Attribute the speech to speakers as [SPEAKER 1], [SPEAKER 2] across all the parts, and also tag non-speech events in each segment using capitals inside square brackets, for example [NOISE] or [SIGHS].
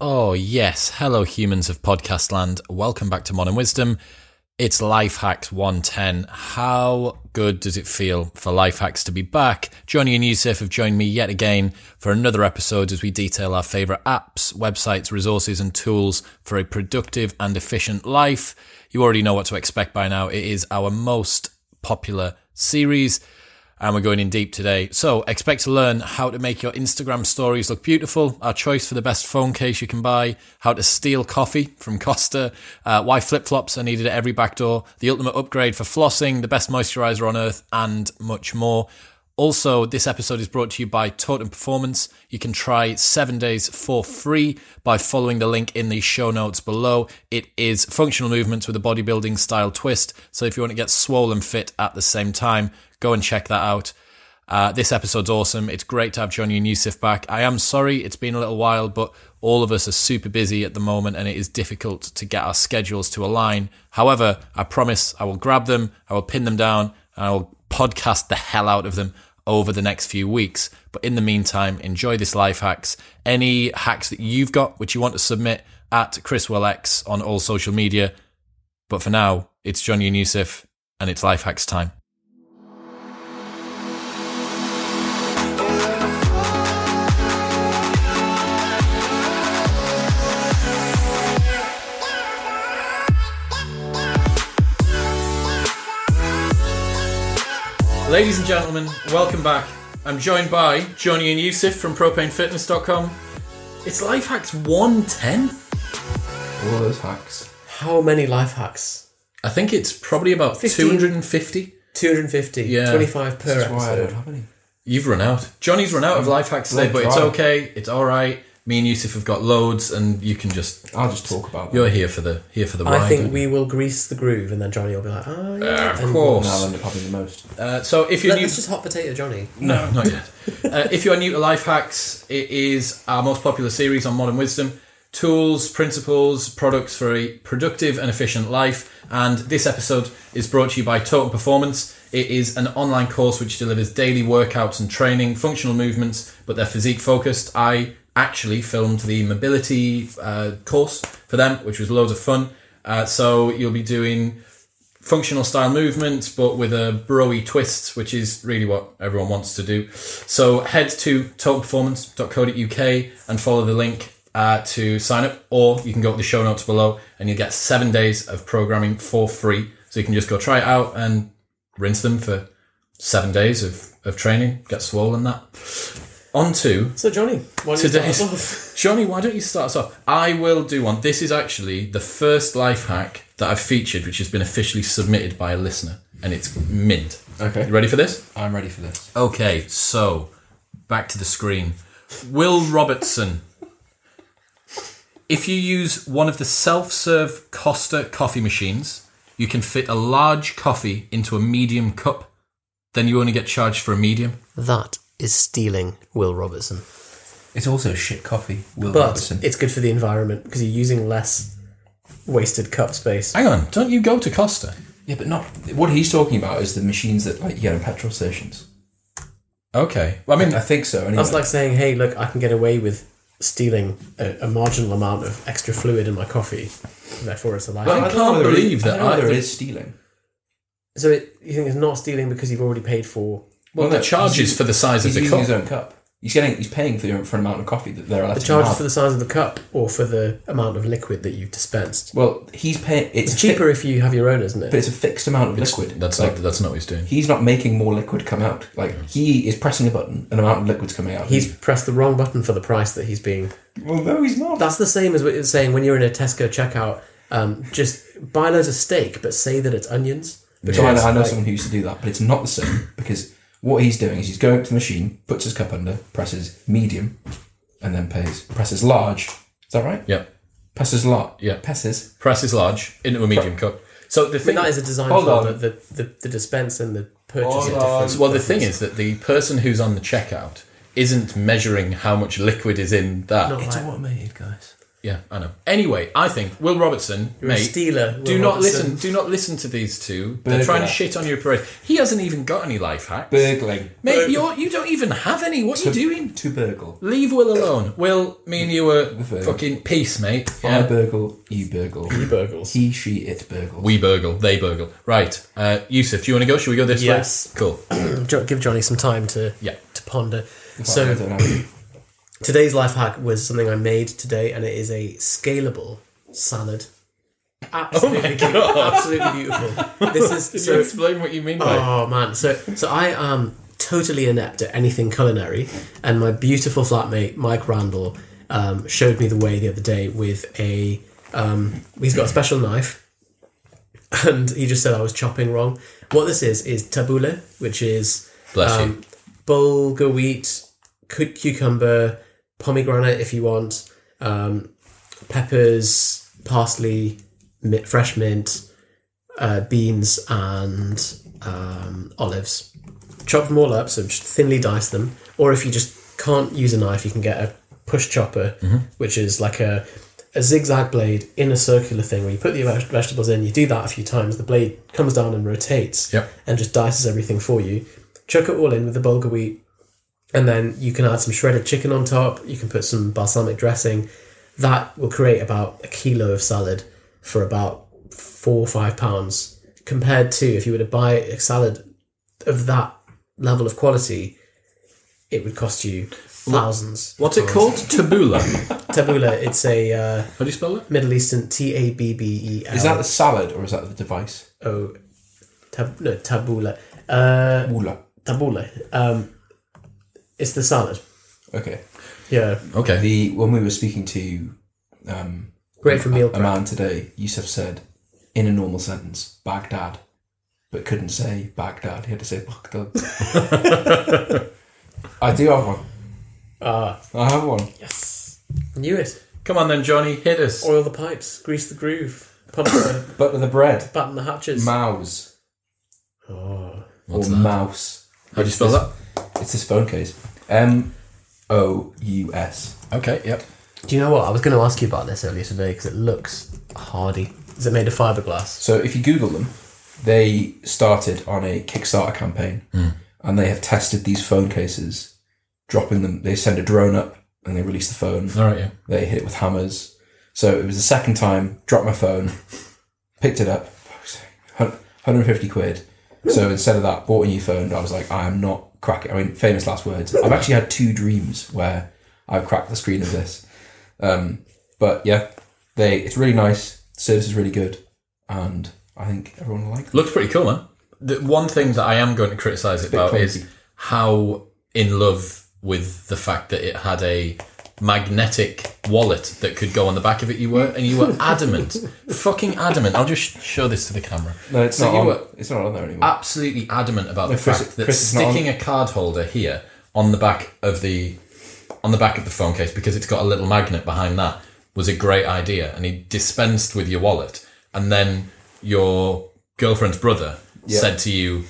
[SPEAKER 1] Oh, yes. Hello, humans of podcast land. Welcome back to Modern Wisdom. It's Life Hacks 110. How good does it feel for Life Hacks to be back? Johnny and Yusuf have joined me yet again for another episode as we detail our favourite apps, websites, resources, and tools for a productive and efficient life. You already know what to expect by now. It is our most popular series and we're going in deep today. So expect to learn how to make your Instagram stories look beautiful, our choice for the best phone case you can buy, how to steal coffee from Costa, uh, why flip flops are needed at every back door, the ultimate upgrade for flossing, the best moisturizer on earth, and much more. Also, this episode is brought to you by Totem Performance. You can try seven days for free by following the link in the show notes below. It is functional movements with a bodybuilding style twist. So, if you want to get swollen fit at the same time, go and check that out. Uh, this episode's awesome. It's great to have Johnny and Yusuf back. I am sorry it's been a little while, but all of us are super busy at the moment and it is difficult to get our schedules to align. However, I promise I will grab them, I will pin them down, and I will podcast the hell out of them over the next few weeks. But in the meantime, enjoy this life hacks. Any hacks that you've got, which you want to submit at ChrisWellX on all social media. But for now, it's Johnny and Yusuf and it's life hacks time. Ladies and gentlemen, welcome back. I'm joined by Johnny and Yusuf from propanefitness.com. It's Life Hacks 110.
[SPEAKER 2] All those hacks.
[SPEAKER 3] How many life hacks?
[SPEAKER 1] I think it's probably about
[SPEAKER 3] 15.
[SPEAKER 1] 250.
[SPEAKER 3] 250,
[SPEAKER 1] Yeah.
[SPEAKER 3] 25 per
[SPEAKER 2] That's why I
[SPEAKER 3] episode.
[SPEAKER 2] don't have any.
[SPEAKER 1] You've run out. Johnny's run out
[SPEAKER 2] Mm.
[SPEAKER 1] of life hacks today, but it's
[SPEAKER 2] dry.
[SPEAKER 1] okay. It's all right. Me and Yusuf have got loads, and you can just
[SPEAKER 2] I'll just talk about them.
[SPEAKER 1] you're here for the here for the ride.
[SPEAKER 3] I think we will grease the groove and then Johnny will be like, ah, yeah.
[SPEAKER 1] of
[SPEAKER 3] and
[SPEAKER 1] course.
[SPEAKER 2] And I'll end up having the most.
[SPEAKER 1] Uh, so if you're
[SPEAKER 3] Let,
[SPEAKER 1] new,
[SPEAKER 3] us just hot potato Johnny.
[SPEAKER 1] No, not yet. uh, if you are new to Life Hacks, it is our most popular series on modern wisdom, tools, principles, products for a productive and efficient life. And this episode is brought to you by Totem Performance. It is an online course which delivers daily workouts and training, functional movements, but they're physique focused. I actually filmed the mobility uh, course for them, which was loads of fun. Uh, so you'll be doing functional style movements, but with a broy twist, which is really what everyone wants to do. So head to totalperformance.co.uk and follow the link uh, to sign up, or you can go to the show notes below and you'll get seven days of programming for free. So you can just go try it out and rinse them for seven days of, of training, get swollen that. On to
[SPEAKER 3] So, Johnny, why don't you start
[SPEAKER 1] Today's-
[SPEAKER 3] us off?
[SPEAKER 1] Johnny, why don't you start us off? I will do one. This is actually the first life hack that I've featured, which has been officially submitted by a listener, and it's mint.
[SPEAKER 2] Okay.
[SPEAKER 1] You ready for this?
[SPEAKER 2] I'm ready for this.
[SPEAKER 1] Okay, so back to the screen. Will Robertson. if you use one of the self serve Costa coffee machines, you can fit a large coffee into a medium cup, then you only get charged for a medium.
[SPEAKER 3] [LAUGHS] That is stealing Will Robertson.
[SPEAKER 2] It's also shit coffee, Will
[SPEAKER 3] But
[SPEAKER 2] Robertson.
[SPEAKER 3] it's good for the environment because you're using less wasted cup space.
[SPEAKER 1] Hang on, don't you go to Costa?
[SPEAKER 2] yeah, but not. What he's talking about is the machines that like you get in petrol stations.
[SPEAKER 1] Okay. Well, I mean,
[SPEAKER 2] I think so. Anyway.
[SPEAKER 3] That's like saying, hey, look, I can get away with stealing a, a marginal amount of extra fluid in my coffee. Therefore, it's a life.
[SPEAKER 1] Well, I
[SPEAKER 2] don't
[SPEAKER 1] can't
[SPEAKER 2] know whether it-
[SPEAKER 1] believe that
[SPEAKER 2] I don't know whether
[SPEAKER 1] either.
[SPEAKER 2] it is stealing.
[SPEAKER 3] so, it, you think it's not stealing because you've already paid for
[SPEAKER 1] well, the
[SPEAKER 2] no,
[SPEAKER 1] charges
[SPEAKER 2] he's-
[SPEAKER 1] for the size of
[SPEAKER 2] He's
[SPEAKER 1] the
[SPEAKER 2] using
[SPEAKER 1] cup.
[SPEAKER 2] his own cup. He's getting. He's paying for the for an amount of coffee that they're allowed
[SPEAKER 3] The
[SPEAKER 2] to
[SPEAKER 3] charges
[SPEAKER 2] have.
[SPEAKER 3] for the size of the cup or for the amount of liquid that you've dispensed.
[SPEAKER 2] well, he's paying. It's,
[SPEAKER 3] It's
[SPEAKER 2] cheaper,
[SPEAKER 3] cheaper if you have your own, isn't
[SPEAKER 2] but
[SPEAKER 3] it?
[SPEAKER 2] it's a fixed amount of liquid.
[SPEAKER 1] That's
[SPEAKER 2] like
[SPEAKER 1] not, that's not what he's doing.
[SPEAKER 2] he's not making more liquid come out. Like he is pressing a button, an amount of liquid's coming out.
[SPEAKER 3] He's pressed the wrong button for the price that he's being.
[SPEAKER 2] well, no, he's not.
[SPEAKER 3] That's the same as what it's saying when you're in a Tesco checkout. Um, just buy loads of steak, but say that it's onions.
[SPEAKER 2] So I know, I know
[SPEAKER 3] like-
[SPEAKER 2] someone who used to do that, but it's not the same because what he's doing is he's going up to the machine, puts his cup under, presses medium, and then pays. Presses large. Is that right?
[SPEAKER 1] Yep.
[SPEAKER 2] Presses large.
[SPEAKER 1] Yeah.
[SPEAKER 2] Presses.
[SPEAKER 1] Press is large into a medium cup. So the
[SPEAKER 3] I mean,
[SPEAKER 1] thing
[SPEAKER 3] that is a design
[SPEAKER 2] Hold
[SPEAKER 3] flaw.
[SPEAKER 2] on.
[SPEAKER 3] that The, the, the dispense and the purchase
[SPEAKER 2] Hold
[SPEAKER 3] are
[SPEAKER 2] on.
[SPEAKER 3] different.
[SPEAKER 1] well, the thing is that the person who's on the checkout isn't measuring how much liquid is in that.
[SPEAKER 3] Not like-
[SPEAKER 2] automated, guys.
[SPEAKER 1] Yeah, I know. Anyway, I think Will Robertson,
[SPEAKER 3] You're a
[SPEAKER 1] mate,
[SPEAKER 3] stealer, Will
[SPEAKER 1] do not
[SPEAKER 3] Robertson.
[SPEAKER 1] listen. Do not listen to these two. They're
[SPEAKER 2] Burglar.
[SPEAKER 1] trying to shit on your parade. He hasn't even got any life hacks.
[SPEAKER 2] Burgling.
[SPEAKER 1] mate, you're, you don't even have any. What are you doing?
[SPEAKER 2] To burgle.
[SPEAKER 1] Leave Will alone. Will, me and you were
[SPEAKER 2] Burglar.
[SPEAKER 1] fucking peace, mate.
[SPEAKER 2] I
[SPEAKER 1] Yeah.
[SPEAKER 2] burgle, you burgle.
[SPEAKER 3] You burgles.
[SPEAKER 2] He, she, it burgle.
[SPEAKER 1] We burgle, they burgle. Right, uh, Yusuf, do you want to go? Should we go this
[SPEAKER 3] Yes.
[SPEAKER 1] way? Cool.
[SPEAKER 3] Jo- Give Johnny some time to
[SPEAKER 1] Yeah.
[SPEAKER 3] to ponder.
[SPEAKER 2] I
[SPEAKER 3] So
[SPEAKER 2] don't know.
[SPEAKER 3] Today's life hack was something I made today, and it is a scalable salad. Absolutely, cute. absolutely beautiful. This is
[SPEAKER 1] So
[SPEAKER 3] so.
[SPEAKER 1] explain what you mean by
[SPEAKER 3] Oh man, so so I am totally inept at anything culinary, and my beautiful flatmate Mike Randall um, showed me the way the other day with a. Um, he's got a special knife, and he just said I was chopping wrong. What this is is tabbouleh, which is
[SPEAKER 1] Bless you.
[SPEAKER 3] um, bulgur wheat, cu- cucumber, pomegranate if you want, um, peppers, parsley, mi- fresh mint, uh, beans, and um, olives. Chop them all up, so just thinly dice them. Or if you just can't use a knife, you can get a push chopper, which is like a a zigzag blade in a circular thing where you put the veg- vegetables in, you do that a few times, the blade comes down and rotates
[SPEAKER 1] Yep.
[SPEAKER 3] and just dices everything for you. Chuck it all in with the bulgur wheat, and then you can add some shredded chicken on top. You can put some balsamic dressing. That will create about a kilo of salad for about four or five pounds, compared to if you were to buy a salad of that level of quality, it would cost you thousands.
[SPEAKER 1] What's it called? Tabula.
[SPEAKER 3] Tabbouleh. It's a uh,
[SPEAKER 1] How do you spell it?
[SPEAKER 3] Middle Eastern T A B B E L.
[SPEAKER 2] Is that the salad or is that the device?
[SPEAKER 3] oh, tab- no tabbouleh. Uh,
[SPEAKER 2] Mula.
[SPEAKER 3] tabbouleh. Um, it's the salad.
[SPEAKER 2] Okay.
[SPEAKER 3] Yeah,
[SPEAKER 1] Okay.
[SPEAKER 2] The when we were speaking to um,
[SPEAKER 3] great for meal
[SPEAKER 2] a
[SPEAKER 3] prep.
[SPEAKER 2] man today, Yusuf said in a normal sentence, Baghdad, but couldn't say Baghdad. He had to say
[SPEAKER 1] [LAUGHS]
[SPEAKER 2] Baghdad. I do have one.
[SPEAKER 3] Ah,
[SPEAKER 2] I have one.
[SPEAKER 3] yes. Knew it.
[SPEAKER 1] Come on then, Johnny, hit us.
[SPEAKER 3] Oil the pipes, grease the groove, pump the [COUGHS]
[SPEAKER 2] But with the bread,
[SPEAKER 3] batten the hatches.
[SPEAKER 2] mouse
[SPEAKER 3] oh.
[SPEAKER 1] What's
[SPEAKER 2] or
[SPEAKER 1] that?
[SPEAKER 2] mouse.
[SPEAKER 1] How do you spell that?
[SPEAKER 2] It's this phone case. M O U S.
[SPEAKER 1] Okay, yep.
[SPEAKER 3] Do you know what? I was going to ask you about this earlier today because it looks hardy. Is it made of fiberglass?
[SPEAKER 2] So if you Google them, they started on a Kickstarter campaign,
[SPEAKER 1] Hmm.
[SPEAKER 2] and they have tested these phone cases, dropping them. They send a drone up, and they release the phone.
[SPEAKER 1] All right, yeah.
[SPEAKER 2] They hit it with hammers. So it was the second time. Dropped my phone, [LAUGHS] picked it up. fuck's sake, hun- 150 quid. So instead of that, bought a new phone. I was like, I am not cracking. I mean, famous last words. I've actually had two dreams where I've cracked the screen of this. Um, but yeah, they it's really nice. Service is really good, and I think everyone will like. It.
[SPEAKER 1] Looks pretty cool, man. The one thing that I am going to criticise it about is
[SPEAKER 2] clunky.
[SPEAKER 1] how in love with the fact that it had a magnetic wallet that could go on the back of it you were and you were [LAUGHS] adamant fucking adamant i'll just show this to the camera
[SPEAKER 2] No, it's
[SPEAKER 1] So
[SPEAKER 2] not.
[SPEAKER 1] you
[SPEAKER 2] On,
[SPEAKER 1] were-
[SPEAKER 2] it's not on there anymore.
[SPEAKER 1] absolutely adamant about the
[SPEAKER 2] Chris-
[SPEAKER 1] fact that
[SPEAKER 2] Chris is not
[SPEAKER 1] sticking a card holder here on the back of the on the back of the phone case because it's got a little magnet behind that was a great idea, and he dispensed with your wallet, and then your girlfriend's brother said to you,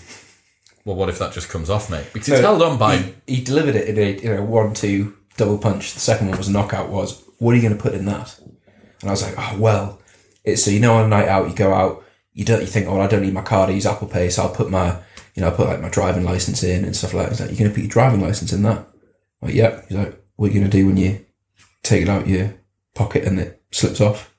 [SPEAKER 1] "Well, what if that just comes off, mate?" Because it's
[SPEAKER 2] No,
[SPEAKER 1] held on by
[SPEAKER 2] he, he delivered it in a you know one two double punch. The second one was a knockout. Was what are you going to put in that? And I was like, oh well, it's so you know on a night out you go out you don't you think oh I don't need my card I use Apple Pay so I'll put my you know I'll put like my driving license in and stuff like that. He's like, you're going to put your driving license in that? I'm like, yep. He's like, what are you going to do when you take it out your pocket and it slips off?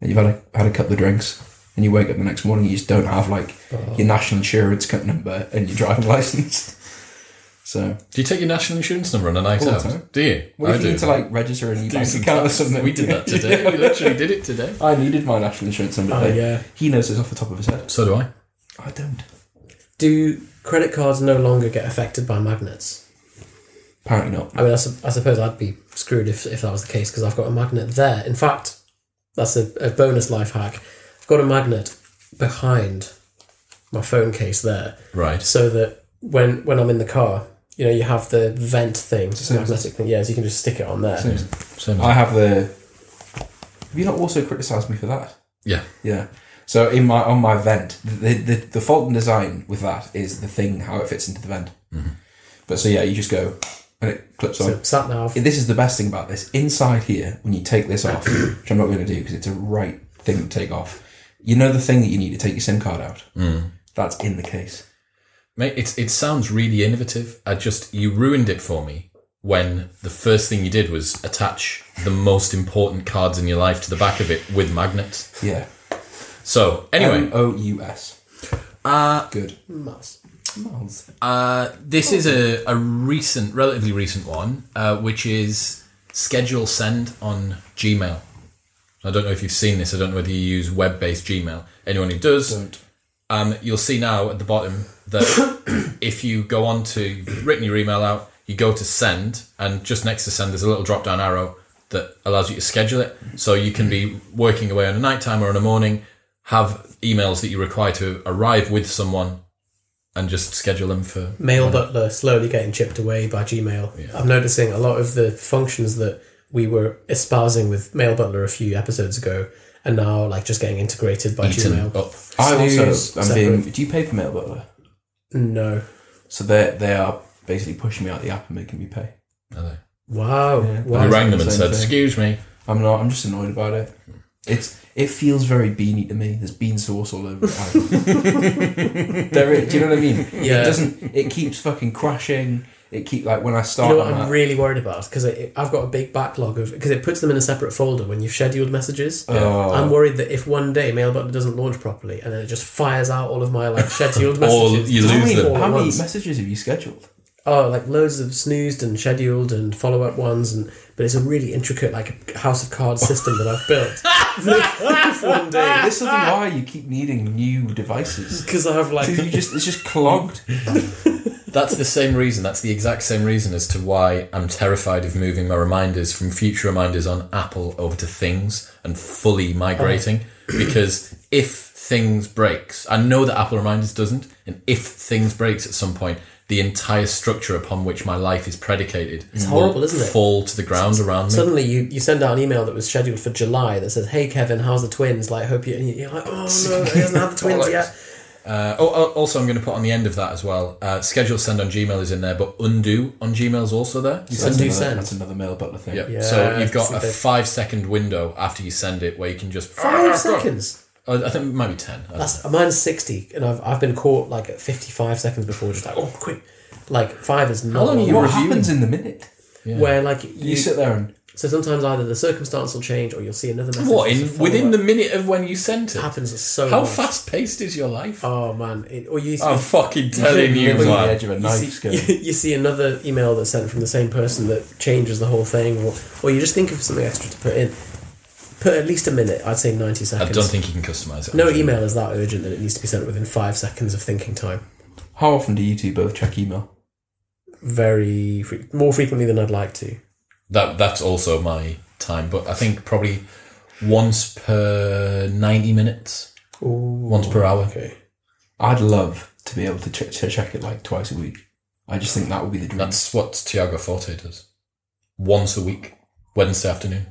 [SPEAKER 2] And you've had a, had a couple of drinks. And you wake up the next morning, you just don't have like
[SPEAKER 1] Oh.
[SPEAKER 2] your national insurance cut number and your driving [LAUGHS] license. So
[SPEAKER 1] Do you take your national insurance number on a night
[SPEAKER 2] All the
[SPEAKER 1] out?
[SPEAKER 2] time.
[SPEAKER 1] Do you?
[SPEAKER 2] What if
[SPEAKER 1] I
[SPEAKER 2] you
[SPEAKER 1] do.
[SPEAKER 2] need to like register a new
[SPEAKER 1] Do
[SPEAKER 2] bank
[SPEAKER 1] some
[SPEAKER 2] account or
[SPEAKER 1] tax.
[SPEAKER 2] something?
[SPEAKER 1] We did
[SPEAKER 2] [LAUGHS]
[SPEAKER 1] that today. We literally did it today.
[SPEAKER 2] I needed my national insurance number.
[SPEAKER 3] Oh,
[SPEAKER 2] today.
[SPEAKER 3] yeah.
[SPEAKER 2] He knows this off the top of his head.
[SPEAKER 1] So do I.
[SPEAKER 2] I don't.
[SPEAKER 3] Do credit cards no longer get affected by magnets?
[SPEAKER 2] Apparently not.
[SPEAKER 3] I mean, I, sup- I suppose I'd be screwed if, if that was the case because I've got a magnet there. In fact, that's a, a bonus life hack. I've got a magnet behind my phone case there.
[SPEAKER 1] Right.
[SPEAKER 3] so that when when I'm in the car, you know, you have the vent thing, the
[SPEAKER 2] Same as-
[SPEAKER 3] magnetic thing. Yeah, so you can just stick it on there.
[SPEAKER 1] Same as
[SPEAKER 2] I have the. Have you not also criticised me for that?
[SPEAKER 1] yeah.
[SPEAKER 2] Yeah. So in my on my vent, the the, the Mm-hmm. fault in design with that is the thing how it fits into the vent. But so yeah, you just go and it clips on.
[SPEAKER 3] So sat nav.
[SPEAKER 2] This is the best thing about this. Inside here, when you take this [COUGHS] off, which I'm not going to do because it's a right thing to take off, you know the thing that you need to take your SIM card out. That's in the case.
[SPEAKER 1] Mate, it's, it sounds really innovative. I just, you ruined it for me when the first thing you did was attach the most important cards in your life to the back of it with magnets.
[SPEAKER 2] Yeah.
[SPEAKER 1] So, anyway,
[SPEAKER 2] O U S. Ah. Good.
[SPEAKER 3] Mouse.
[SPEAKER 2] Miles.
[SPEAKER 1] uh, this is a, a recent, relatively recent one, uh, which is schedule send on Gmail. I don't know if you've seen this. I don't know whether you use web based Gmail. Anyone who does,
[SPEAKER 2] Don't.
[SPEAKER 1] um, you'll see now at the bottom that [COUGHS] if you go on to you've written your email out, you go to send, and just next to send, there's a little drop down arrow that allows you to schedule it. So you can be working away on a nighttime or on a morning, have emails that you require to arrive with someone, and just schedule them for.
[SPEAKER 3] Mail Butler slowly getting chipped away by Gmail. I'm noticing a lot of the functions that we were espousing with Mail Butler a few episodes ago are now like just getting integrated by
[SPEAKER 1] Eaten
[SPEAKER 3] Gmail.
[SPEAKER 1] up.
[SPEAKER 2] I
[SPEAKER 3] Snooze,
[SPEAKER 2] also am
[SPEAKER 3] separate.
[SPEAKER 2] being. Do you pay for Mail Butler?
[SPEAKER 3] No.
[SPEAKER 2] So they they are basically pushing me out the app and making me pay.
[SPEAKER 1] Are they?
[SPEAKER 3] Wow. wow.
[SPEAKER 1] I
[SPEAKER 3] [LAUGHS]
[SPEAKER 2] That's
[SPEAKER 1] rang them
[SPEAKER 2] the
[SPEAKER 1] and
[SPEAKER 2] same
[SPEAKER 1] said,
[SPEAKER 2] thing.
[SPEAKER 1] "Excuse me."
[SPEAKER 2] I'm not. I'm just annoyed about it. It's it feels very beany to me. There's bean sauce all over [LAUGHS] it. there is, do you know what I mean?
[SPEAKER 3] Yeah.
[SPEAKER 2] It doesn't. It keeps fucking crashing. It keep like when I
[SPEAKER 3] You
[SPEAKER 2] start.
[SPEAKER 3] know what
[SPEAKER 2] I'm
[SPEAKER 3] I'm
[SPEAKER 2] like,
[SPEAKER 3] really worried about because I've got a big backlog of because it puts them in a separate folder when you've scheduled messages.
[SPEAKER 2] Oh.
[SPEAKER 3] I'm worried that if one day Mail Butler doesn't launch properly and then it just fires out all of my [LAUGHS] like scheduled
[SPEAKER 1] All-
[SPEAKER 3] messages.
[SPEAKER 1] you
[SPEAKER 2] how
[SPEAKER 1] lose
[SPEAKER 2] many,
[SPEAKER 1] them.
[SPEAKER 2] how
[SPEAKER 3] All at
[SPEAKER 2] many
[SPEAKER 3] once.
[SPEAKER 2] messages have you scheduled?
[SPEAKER 3] Oh, like loads of snoozed and scheduled and follow up ones, and but it's a really intricate like house of [LAUGHS] cards system that I've built for one [LAUGHS] day
[SPEAKER 2] [LAUGHS] This is why you keep needing new devices.
[SPEAKER 3] because I have like
[SPEAKER 2] You just it's just clogged.
[SPEAKER 1] That's the same reason. That's the exact same reason as to why I'm terrified of moving my reminders from future reminders on Apple over to Things and fully migrating.
[SPEAKER 3] Uh-huh.
[SPEAKER 1] Because if Things breaks, I know that Apple Reminders doesn't, and if Things breaks at some point, the entire structure upon which my life is predicated it's
[SPEAKER 3] horrible, isn't it?
[SPEAKER 1] fall to the ground around me.
[SPEAKER 3] suddenly you, you send out an email that was scheduled for July that says, "Hey Kevin, how's the twins? Like, hope you." And you're like, "Oh no, he hasn't [LAUGHS] had the twins yet."
[SPEAKER 1] Uh, oh, oh, also, I'm going to put on the end of that as well. Uh, schedule send on Gmail is in there, but undo on Gmail is also there.
[SPEAKER 3] send
[SPEAKER 2] that's
[SPEAKER 3] do
[SPEAKER 2] another,
[SPEAKER 3] send.
[SPEAKER 2] That's another Mail Butler thing.
[SPEAKER 1] Yeah.
[SPEAKER 3] Yeah,
[SPEAKER 1] so you've
[SPEAKER 3] it's
[SPEAKER 1] got
[SPEAKER 3] a
[SPEAKER 1] a
[SPEAKER 3] bit-
[SPEAKER 1] five second window after you send it where you can just
[SPEAKER 3] Five seconds.
[SPEAKER 1] I I think it might be ten. I don't know.
[SPEAKER 3] That's mine's sixty, and I've I've been caught like at fifty-five seconds before, just like, "Oh, quick!" Like five is not.
[SPEAKER 1] long are
[SPEAKER 3] long
[SPEAKER 1] you
[SPEAKER 2] What
[SPEAKER 1] Reviewing.
[SPEAKER 2] happens in the minute?
[SPEAKER 3] Where like
[SPEAKER 2] You sit there and
[SPEAKER 3] So sometimes either the circumstance will change, or you'll see another message.
[SPEAKER 1] What
[SPEAKER 3] that's a
[SPEAKER 1] in
[SPEAKER 3] follow-up.
[SPEAKER 1] within the minute of when you sent it?
[SPEAKER 3] It happens so
[SPEAKER 1] How
[SPEAKER 3] much.
[SPEAKER 1] fast paced is your life?
[SPEAKER 3] Oh man! It, or you see,
[SPEAKER 1] I'm fucking telling you,
[SPEAKER 2] living on the
[SPEAKER 1] man.
[SPEAKER 2] edge of a
[SPEAKER 3] you,
[SPEAKER 2] knife
[SPEAKER 3] see
[SPEAKER 2] scale.
[SPEAKER 3] [LAUGHS] you see another email that's sent from the same person that changes the whole thing, or or you just think of something extra to put in. Put at least a minute. I'd say ninety
[SPEAKER 1] I
[SPEAKER 3] seconds.
[SPEAKER 1] don't think you can customize it.
[SPEAKER 3] no
[SPEAKER 1] actually.
[SPEAKER 3] email is that urgent that it needs to be sent within five seconds of thinking time.
[SPEAKER 2] [LAUGHS] How often do you two both check email?
[SPEAKER 3] Very fre- more frequently than I'd like to.
[SPEAKER 1] That that's also my time, but I think probably once per ninety minutes, once per hour.
[SPEAKER 3] Okay.
[SPEAKER 2] I'd love to be able to, ch- to check it like twice a week. I just think that would be the dream.
[SPEAKER 1] That's what Tiago Forte does. Once a week, Wednesday afternoon.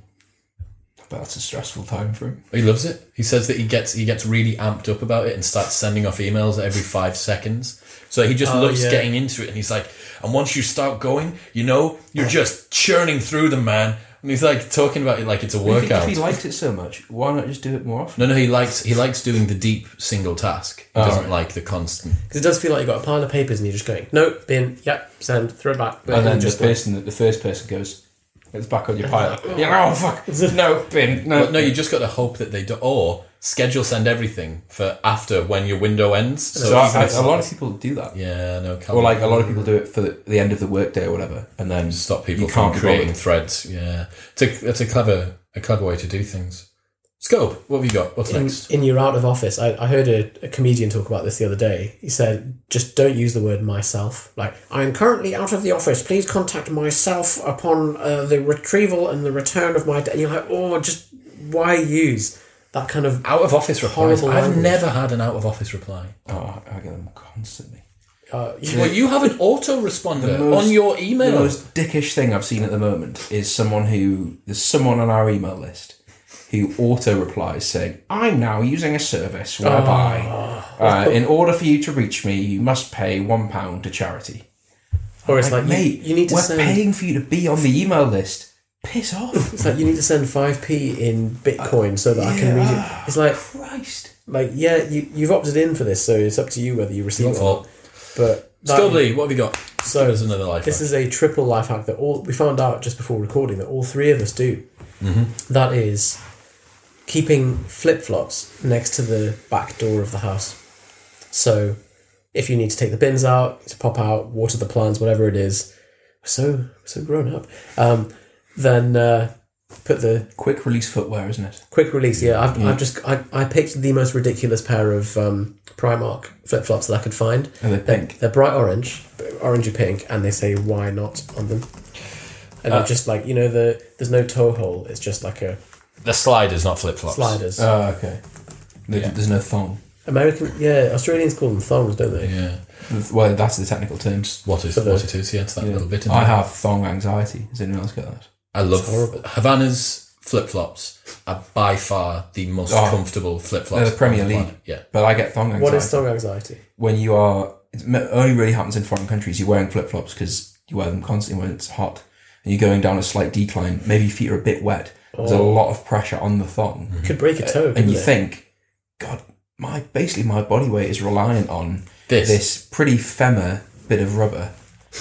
[SPEAKER 2] but that's a stressful time for him.
[SPEAKER 1] He loves it. He says that he gets he gets really amped up about it and starts sending off emails every five seconds. So he just
[SPEAKER 3] Oh,
[SPEAKER 1] loves
[SPEAKER 3] yeah.
[SPEAKER 1] getting into it, and he's like, and once you start going, you know, you're just churning through them, man. And he's like talking about it like it's a
[SPEAKER 2] If he, if
[SPEAKER 1] workout.
[SPEAKER 2] he likes it so much, why not just do it more often?
[SPEAKER 1] No, no, he likes he likes doing the deep single task. He
[SPEAKER 2] Oh,
[SPEAKER 1] doesn't like the constant.
[SPEAKER 3] Because it does feel like you've got a pile of papers and you're just going, nope, bin, yep, send, throw it back.
[SPEAKER 2] and then
[SPEAKER 3] just
[SPEAKER 2] the person, the first person goes, "It's back on your pile." You're like, oh fuck! No, bin. No,
[SPEAKER 1] But no, you just got to hope that they do, or schedule send everything for after when your window ends. So,
[SPEAKER 2] So I,
[SPEAKER 1] even
[SPEAKER 2] I,
[SPEAKER 1] if-
[SPEAKER 2] a lot of people do that,
[SPEAKER 1] yeah, no, come
[SPEAKER 2] or
[SPEAKER 1] on.
[SPEAKER 2] like a lot of people do it for the, the end of the workday or whatever, and then
[SPEAKER 1] stop people
[SPEAKER 2] You
[SPEAKER 1] from
[SPEAKER 2] can't be
[SPEAKER 1] creating
[SPEAKER 2] bothered.
[SPEAKER 1] threads. Yeah, it's a, it's a clever a clever way to do things. Scope, what have you got? What's
[SPEAKER 3] in,
[SPEAKER 1] next?
[SPEAKER 3] in your out of office, I, I heard a, a comedian talk about this the other day. He said, just don't use the word myself. Like, I am currently out of the office. Please contact myself upon uh, the retrieval and the return of my. Da-. And you're like, oh, just why use that kind of.
[SPEAKER 1] Out of office replies.
[SPEAKER 3] Horrible
[SPEAKER 1] I've
[SPEAKER 3] language.
[SPEAKER 1] never had an out of office reply.
[SPEAKER 2] Oh, I I get them constantly.
[SPEAKER 3] Uh, [LAUGHS]
[SPEAKER 1] Well, you have an autoresponder
[SPEAKER 2] most-
[SPEAKER 1] on your
[SPEAKER 2] The
[SPEAKER 1] email.
[SPEAKER 2] most dickish thing I've seen at the moment is someone who there's someone on our email list who auto replies saying, "I'm now using a service
[SPEAKER 3] Oh.
[SPEAKER 2] whereby, uh, in order for you to reach me, you must pay one pound to charity."
[SPEAKER 3] Or it's like, you-
[SPEAKER 2] mate,
[SPEAKER 3] you, need to
[SPEAKER 2] we're
[SPEAKER 3] send.
[SPEAKER 2] paying for you to be on the email list. Piss off.
[SPEAKER 3] [LAUGHS] It's like you need to send five p in Bitcoin so that I can read
[SPEAKER 2] Yeah.
[SPEAKER 3] it. It's like,
[SPEAKER 2] Christ.
[SPEAKER 3] like yeah, you you've opted in for this, so it's up to you whether you receive
[SPEAKER 1] Your
[SPEAKER 3] it. Or not.
[SPEAKER 1] fault.
[SPEAKER 3] But that-
[SPEAKER 1] Stubby, what have you got?
[SPEAKER 3] So-
[SPEAKER 1] there's another life.
[SPEAKER 3] This
[SPEAKER 1] hack.
[SPEAKER 3] is a triple life hack that all we found out just before recording that all three of us do. That is keeping flip flops next to the back door of the house. So if you need to take the bins out, to pop out, water the plants, whatever it is, so so grown up. Um, then uh, put the
[SPEAKER 2] Quick release footwear, isn't it?
[SPEAKER 3] quick release. Yeah, I've, I've just I, I picked the most ridiculous pair of um, Primark flip flops that I could find.
[SPEAKER 2] And they're
[SPEAKER 3] They're,
[SPEAKER 2] pink.
[SPEAKER 3] they're bright orange, orangey pink, and they say "Why not" on them. And they're just like you know the there's no toe hole. It's just like a
[SPEAKER 1] the sliders, not flip flops.
[SPEAKER 3] sliders.
[SPEAKER 2] Oh, okay. There- There's no thong.
[SPEAKER 3] American, yeah, Australians call them thongs, don't they?
[SPEAKER 1] Yeah.
[SPEAKER 2] Well, that's the technical term.
[SPEAKER 1] What is
[SPEAKER 3] For the-
[SPEAKER 1] what it is? Yeah, it's that
[SPEAKER 2] Yeah.
[SPEAKER 1] little bit. In
[SPEAKER 2] I
[SPEAKER 1] there.
[SPEAKER 2] have thong anxiety. Has anyone else got that?
[SPEAKER 1] I love
[SPEAKER 3] horrible.
[SPEAKER 1] Havana's flip flops are by far the most
[SPEAKER 2] Oh.
[SPEAKER 1] comfortable flip
[SPEAKER 2] They're
[SPEAKER 1] flops.
[SPEAKER 2] the Premier League.
[SPEAKER 1] Yeah.
[SPEAKER 2] But I get thong anxiety.
[SPEAKER 3] What is thong anxiety?
[SPEAKER 2] when you are it only really happens in foreign countries you're wearing flip-flops because you wear them constantly when it's hot and you're going down a slight decline maybe your feet are a bit wet there's
[SPEAKER 3] Oh.
[SPEAKER 2] a lot of pressure on the thong
[SPEAKER 3] Could break a toe.
[SPEAKER 2] Uh, and
[SPEAKER 3] couldn't
[SPEAKER 2] you
[SPEAKER 3] it?
[SPEAKER 2] think god my basically my body weight is reliant on
[SPEAKER 1] This.
[SPEAKER 2] this pretty femur bit of rubber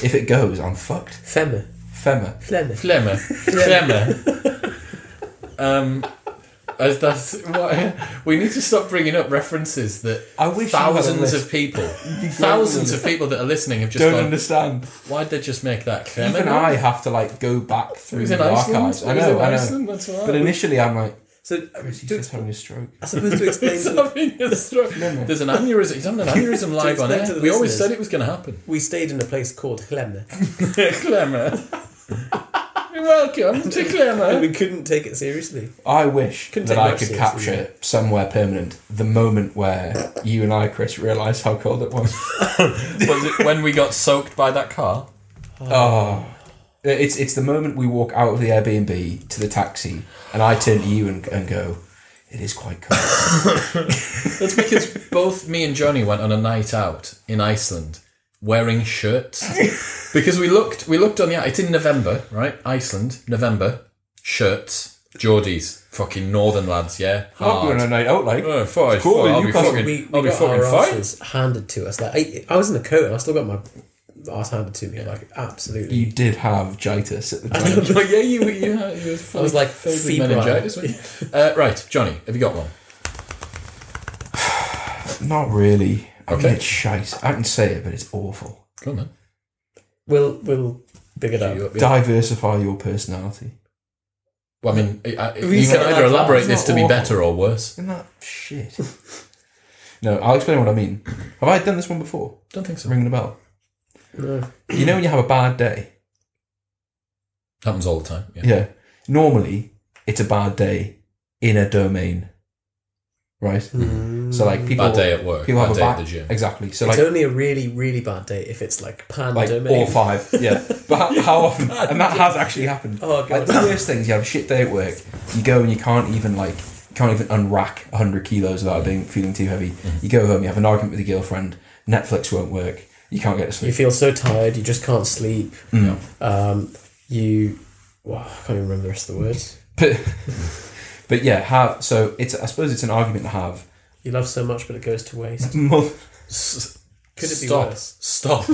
[SPEAKER 2] if it goes i'm fucked
[SPEAKER 3] femur,
[SPEAKER 2] femur
[SPEAKER 3] femur.
[SPEAKER 1] Flemmer. Flemmer. um, as that's what, we need to stop bringing up references that
[SPEAKER 2] I wish you had a
[SPEAKER 1] thousands
[SPEAKER 2] list.
[SPEAKER 1] of people, thousands of people that are listening have just
[SPEAKER 2] don't
[SPEAKER 1] gone.
[SPEAKER 2] understand
[SPEAKER 1] Why'd they just make that clear?
[SPEAKER 2] even i have to like go back
[SPEAKER 1] It
[SPEAKER 2] through
[SPEAKER 1] was in
[SPEAKER 2] the
[SPEAKER 1] Iceland.
[SPEAKER 2] archives i
[SPEAKER 1] It was
[SPEAKER 2] know
[SPEAKER 1] in
[SPEAKER 2] i know
[SPEAKER 1] Iceland, That's all right.
[SPEAKER 2] but initially i'm like
[SPEAKER 3] So
[SPEAKER 2] is he
[SPEAKER 3] do-
[SPEAKER 2] just having a stroke
[SPEAKER 3] I suppose
[SPEAKER 1] [LAUGHS]
[SPEAKER 3] to explain
[SPEAKER 1] He's
[SPEAKER 3] to the,
[SPEAKER 1] having a stroke. There's an aneurysm. He's having
[SPEAKER 2] [LAUGHS]
[SPEAKER 1] an aneurysm live on
[SPEAKER 3] explain
[SPEAKER 1] air.
[SPEAKER 3] to the
[SPEAKER 1] We always
[SPEAKER 3] listeners.
[SPEAKER 1] said it was going to happen.
[SPEAKER 3] we stayed in a place called Hlemne.
[SPEAKER 1] Clemmer. Welcome
[SPEAKER 2] [LAUGHS]
[SPEAKER 1] to
[SPEAKER 3] and
[SPEAKER 1] Clemmer.
[SPEAKER 3] we couldn't take it seriously.
[SPEAKER 2] I wish
[SPEAKER 3] Couldn't
[SPEAKER 2] that
[SPEAKER 3] take
[SPEAKER 2] I
[SPEAKER 3] much
[SPEAKER 2] could
[SPEAKER 3] seriously,
[SPEAKER 2] capture somewhere permanent the moment where you and I, Chris, realised how cold it was.
[SPEAKER 1] Was it when we got soaked by that car?
[SPEAKER 2] oh. [LAUGHS] It's, it's the moment we walk out of the Airbnb to the taxi, and I turn to you and, and go, It is quite cold.
[SPEAKER 1] That's because both me and Johnny went on a night out in Iceland wearing shirts. Because we looked we looked on the it's in November, right? Iceland, November. Shirts. Geordies. Fucking northern lads, yeah.
[SPEAKER 2] I'm going
[SPEAKER 1] Hard.
[SPEAKER 2] on a night out like.
[SPEAKER 1] Oh, fine,
[SPEAKER 2] cool,
[SPEAKER 1] fine, I'll
[SPEAKER 2] you
[SPEAKER 1] be
[SPEAKER 2] can't-
[SPEAKER 1] fucking,
[SPEAKER 3] we, we
[SPEAKER 1] I'll be
[SPEAKER 3] got
[SPEAKER 1] fucking
[SPEAKER 3] our
[SPEAKER 1] fine. [LAUGHS]
[SPEAKER 3] asses handed to us. Like I, I was in a coat and I still got my ass handed to me. Like absolutely,
[SPEAKER 2] You did have jitis at the time.
[SPEAKER 1] Like, yeah, you, you, you, you I
[SPEAKER 3] was like febrile.
[SPEAKER 1] meningitis. weren't you? Uh, right, Johnny, have you got one?
[SPEAKER 2] Not really. I mean,
[SPEAKER 1] Okay.
[SPEAKER 2] it's shite. I can say it, but it's awful.
[SPEAKER 1] Come on, then.
[SPEAKER 3] [LAUGHS] we'll we'll big it up.
[SPEAKER 1] You up, yeah.
[SPEAKER 2] Diversify your personality.
[SPEAKER 1] Well, I mean, I, I,
[SPEAKER 3] We
[SPEAKER 1] you
[SPEAKER 3] said
[SPEAKER 1] can
[SPEAKER 3] that
[SPEAKER 1] either
[SPEAKER 3] last
[SPEAKER 1] elaborate
[SPEAKER 2] time.
[SPEAKER 1] this to be
[SPEAKER 2] Awful.
[SPEAKER 1] better or worse.
[SPEAKER 2] Isn't that
[SPEAKER 1] [LAUGHS]
[SPEAKER 2] shit? no, I'll explain what I mean. Have I done this one before?
[SPEAKER 1] Don't think so.
[SPEAKER 2] Ringing a bell.
[SPEAKER 3] No.
[SPEAKER 2] You know when you have a bad day?
[SPEAKER 1] Happens all the time. Yeah.
[SPEAKER 2] Yeah. Normally, it's a bad day in a domain, right? So like people,
[SPEAKER 1] Hmm. Bad day at work.
[SPEAKER 2] people
[SPEAKER 1] Bad
[SPEAKER 2] have
[SPEAKER 1] day
[SPEAKER 2] a bad
[SPEAKER 1] at the gym.
[SPEAKER 2] Exactly. So
[SPEAKER 3] It's
[SPEAKER 2] like,
[SPEAKER 3] only a really really bad day if it's like pan
[SPEAKER 2] like
[SPEAKER 3] domain.
[SPEAKER 2] all five.
[SPEAKER 1] [LAUGHS]
[SPEAKER 2] Yeah. But how, how often? And that has actually happened.
[SPEAKER 3] Oh,
[SPEAKER 2] Like
[SPEAKER 3] God.
[SPEAKER 2] the worst things, you have a shit day at work. You go and you can't even like you can't even unrack hundred kilos without it being feeling too heavy. You go home, you have an argument with your girlfriend. Netflix won't work. You can't get to
[SPEAKER 3] you
[SPEAKER 2] sleep. Mm.
[SPEAKER 3] feel so tired, you just can't sleep.
[SPEAKER 2] No.
[SPEAKER 3] Um, you, wow, I can't even remember the rest of the words.
[SPEAKER 2] But, but yeah, have so it's I suppose it's an argument to have.
[SPEAKER 3] You love so much, but it goes to waste.
[SPEAKER 2] Mul-
[SPEAKER 1] S-
[SPEAKER 3] Could it be
[SPEAKER 1] Stop.
[SPEAKER 3] worse?
[SPEAKER 1] Stop.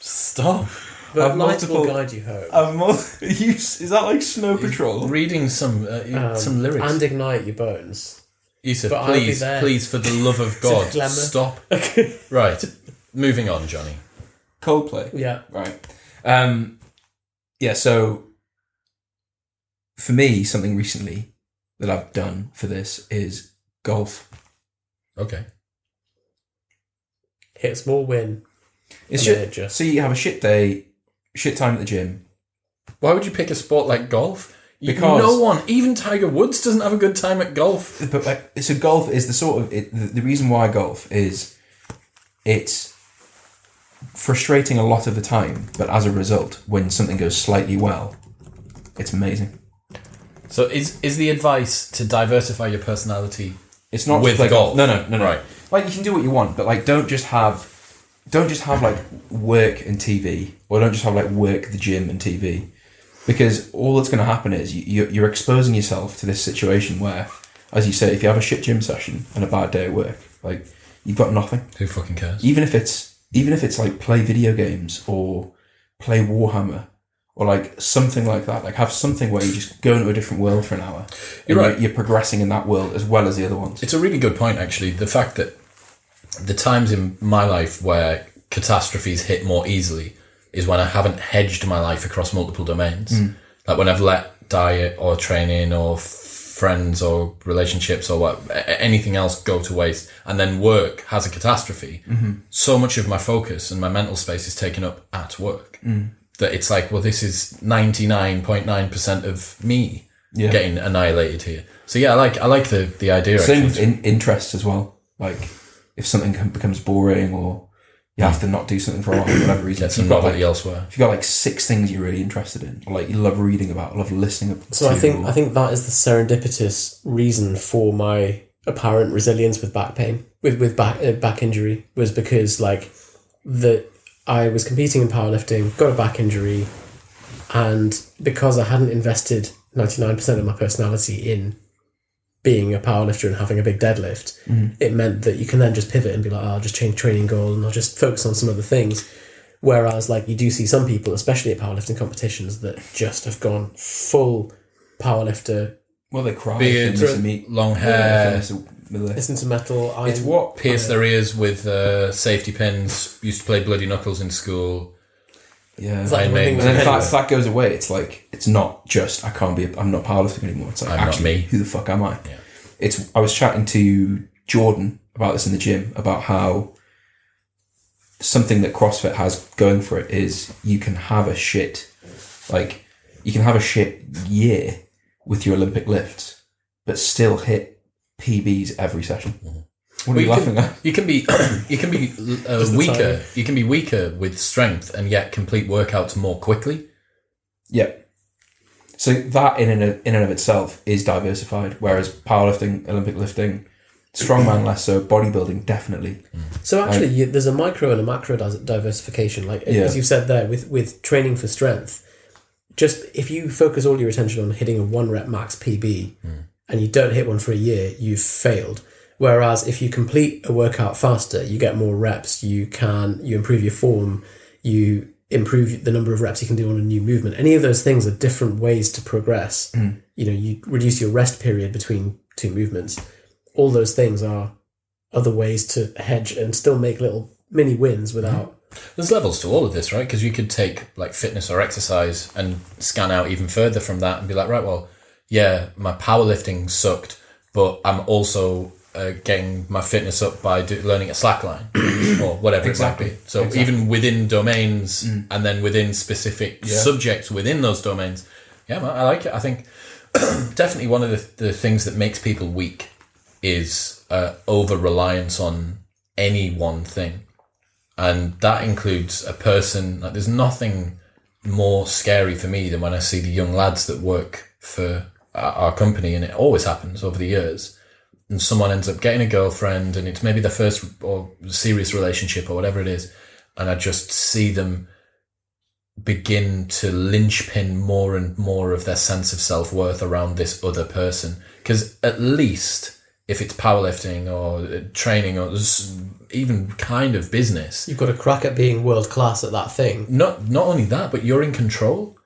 [SPEAKER 1] Stop.
[SPEAKER 3] But
[SPEAKER 2] I've
[SPEAKER 3] light will
[SPEAKER 2] multiple-
[SPEAKER 3] guide you home.
[SPEAKER 2] I've mul- [LAUGHS] you, is that like Snow [LAUGHS] Patrol?
[SPEAKER 1] Reading some uh,
[SPEAKER 3] Um,
[SPEAKER 1] some lyrics.
[SPEAKER 3] and ignite your bones.
[SPEAKER 1] Yusuf,
[SPEAKER 3] but I'll be
[SPEAKER 1] please,
[SPEAKER 3] there.
[SPEAKER 1] please, for the love [LAUGHS] of God, [LAUGHS]
[SPEAKER 3] glamour.
[SPEAKER 1] stop. Right. Moving on, Johnny.
[SPEAKER 2] Coldplay.
[SPEAKER 3] Yeah,
[SPEAKER 2] Right. Um, yeah, so for me, something recently that I've done for this is golf.
[SPEAKER 1] Okay.
[SPEAKER 3] hit a small win.
[SPEAKER 2] It's
[SPEAKER 3] And then
[SPEAKER 2] just,
[SPEAKER 3] it just-
[SPEAKER 2] so you have a shit day, shit time at the gym.
[SPEAKER 1] Why would you pick a sport like golf? You-
[SPEAKER 2] Because-
[SPEAKER 1] no one, even Tiger Woods, doesn't have a good time at golf.
[SPEAKER 2] But like, so golf is the sort of it, the, the reason why golf is it's frustrating a lot of the time, but as a result, when something goes slightly well, it's amazing.
[SPEAKER 1] So is is the advice to diversify your personality?
[SPEAKER 2] It's not
[SPEAKER 1] With
[SPEAKER 2] just like
[SPEAKER 1] golf.
[SPEAKER 2] No, no, no, no.
[SPEAKER 1] Right.
[SPEAKER 2] Like you can do what you want, but like don't just have don't just have like work and TV, or don't just have like work, the gym, and TV, because all that's going to happen is you, you- you're exposing yourself to this situation where, as you say, if you have a shit gym session and a bad day at work, like you've got nothing.
[SPEAKER 1] Who fucking cares?
[SPEAKER 2] Even if it's even if it's like play video games or play Warhammer or like something like that, like have something where you just go into a different world for an hour. and
[SPEAKER 1] You're right.
[SPEAKER 2] You're progressing in that world as well as the other ones.
[SPEAKER 1] It's a really good point, actually. The fact that the times in my life where catastrophes hit more easily is when I haven't hedged my life across multiple domains.
[SPEAKER 2] Hmm.
[SPEAKER 1] Like when I've let diet or training or f- friends or relationships or what a- a- anything else go to waste, and then work has a catastrophe.
[SPEAKER 2] Mm-hmm.
[SPEAKER 1] So much of my focus and my mental space is taken up at work
[SPEAKER 2] Mm.
[SPEAKER 1] that it's like, well, this is ninety nine point nine percent of me
[SPEAKER 2] Yeah.
[SPEAKER 1] getting annihilated here. So yeah, I like I like the the idea.
[SPEAKER 2] Same
[SPEAKER 1] actually.
[SPEAKER 2] with in- interests as well. Like if something com- becomes boring or you have to not do something for a while for whatever reason.
[SPEAKER 1] get
[SPEAKER 2] if
[SPEAKER 1] some
[SPEAKER 2] you've got,
[SPEAKER 1] novelty
[SPEAKER 2] like,
[SPEAKER 1] elsewhere.
[SPEAKER 2] if you've got like six things you're really interested in, or like you love reading about, love listening
[SPEAKER 3] So
[SPEAKER 2] to,
[SPEAKER 3] I think
[SPEAKER 2] or-
[SPEAKER 3] I think that is the serendipitous reason for my apparent resilience with back pain with with back uh, back injury was because like the I was competing in powerlifting, got a back injury, and because I hadn't invested ninety nine percent of my personality in being a powerlifter and having a big deadlift, it meant that you can then just pivot and be like, oh, I'll just change training goal and I'll just focus on some other things. Whereas, like, you do see some people, especially at powerlifting competitions, that just have gone full powerlifter,
[SPEAKER 2] well, they cry.
[SPEAKER 1] Beard,
[SPEAKER 2] if they miss a meet.
[SPEAKER 1] long
[SPEAKER 2] Yeah,
[SPEAKER 1] hair,
[SPEAKER 2] if they miss a-
[SPEAKER 3] listen to metal. I'm,
[SPEAKER 2] It's what
[SPEAKER 1] pierce their ears with uh, safety pins. Used to play bloody knuckles in school.
[SPEAKER 2] Yeah.
[SPEAKER 3] It's
[SPEAKER 1] I
[SPEAKER 3] like when
[SPEAKER 1] mean-
[SPEAKER 3] things
[SPEAKER 2] and then if
[SPEAKER 3] happen.
[SPEAKER 2] that, if that goes away, it's like it's not just I can't be a, I'm not powerlifting anymore. It's like
[SPEAKER 1] I'm not
[SPEAKER 2] actually
[SPEAKER 1] me.
[SPEAKER 2] who the fuck am I?
[SPEAKER 1] Yeah.
[SPEAKER 2] It's I was chatting to Jordan about this in the gym about how something that CrossFit has going for it is you can have a shit like you can have a shit year with your Olympic lifts, but still hit PBs every session. What
[SPEAKER 1] Well,
[SPEAKER 2] are you
[SPEAKER 1] you
[SPEAKER 2] laughing at?
[SPEAKER 1] You Mm-hmm. can be [COUGHS] you can be uh,
[SPEAKER 3] Just the
[SPEAKER 1] weaker.
[SPEAKER 3] time.
[SPEAKER 1] You can be weaker with strength and yet complete workouts more quickly.
[SPEAKER 2] Yeah. So that in and of, in and of itself is diversified, whereas powerlifting, Olympic lifting, strongman less so, bodybuilding definitely.
[SPEAKER 3] So actually, you, there's a micro and a macro dis- diversification. Like
[SPEAKER 2] Yeah.
[SPEAKER 3] as you've said there, with with training for strength, just if you focus all your attention on hitting a one rep max PB, and you don't hit one for a year, you've failed. Whereas if you complete a workout faster, you get more reps. You can you improve your form. You improve the number of reps you can do on a new movement. Any of those things are different ways to progress. You know, you reduce your rest period between two movements. All those things are other ways to hedge and still make little mini wins without.
[SPEAKER 1] There's levels to all of this, right? Because you could take like fitness or exercise and scan out even further from that and be like, right, well, yeah, my powerlifting sucked, but I'm also uh, getting my fitness up by do- learning a
[SPEAKER 2] [CLEARS THROAT]
[SPEAKER 1] slackline or whatever it
[SPEAKER 2] Exactly. Mm.
[SPEAKER 1] might be. So even within domains and then within specific subjects within those domains, yeah, man, I like it. I think [CLEARS THROAT] definitely one of the, the things that makes people weak is uh, over reliance on any one thing and that includes a person like there's nothing more scary for me than when i see the young lads that work for our our company and it always happens over the years and someone ends up getting a girlfriend and it's maybe their first or serious relationship or whatever it is and i just see them begin to linchpin more and more of their sense of self-worth around this other person because at least if it's powerlifting or training or s- even kind of business
[SPEAKER 3] You've got a crack at being world class at that thing.
[SPEAKER 1] not not only that, but you're in control.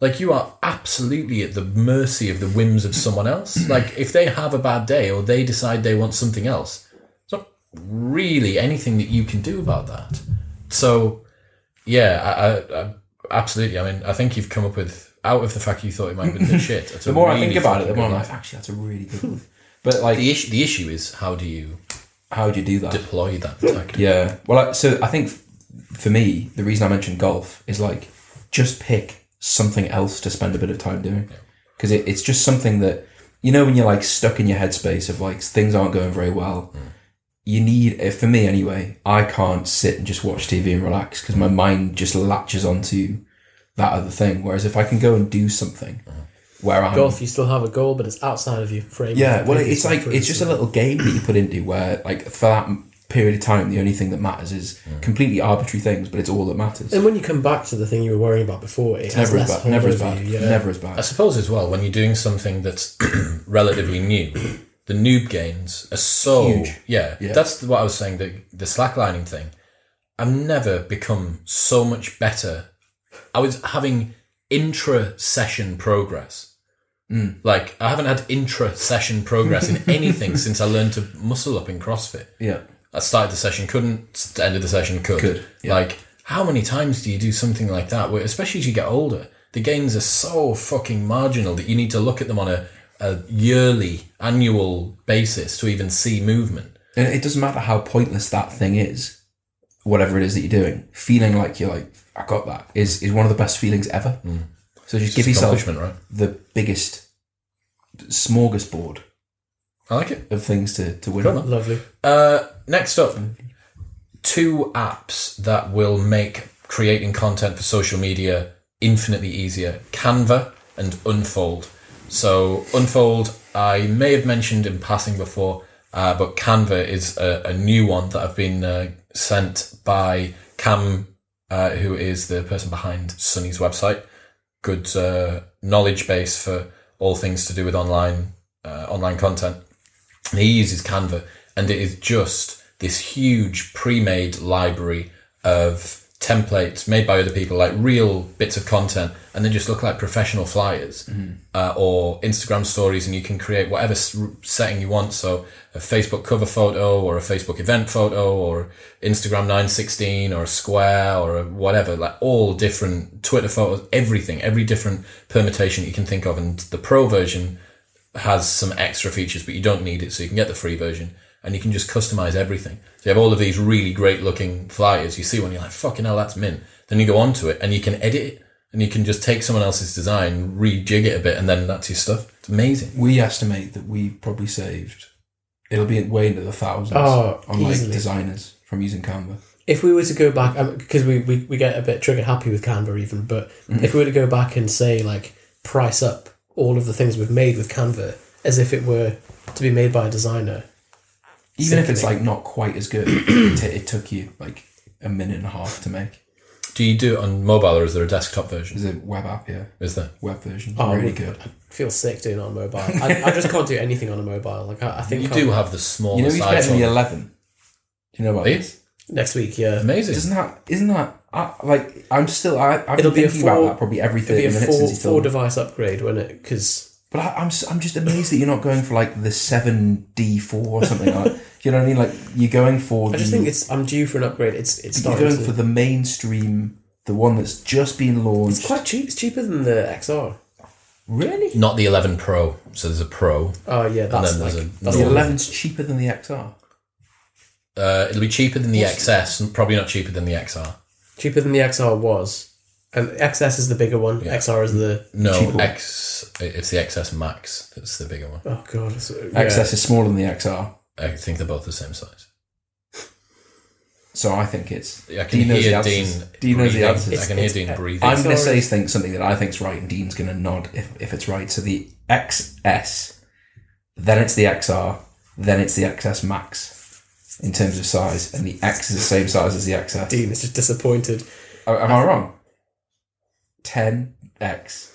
[SPEAKER 1] Like you are absolutely at the mercy of the whims of someone
[SPEAKER 2] [CLEARS THROAT]
[SPEAKER 1] else. Like if they have a bad day or they decide they want something else, it's not really anything that you can do about that. So, yeah, I, I, I absolutely. I mean, I think you've come up with out of the fact you thought it might have
[SPEAKER 2] [LAUGHS]
[SPEAKER 1] been the shit.
[SPEAKER 2] The more I think about it, the more I'm like, actually, that's a really good one. But like,
[SPEAKER 1] the issue. The issue is how do you
[SPEAKER 2] how do you do that?
[SPEAKER 1] deploy that
[SPEAKER 2] [LAUGHS]
[SPEAKER 1] tactic?
[SPEAKER 2] Yeah. Well, I, so I think f- for me, the reason I mentioned golf is like just pick something else to spend a bit of time doing because it, it's just something that you know when you're like stuck in your headspace of like things aren't going very well. You need eh, for me anyway. I can't sit and just watch TV and relax because my mind just latches onto that other thing. Whereas if I can go and do something where I'm
[SPEAKER 3] Golf, you still have a goal, but it's outside of your frame.
[SPEAKER 2] yeah, well, it's like it's just a little game that you put into where, like, for that period of time, the only thing that matters is completely arbitrary things, but it's all that matters.
[SPEAKER 3] And when you come back to the thing you were worrying about before, it has
[SPEAKER 2] Never as
[SPEAKER 3] less
[SPEAKER 2] bad.
[SPEAKER 3] hold
[SPEAKER 2] Never as
[SPEAKER 3] over
[SPEAKER 2] bad.
[SPEAKER 3] you, yeah.
[SPEAKER 2] Never as
[SPEAKER 1] I
[SPEAKER 2] bad.
[SPEAKER 1] suppose as well, when you're doing something that's [CLEARS THROAT] relatively new, the noob gains are so
[SPEAKER 2] Huge.
[SPEAKER 1] Yeah,
[SPEAKER 2] Yeah.
[SPEAKER 1] that's what I was saying. The the slacklining thing. I've never become so much better. I was having intra session progress. Like I haven't had intra session progress in anything since I learned to muscle up in CrossFit.
[SPEAKER 2] Yeah.
[SPEAKER 1] I started the session, couldn't. st- Ended the session, could.
[SPEAKER 2] Could, yeah.
[SPEAKER 1] Like, how many times do you do something like that? Where, especially as you get older, the gains are so fucking marginal that you need to look at them on a, a yearly, annual basis to even see movement.
[SPEAKER 2] And it doesn't matter how pointless that thing is, whatever it is that you're doing, feeling like you're like, I got that is, is one of the best feelings ever.
[SPEAKER 3] Mm.
[SPEAKER 2] So just give
[SPEAKER 1] It's
[SPEAKER 2] yourself
[SPEAKER 1] accomplishment, right?
[SPEAKER 2] the biggest smorgasbord
[SPEAKER 1] I like it.
[SPEAKER 2] of things to, to win.
[SPEAKER 1] Fair enough.
[SPEAKER 3] Lovely.
[SPEAKER 1] Uh, next up, two apps that will make creating content for social media infinitely easier Canva and Unfold. So, Unfold, I may have mentioned in passing before, uh, but Canva is a, a new one that I've been uh, sent by Cam, uh, who is the person behind Sunny's website. Good uh, knowledge base for all things to do with online uh, online content. And he uses Canva, and it is just this huge pre-made library of templates made by other people, like real bits of content, and they just look like professional flyers uh, or Instagram stories, and you can create whatever s- setting you want. So a Facebook cover photo, or a Facebook event photo, or Instagram nine sixteen, or a square, or a whatever, like all different Twitter photos, everything, every different permutation you can think of, and the pro version has some extra features, but you don't need it, so you can get the free version and you can just customize everything. So you have all of these really great looking flyers. You see one, you're like, fucking hell, that's mint. Then you go onto it and you can edit it and you can just take someone else's design, rejig it a bit, and then that's your stuff. It's amazing.
[SPEAKER 2] We estimate that we probably saved, it'll be way into the thousands
[SPEAKER 3] Oh,
[SPEAKER 2] on like
[SPEAKER 3] easily.
[SPEAKER 2] designers from using Canva.
[SPEAKER 3] If we were to go back, because we, we, we get a bit trigger happy with Canva even, but
[SPEAKER 2] Mm-hmm.
[SPEAKER 3] if we were to go back and say, like, price up all of the things we've made with Canva as if it were to be made by a designer,
[SPEAKER 2] Even if it's
[SPEAKER 3] Sickening.
[SPEAKER 2] like not quite as good, it, t- it took you like a minute and a half to make.
[SPEAKER 1] Do you do it on mobile or is there a desktop version?
[SPEAKER 2] There's a web app here,
[SPEAKER 1] Is there?
[SPEAKER 2] web version.
[SPEAKER 3] Oh,
[SPEAKER 2] really
[SPEAKER 3] we-
[SPEAKER 2] good.
[SPEAKER 3] feel sick doing it on mobile. I, I just can't do anything on a mobile. Like, I, I think
[SPEAKER 1] You
[SPEAKER 3] I'll-
[SPEAKER 1] do have the
[SPEAKER 2] You know
[SPEAKER 1] smallest
[SPEAKER 2] who's better than the
[SPEAKER 1] iPhone.
[SPEAKER 2] 11? Do you know about
[SPEAKER 1] Are you?
[SPEAKER 2] this?
[SPEAKER 3] next week, yeah.
[SPEAKER 1] Amazing.
[SPEAKER 2] Isn't that, isn't that, I, like, I'm still, I, I've
[SPEAKER 3] It'll
[SPEAKER 2] been
[SPEAKER 3] be a
[SPEAKER 2] thinking about
[SPEAKER 3] four-
[SPEAKER 2] that probably every 30
[SPEAKER 3] It'd be a
[SPEAKER 2] minutes
[SPEAKER 3] four,
[SPEAKER 2] since he's
[SPEAKER 3] four
[SPEAKER 2] told
[SPEAKER 3] device upgrade, wouldn't it? Because
[SPEAKER 2] But I, I'm, s- I'm just amazed that you're not going for like the 7D4 or something like that. You know what I mean? Like, you're going for
[SPEAKER 3] I
[SPEAKER 2] the,
[SPEAKER 3] just think it's I'm due for an upgrade. It's it's
[SPEAKER 2] you're
[SPEAKER 3] starting
[SPEAKER 2] going
[SPEAKER 3] to,
[SPEAKER 2] for the mainstream, the one that's just been launched.
[SPEAKER 3] it's quite cheap. It's cheaper than the XR.
[SPEAKER 2] really?
[SPEAKER 1] Not the 11 Pro. So there's a Pro.
[SPEAKER 3] Oh yeah, that's
[SPEAKER 1] then
[SPEAKER 3] like
[SPEAKER 1] there's a-
[SPEAKER 3] that's
[SPEAKER 2] The
[SPEAKER 1] Yeah.
[SPEAKER 3] what-
[SPEAKER 2] 11's cheaper than the XR.
[SPEAKER 1] Uh, it'll be cheaper than the XS, and probably not cheaper than the XR.
[SPEAKER 3] cheaper than the XR was. And XS is the bigger one. XR is the
[SPEAKER 1] No,
[SPEAKER 2] Cheaper.
[SPEAKER 1] X. It's the XS Max. That's the bigger one.
[SPEAKER 3] oh god. it's- yeah.
[SPEAKER 2] XS is smaller than the XR.
[SPEAKER 1] I think they're both the same size.
[SPEAKER 2] So I think it's.
[SPEAKER 1] I can
[SPEAKER 2] Dean knows the
[SPEAKER 1] hear Dean.
[SPEAKER 2] answers. Dean knows the
[SPEAKER 1] breathing.
[SPEAKER 2] answers.
[SPEAKER 1] I can hear
[SPEAKER 3] It's-
[SPEAKER 1] Dean
[SPEAKER 3] it's-
[SPEAKER 1] breathing.
[SPEAKER 2] I'm going to say
[SPEAKER 3] sorry.
[SPEAKER 2] think something that I think's right, and Dean's going to nod if, if it's right. So the XS, then it's the XR, then it's the XS Max in terms of size, and the X is the same size as the XS.
[SPEAKER 3] Dean is just disappointed.
[SPEAKER 2] Am am I wrong? 10X.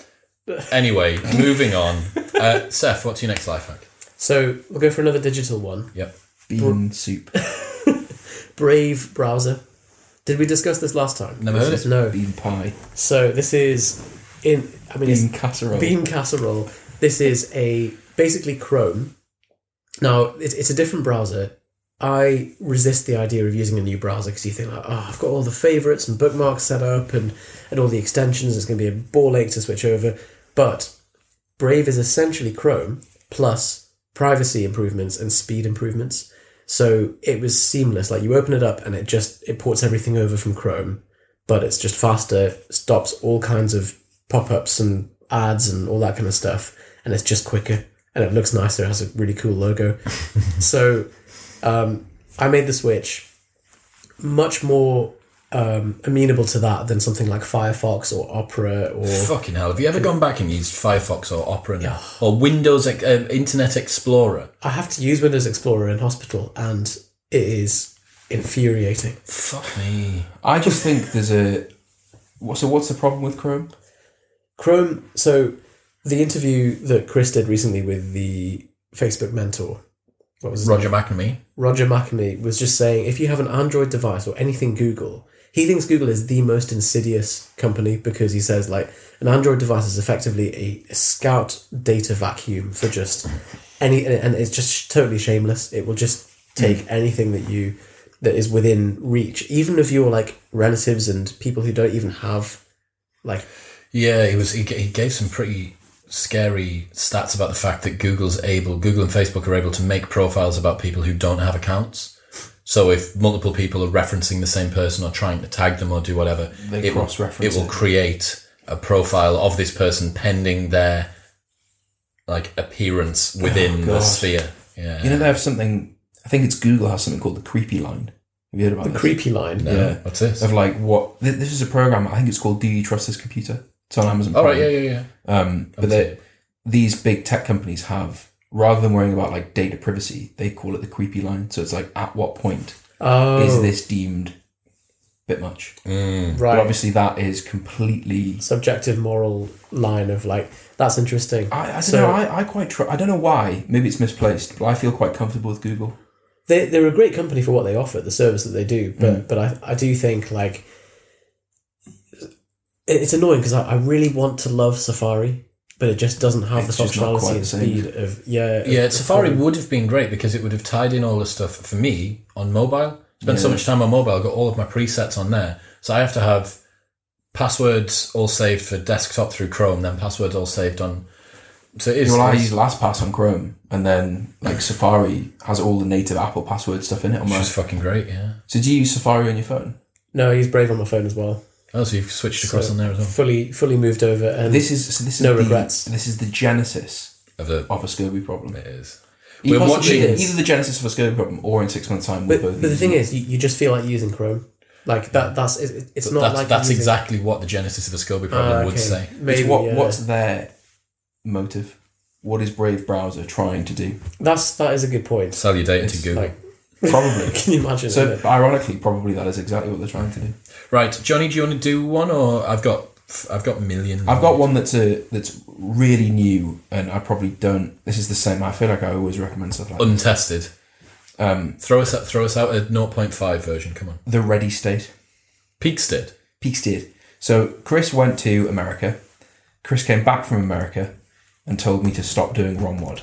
[SPEAKER 1] anyway, moving on. Uh, Seth, what's your next life hack?
[SPEAKER 3] So we'll go for another digital one.
[SPEAKER 1] Yep.
[SPEAKER 2] Bean soup.
[SPEAKER 3] Brave browser. Did we discuss this last time?
[SPEAKER 1] [LAUGHS] Never heard
[SPEAKER 3] This
[SPEAKER 1] it.
[SPEAKER 3] is- No.
[SPEAKER 2] Bean pie.
[SPEAKER 3] So this is in. I mean, it's
[SPEAKER 2] Bean casserole.
[SPEAKER 3] Bean casserole. This is a basically Chrome. Now it's, it's a different browser. I resist the idea of using a new browser because you think like, oh, I've got all the favorites and bookmarks set up and and all the extensions. It's going to be a ball ache to switch over. But Brave is essentially Chrome plus privacy improvements and speed improvements. So it was seamless. Like you open it up and it just it ports everything over from Chrome, but it's just faster. Stops all kinds of pop-ups and ads and all that kind of stuff, and it's just quicker and it looks nicer. It has a really cool logo. so um, I made the switch much more um, amenable to that than something like Firefox or Opera or
[SPEAKER 1] Fucking hell. Have you ever gone back and used Firefox or Opera now? or Windows uh, Internet Explorer?
[SPEAKER 3] I have to use Windows Explorer in hospital, and it is infuriating.
[SPEAKER 1] Fuck me.
[SPEAKER 2] I just think there's a. what- So what's the problem with Chrome?
[SPEAKER 3] Chrome. So the interview that Chris did recently with the Facebook mentor, what was his
[SPEAKER 1] Roger McNamee.
[SPEAKER 3] Roger McNamee was just saying if you have an Android device or anything Google, he thinks Google is the most insidious company because he says like an Android device is effectively a scout data vacuum for just any and it's just totally shameless. It will just take anything that you that is within reach, even if you're like relatives and people who don't even have like
[SPEAKER 1] Yeah, he was. He, g- he gave some pretty scary stats about the fact that Google's able, Google and Facebook are able to make profiles about people who don't have accounts. So if multiple people are referencing the same person or trying to tag them or do whatever,
[SPEAKER 2] They
[SPEAKER 1] it will-
[SPEAKER 2] cross-reference
[SPEAKER 1] It will
[SPEAKER 2] it.
[SPEAKER 1] create a profile of this person pending their like appearance within the
[SPEAKER 2] God.
[SPEAKER 1] sphere. Yeah,
[SPEAKER 2] Oh, You know they have something. I think it's Google has something called the creepy line. Have you heard about
[SPEAKER 3] the
[SPEAKER 2] this?
[SPEAKER 3] creepy line.
[SPEAKER 1] No,
[SPEAKER 2] yeah.
[SPEAKER 1] What's this?
[SPEAKER 2] of like what th- this is a program. I think it's called Do You Trust This Computer? It's on Amazon.
[SPEAKER 3] Oh,
[SPEAKER 1] All right.
[SPEAKER 2] Prime.
[SPEAKER 1] Yeah, yeah, yeah.
[SPEAKER 2] Um, but they- these big tech companies have rather than worrying about like data privacy, they call it the creepy line. So it's like at what point
[SPEAKER 3] Oh,
[SPEAKER 2] is this deemed a bit much?
[SPEAKER 1] Mm.
[SPEAKER 2] But
[SPEAKER 3] right.
[SPEAKER 2] obviously that is completely.
[SPEAKER 3] Subjective moral line of like that's interesting.
[SPEAKER 2] I, I don't
[SPEAKER 3] So-
[SPEAKER 2] know. I, I quite. Tr- I don't know why. Maybe it's misplaced, but I feel quite comfortable with Google.
[SPEAKER 3] they they're a great company for what they offer, the service that they do. But
[SPEAKER 2] Mm.
[SPEAKER 3] but I I do think like it- it's annoying because I, I really want to love Safari, but it just doesn't have
[SPEAKER 2] It's
[SPEAKER 3] the
[SPEAKER 2] just not
[SPEAKER 3] functionality
[SPEAKER 2] quite
[SPEAKER 3] and
[SPEAKER 2] the same.
[SPEAKER 3] speed of yeah of-
[SPEAKER 1] Yeah,
[SPEAKER 3] of
[SPEAKER 1] Safari
[SPEAKER 3] Chrome.
[SPEAKER 1] would have been great because it would have tied in all the stuff for me on mobile. Spent so
[SPEAKER 2] Yeah.
[SPEAKER 1] much time on mobile, got all of my presets on there. So I have to have passwords all saved for desktop through Chrome, then passwords all saved on. So it's,
[SPEAKER 2] well, I use
[SPEAKER 1] it's
[SPEAKER 2] LastPass on Chrome, and then like Safari has all the native Apple password stuff in it. On
[SPEAKER 1] which
[SPEAKER 2] my,
[SPEAKER 1] is fucking great. Yeah.
[SPEAKER 2] so do you use Safari on your phone?
[SPEAKER 3] No, he's brave on my phone as well.
[SPEAKER 1] Oh, so you've switched across
[SPEAKER 3] So-
[SPEAKER 1] on there as well.
[SPEAKER 3] Fully fully moved over and
[SPEAKER 2] This is so this is
[SPEAKER 3] Um, No
[SPEAKER 2] the,
[SPEAKER 3] regrets.
[SPEAKER 2] This is the genesis
[SPEAKER 1] Of the,
[SPEAKER 2] of a Scobie problem.
[SPEAKER 1] it is.
[SPEAKER 2] Either-
[SPEAKER 1] We're watching-
[SPEAKER 2] either, either the genesis of a Scobie problem, or in six months' time, we'll
[SPEAKER 3] but,
[SPEAKER 2] both
[SPEAKER 3] but the
[SPEAKER 2] use
[SPEAKER 3] thing
[SPEAKER 2] it.
[SPEAKER 3] is, you, you just feel like using Chrome. Like that. That's it, it- it's not
[SPEAKER 1] that's
[SPEAKER 3] like
[SPEAKER 1] that's
[SPEAKER 3] using-
[SPEAKER 1] exactly what the genesis of a Scobie
[SPEAKER 3] Ah,
[SPEAKER 1] problem would
[SPEAKER 3] okay.
[SPEAKER 1] say.
[SPEAKER 3] Maybe, uh,
[SPEAKER 2] it's what
[SPEAKER 3] yeah.
[SPEAKER 2] what's their motive? What is Brave browser trying to do?
[SPEAKER 3] that's that is a good point.
[SPEAKER 1] Sell your data to
[SPEAKER 2] It's
[SPEAKER 1] Google.
[SPEAKER 3] Like,
[SPEAKER 2] Probably.
[SPEAKER 3] [LAUGHS] can you imagine?
[SPEAKER 2] so ironically, probably that is exactly what they're trying to do.
[SPEAKER 3] Mm-hmm.
[SPEAKER 1] right, Johnny, do you want to do one or I've got I've got a million.
[SPEAKER 2] I've got one that's a, that's really new, and I probably don't. This is the same. I feel like I always recommend stuff like this.
[SPEAKER 1] untested.
[SPEAKER 2] um,
[SPEAKER 1] Throw us out, throw us out a 0.5 version. Come on.
[SPEAKER 2] the ready state.
[SPEAKER 1] Peaks did.
[SPEAKER 2] Peaks did. So Chris went to America. Chris came back from America and told me to stop doing ROMWAD,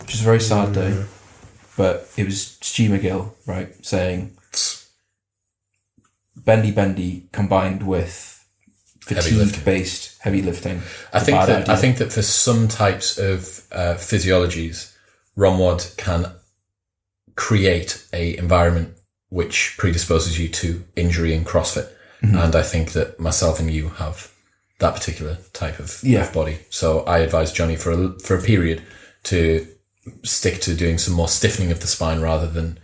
[SPEAKER 2] which is a very sad day.
[SPEAKER 1] Mm.
[SPEAKER 2] But it was Stu McGill, right, saying bendy bendy combined with
[SPEAKER 1] Heavy
[SPEAKER 2] fatigue
[SPEAKER 1] lifting.
[SPEAKER 2] based heavy lifting.
[SPEAKER 1] I
[SPEAKER 2] It's a
[SPEAKER 1] think
[SPEAKER 2] bad
[SPEAKER 1] that I
[SPEAKER 2] idea.
[SPEAKER 1] think that for some types of uh, physiologies, Romwad can create a environment which predisposes you to injury in CrossFit,
[SPEAKER 2] Mm-hmm.
[SPEAKER 1] and I think that myself and you have that particular type of,
[SPEAKER 2] Yeah.
[SPEAKER 1] of body. So I advise Johnny for a, for a period to stick to doing some more stiffening of the spine rather than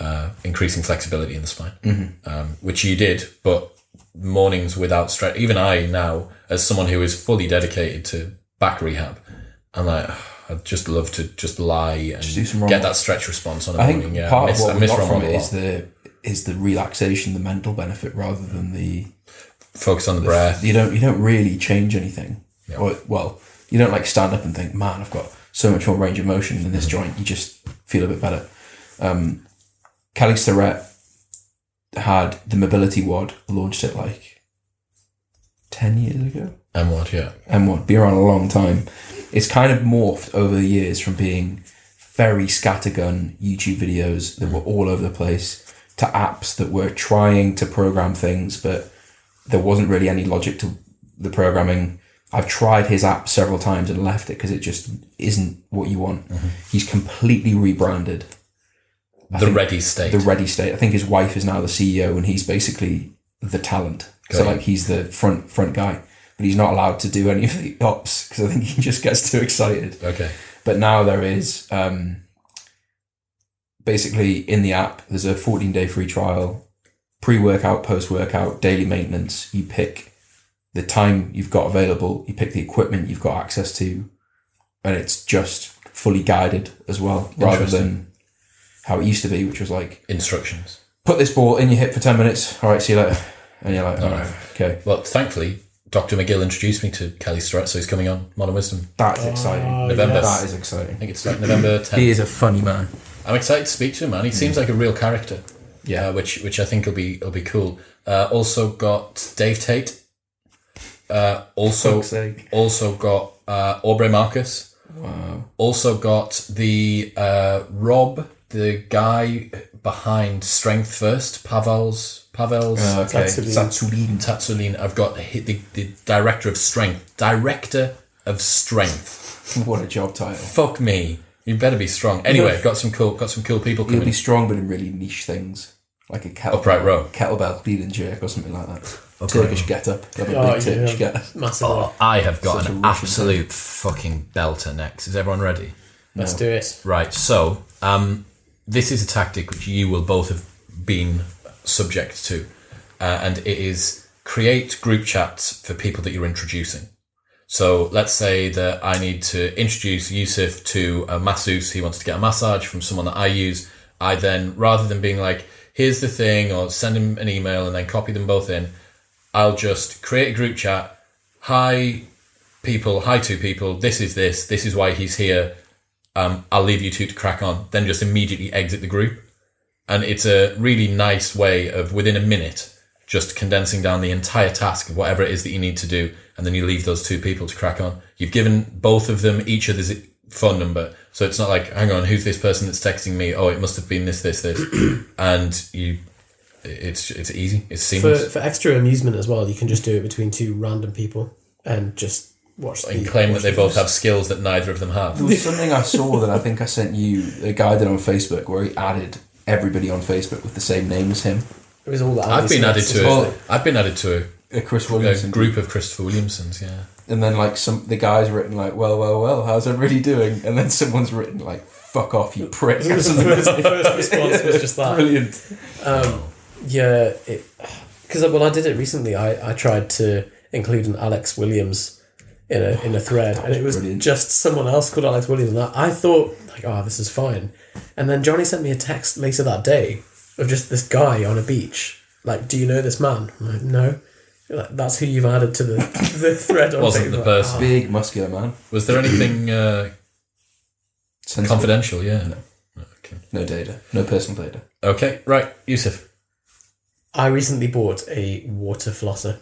[SPEAKER 1] uh, increasing flexibility in the spine,
[SPEAKER 2] Mm-hmm.
[SPEAKER 1] um, which you did, but mornings without stretch. Even I now, as someone who is fully dedicated to back rehab, I'm like, "Ugh, I'd just love to just lie and
[SPEAKER 2] do some
[SPEAKER 1] get
[SPEAKER 2] wrong-
[SPEAKER 1] that stretch response on a
[SPEAKER 2] I
[SPEAKER 1] morning.
[SPEAKER 2] think
[SPEAKER 1] yeah,
[SPEAKER 2] part
[SPEAKER 1] I miss,
[SPEAKER 2] of what
[SPEAKER 1] I
[SPEAKER 2] we
[SPEAKER 1] miss
[SPEAKER 2] got
[SPEAKER 1] Ron
[SPEAKER 2] from
[SPEAKER 1] a
[SPEAKER 2] it
[SPEAKER 1] lot.
[SPEAKER 2] is the is the relaxation, the mental benefit, rather than the
[SPEAKER 1] focus on the breath.
[SPEAKER 2] you don't you don't really change anything. Or well, you don't like stand up and think, man, I've got so much more range of motion in this joint. You just feel a bit better. Um, Kelly Starrett had the mobility wad launched it like ten years ago.
[SPEAKER 1] And what? Yeah,
[SPEAKER 2] M wad been around a long time. It's kind of morphed over the years from being very scattergun YouTube videos that were all over the place to apps that were trying to program things, but there wasn't really any logic to the programming. I've tried his app several times and left it because it just isn't what you want. He's completely rebranded
[SPEAKER 1] the ready state.
[SPEAKER 2] the ready state. I think his wife is now the CEO, and he's basically the talent. so
[SPEAKER 1] Got you.
[SPEAKER 2] like he's the front front guy, but he's not allowed to do any of the ops because I think he [LAUGHS] just gets too excited.
[SPEAKER 1] okay,
[SPEAKER 2] But now there is um, basically in the app. There's a 14 day free trial, pre workout, post workout, daily maintenance. You pick the time you've got available. You pick the equipment you've got access to, and it's just fully guided as well, rather
[SPEAKER 1] Interesting.
[SPEAKER 2] than how it used to be, which was like
[SPEAKER 1] Instructions.
[SPEAKER 2] put this ball in your hip for ten minutes. All right, see you later. And you're like, all right, okay,
[SPEAKER 1] Well, thankfully, Dr. McGill introduced me to Kelly Strutt, so he's coming on Modern Wisdom.
[SPEAKER 2] that's exciting.
[SPEAKER 1] November.
[SPEAKER 2] That
[SPEAKER 1] yes.
[SPEAKER 2] is exciting.
[SPEAKER 1] I think it's like
[SPEAKER 2] [CLEARS THROAT]
[SPEAKER 1] November 10th.
[SPEAKER 2] is a funny man.
[SPEAKER 1] I'm excited to speak to him, man. He seems like a real character.
[SPEAKER 2] Hmm. Yeah.
[SPEAKER 1] uh, which which I think will be will be cool. Uh, also got Dave Tate. Uh, also
[SPEAKER 2] Fuck's sake.
[SPEAKER 1] also got uh, Aubrey Marcus. Also got the uh, Rob, the guy behind Strength First, Pavel's Pavel's
[SPEAKER 2] Uh, okay,
[SPEAKER 3] Satsurin.
[SPEAKER 2] Satsurin.
[SPEAKER 1] Tatsulin. I've got hi- the, the director of Strength, director of Strength.
[SPEAKER 2] What a job title.
[SPEAKER 1] Fuck me. You better be strong.
[SPEAKER 2] [LAUGHS]
[SPEAKER 1] Anyway, got some cool, got some cool people
[SPEAKER 2] He'll
[SPEAKER 1] coming.
[SPEAKER 2] be strong, but in really niche things like a kettle,
[SPEAKER 1] Upright row.
[SPEAKER 2] kettlebell clean and jerk, or something like that. Turkish get up, like a
[SPEAKER 3] Oh,
[SPEAKER 2] big
[SPEAKER 3] yeah.
[SPEAKER 2] Turkish get up.
[SPEAKER 3] Massive.
[SPEAKER 1] Oh, I have got
[SPEAKER 2] Such a
[SPEAKER 1] an
[SPEAKER 2] Russian
[SPEAKER 1] absolute fucking belter next. Is everyone ready?
[SPEAKER 3] Let's do it.
[SPEAKER 1] Right, so um, this is a tactic which you will both have been subject to, uh, and it is create group chats for people that you're introducing. So let's say that I need to introduce Yusuf to a masseuse. He wants to get a massage from someone that I use. I then, rather than being like, here's the thing, or send him an email and then copy them both in, I'll just create a group chat. Hi, people. Hi, two people. This is this. This is why he's here. Um, I'll leave you two to crack on. Then just immediately exit the group. And it's a really nice way of within a minute just condensing down the entire task of whatever it is that you need to do. And then you leave those two people to crack on. You've given both of them each other's phone number. So it's not like, hang on, who's this person that's texting me? Oh, it must have been this, this, this. and you, it's, it's easy. It's
[SPEAKER 3] For,
[SPEAKER 1] seamless.
[SPEAKER 3] for extra amusement as well, you can just do it between two random people and just watch the
[SPEAKER 1] and claim that
[SPEAKER 3] watch
[SPEAKER 1] they
[SPEAKER 3] the
[SPEAKER 1] both
[SPEAKER 3] first-
[SPEAKER 1] have skills that neither of them have.
[SPEAKER 2] There was something I saw that I think I sent you. A guy did on Facebook where he added everybody on Facebook with the same name as him.
[SPEAKER 3] It was all that
[SPEAKER 1] I've been added to
[SPEAKER 2] well-
[SPEAKER 3] [LAUGHS]
[SPEAKER 1] a, I've been added to
[SPEAKER 2] Uh, Chris
[SPEAKER 1] a, a
[SPEAKER 2] Williamson
[SPEAKER 1] group of Christopher Williamsons. Yeah,
[SPEAKER 2] and then like some the guy's written like, well, well, well, how's everybody doing? And then someone's written like, fuck off, you
[SPEAKER 3] [LAUGHS]
[SPEAKER 2] prick. Or
[SPEAKER 3] the
[SPEAKER 2] something. [LAUGHS]
[SPEAKER 3] first, the first response was just that.
[SPEAKER 2] Brilliant.
[SPEAKER 3] Um, yeah, because well, I did it recently. I, I tried to include an Alex Williams in a in a thread, and it was
[SPEAKER 2] brilliant.
[SPEAKER 3] just someone else called Alex Williams. And I, I thought like, oh, this is fine. And then Johnny sent me a text later that day of just this guy on a beach. Like, do you know this man? I'm like, no. Like, That's who you've added
[SPEAKER 1] [LAUGHS]
[SPEAKER 3] to the, the thread. On
[SPEAKER 1] Wasn't the
[SPEAKER 3] Facebook."
[SPEAKER 1] person.
[SPEAKER 3] Ah,
[SPEAKER 2] Big muscular man.
[SPEAKER 1] was there anything uh,
[SPEAKER 2] Sensible.
[SPEAKER 1] confidential? Yeah. Okay.
[SPEAKER 2] No data. No personal data.
[SPEAKER 1] Okay. Right, Yusuf.
[SPEAKER 3] I recently bought a water flosser.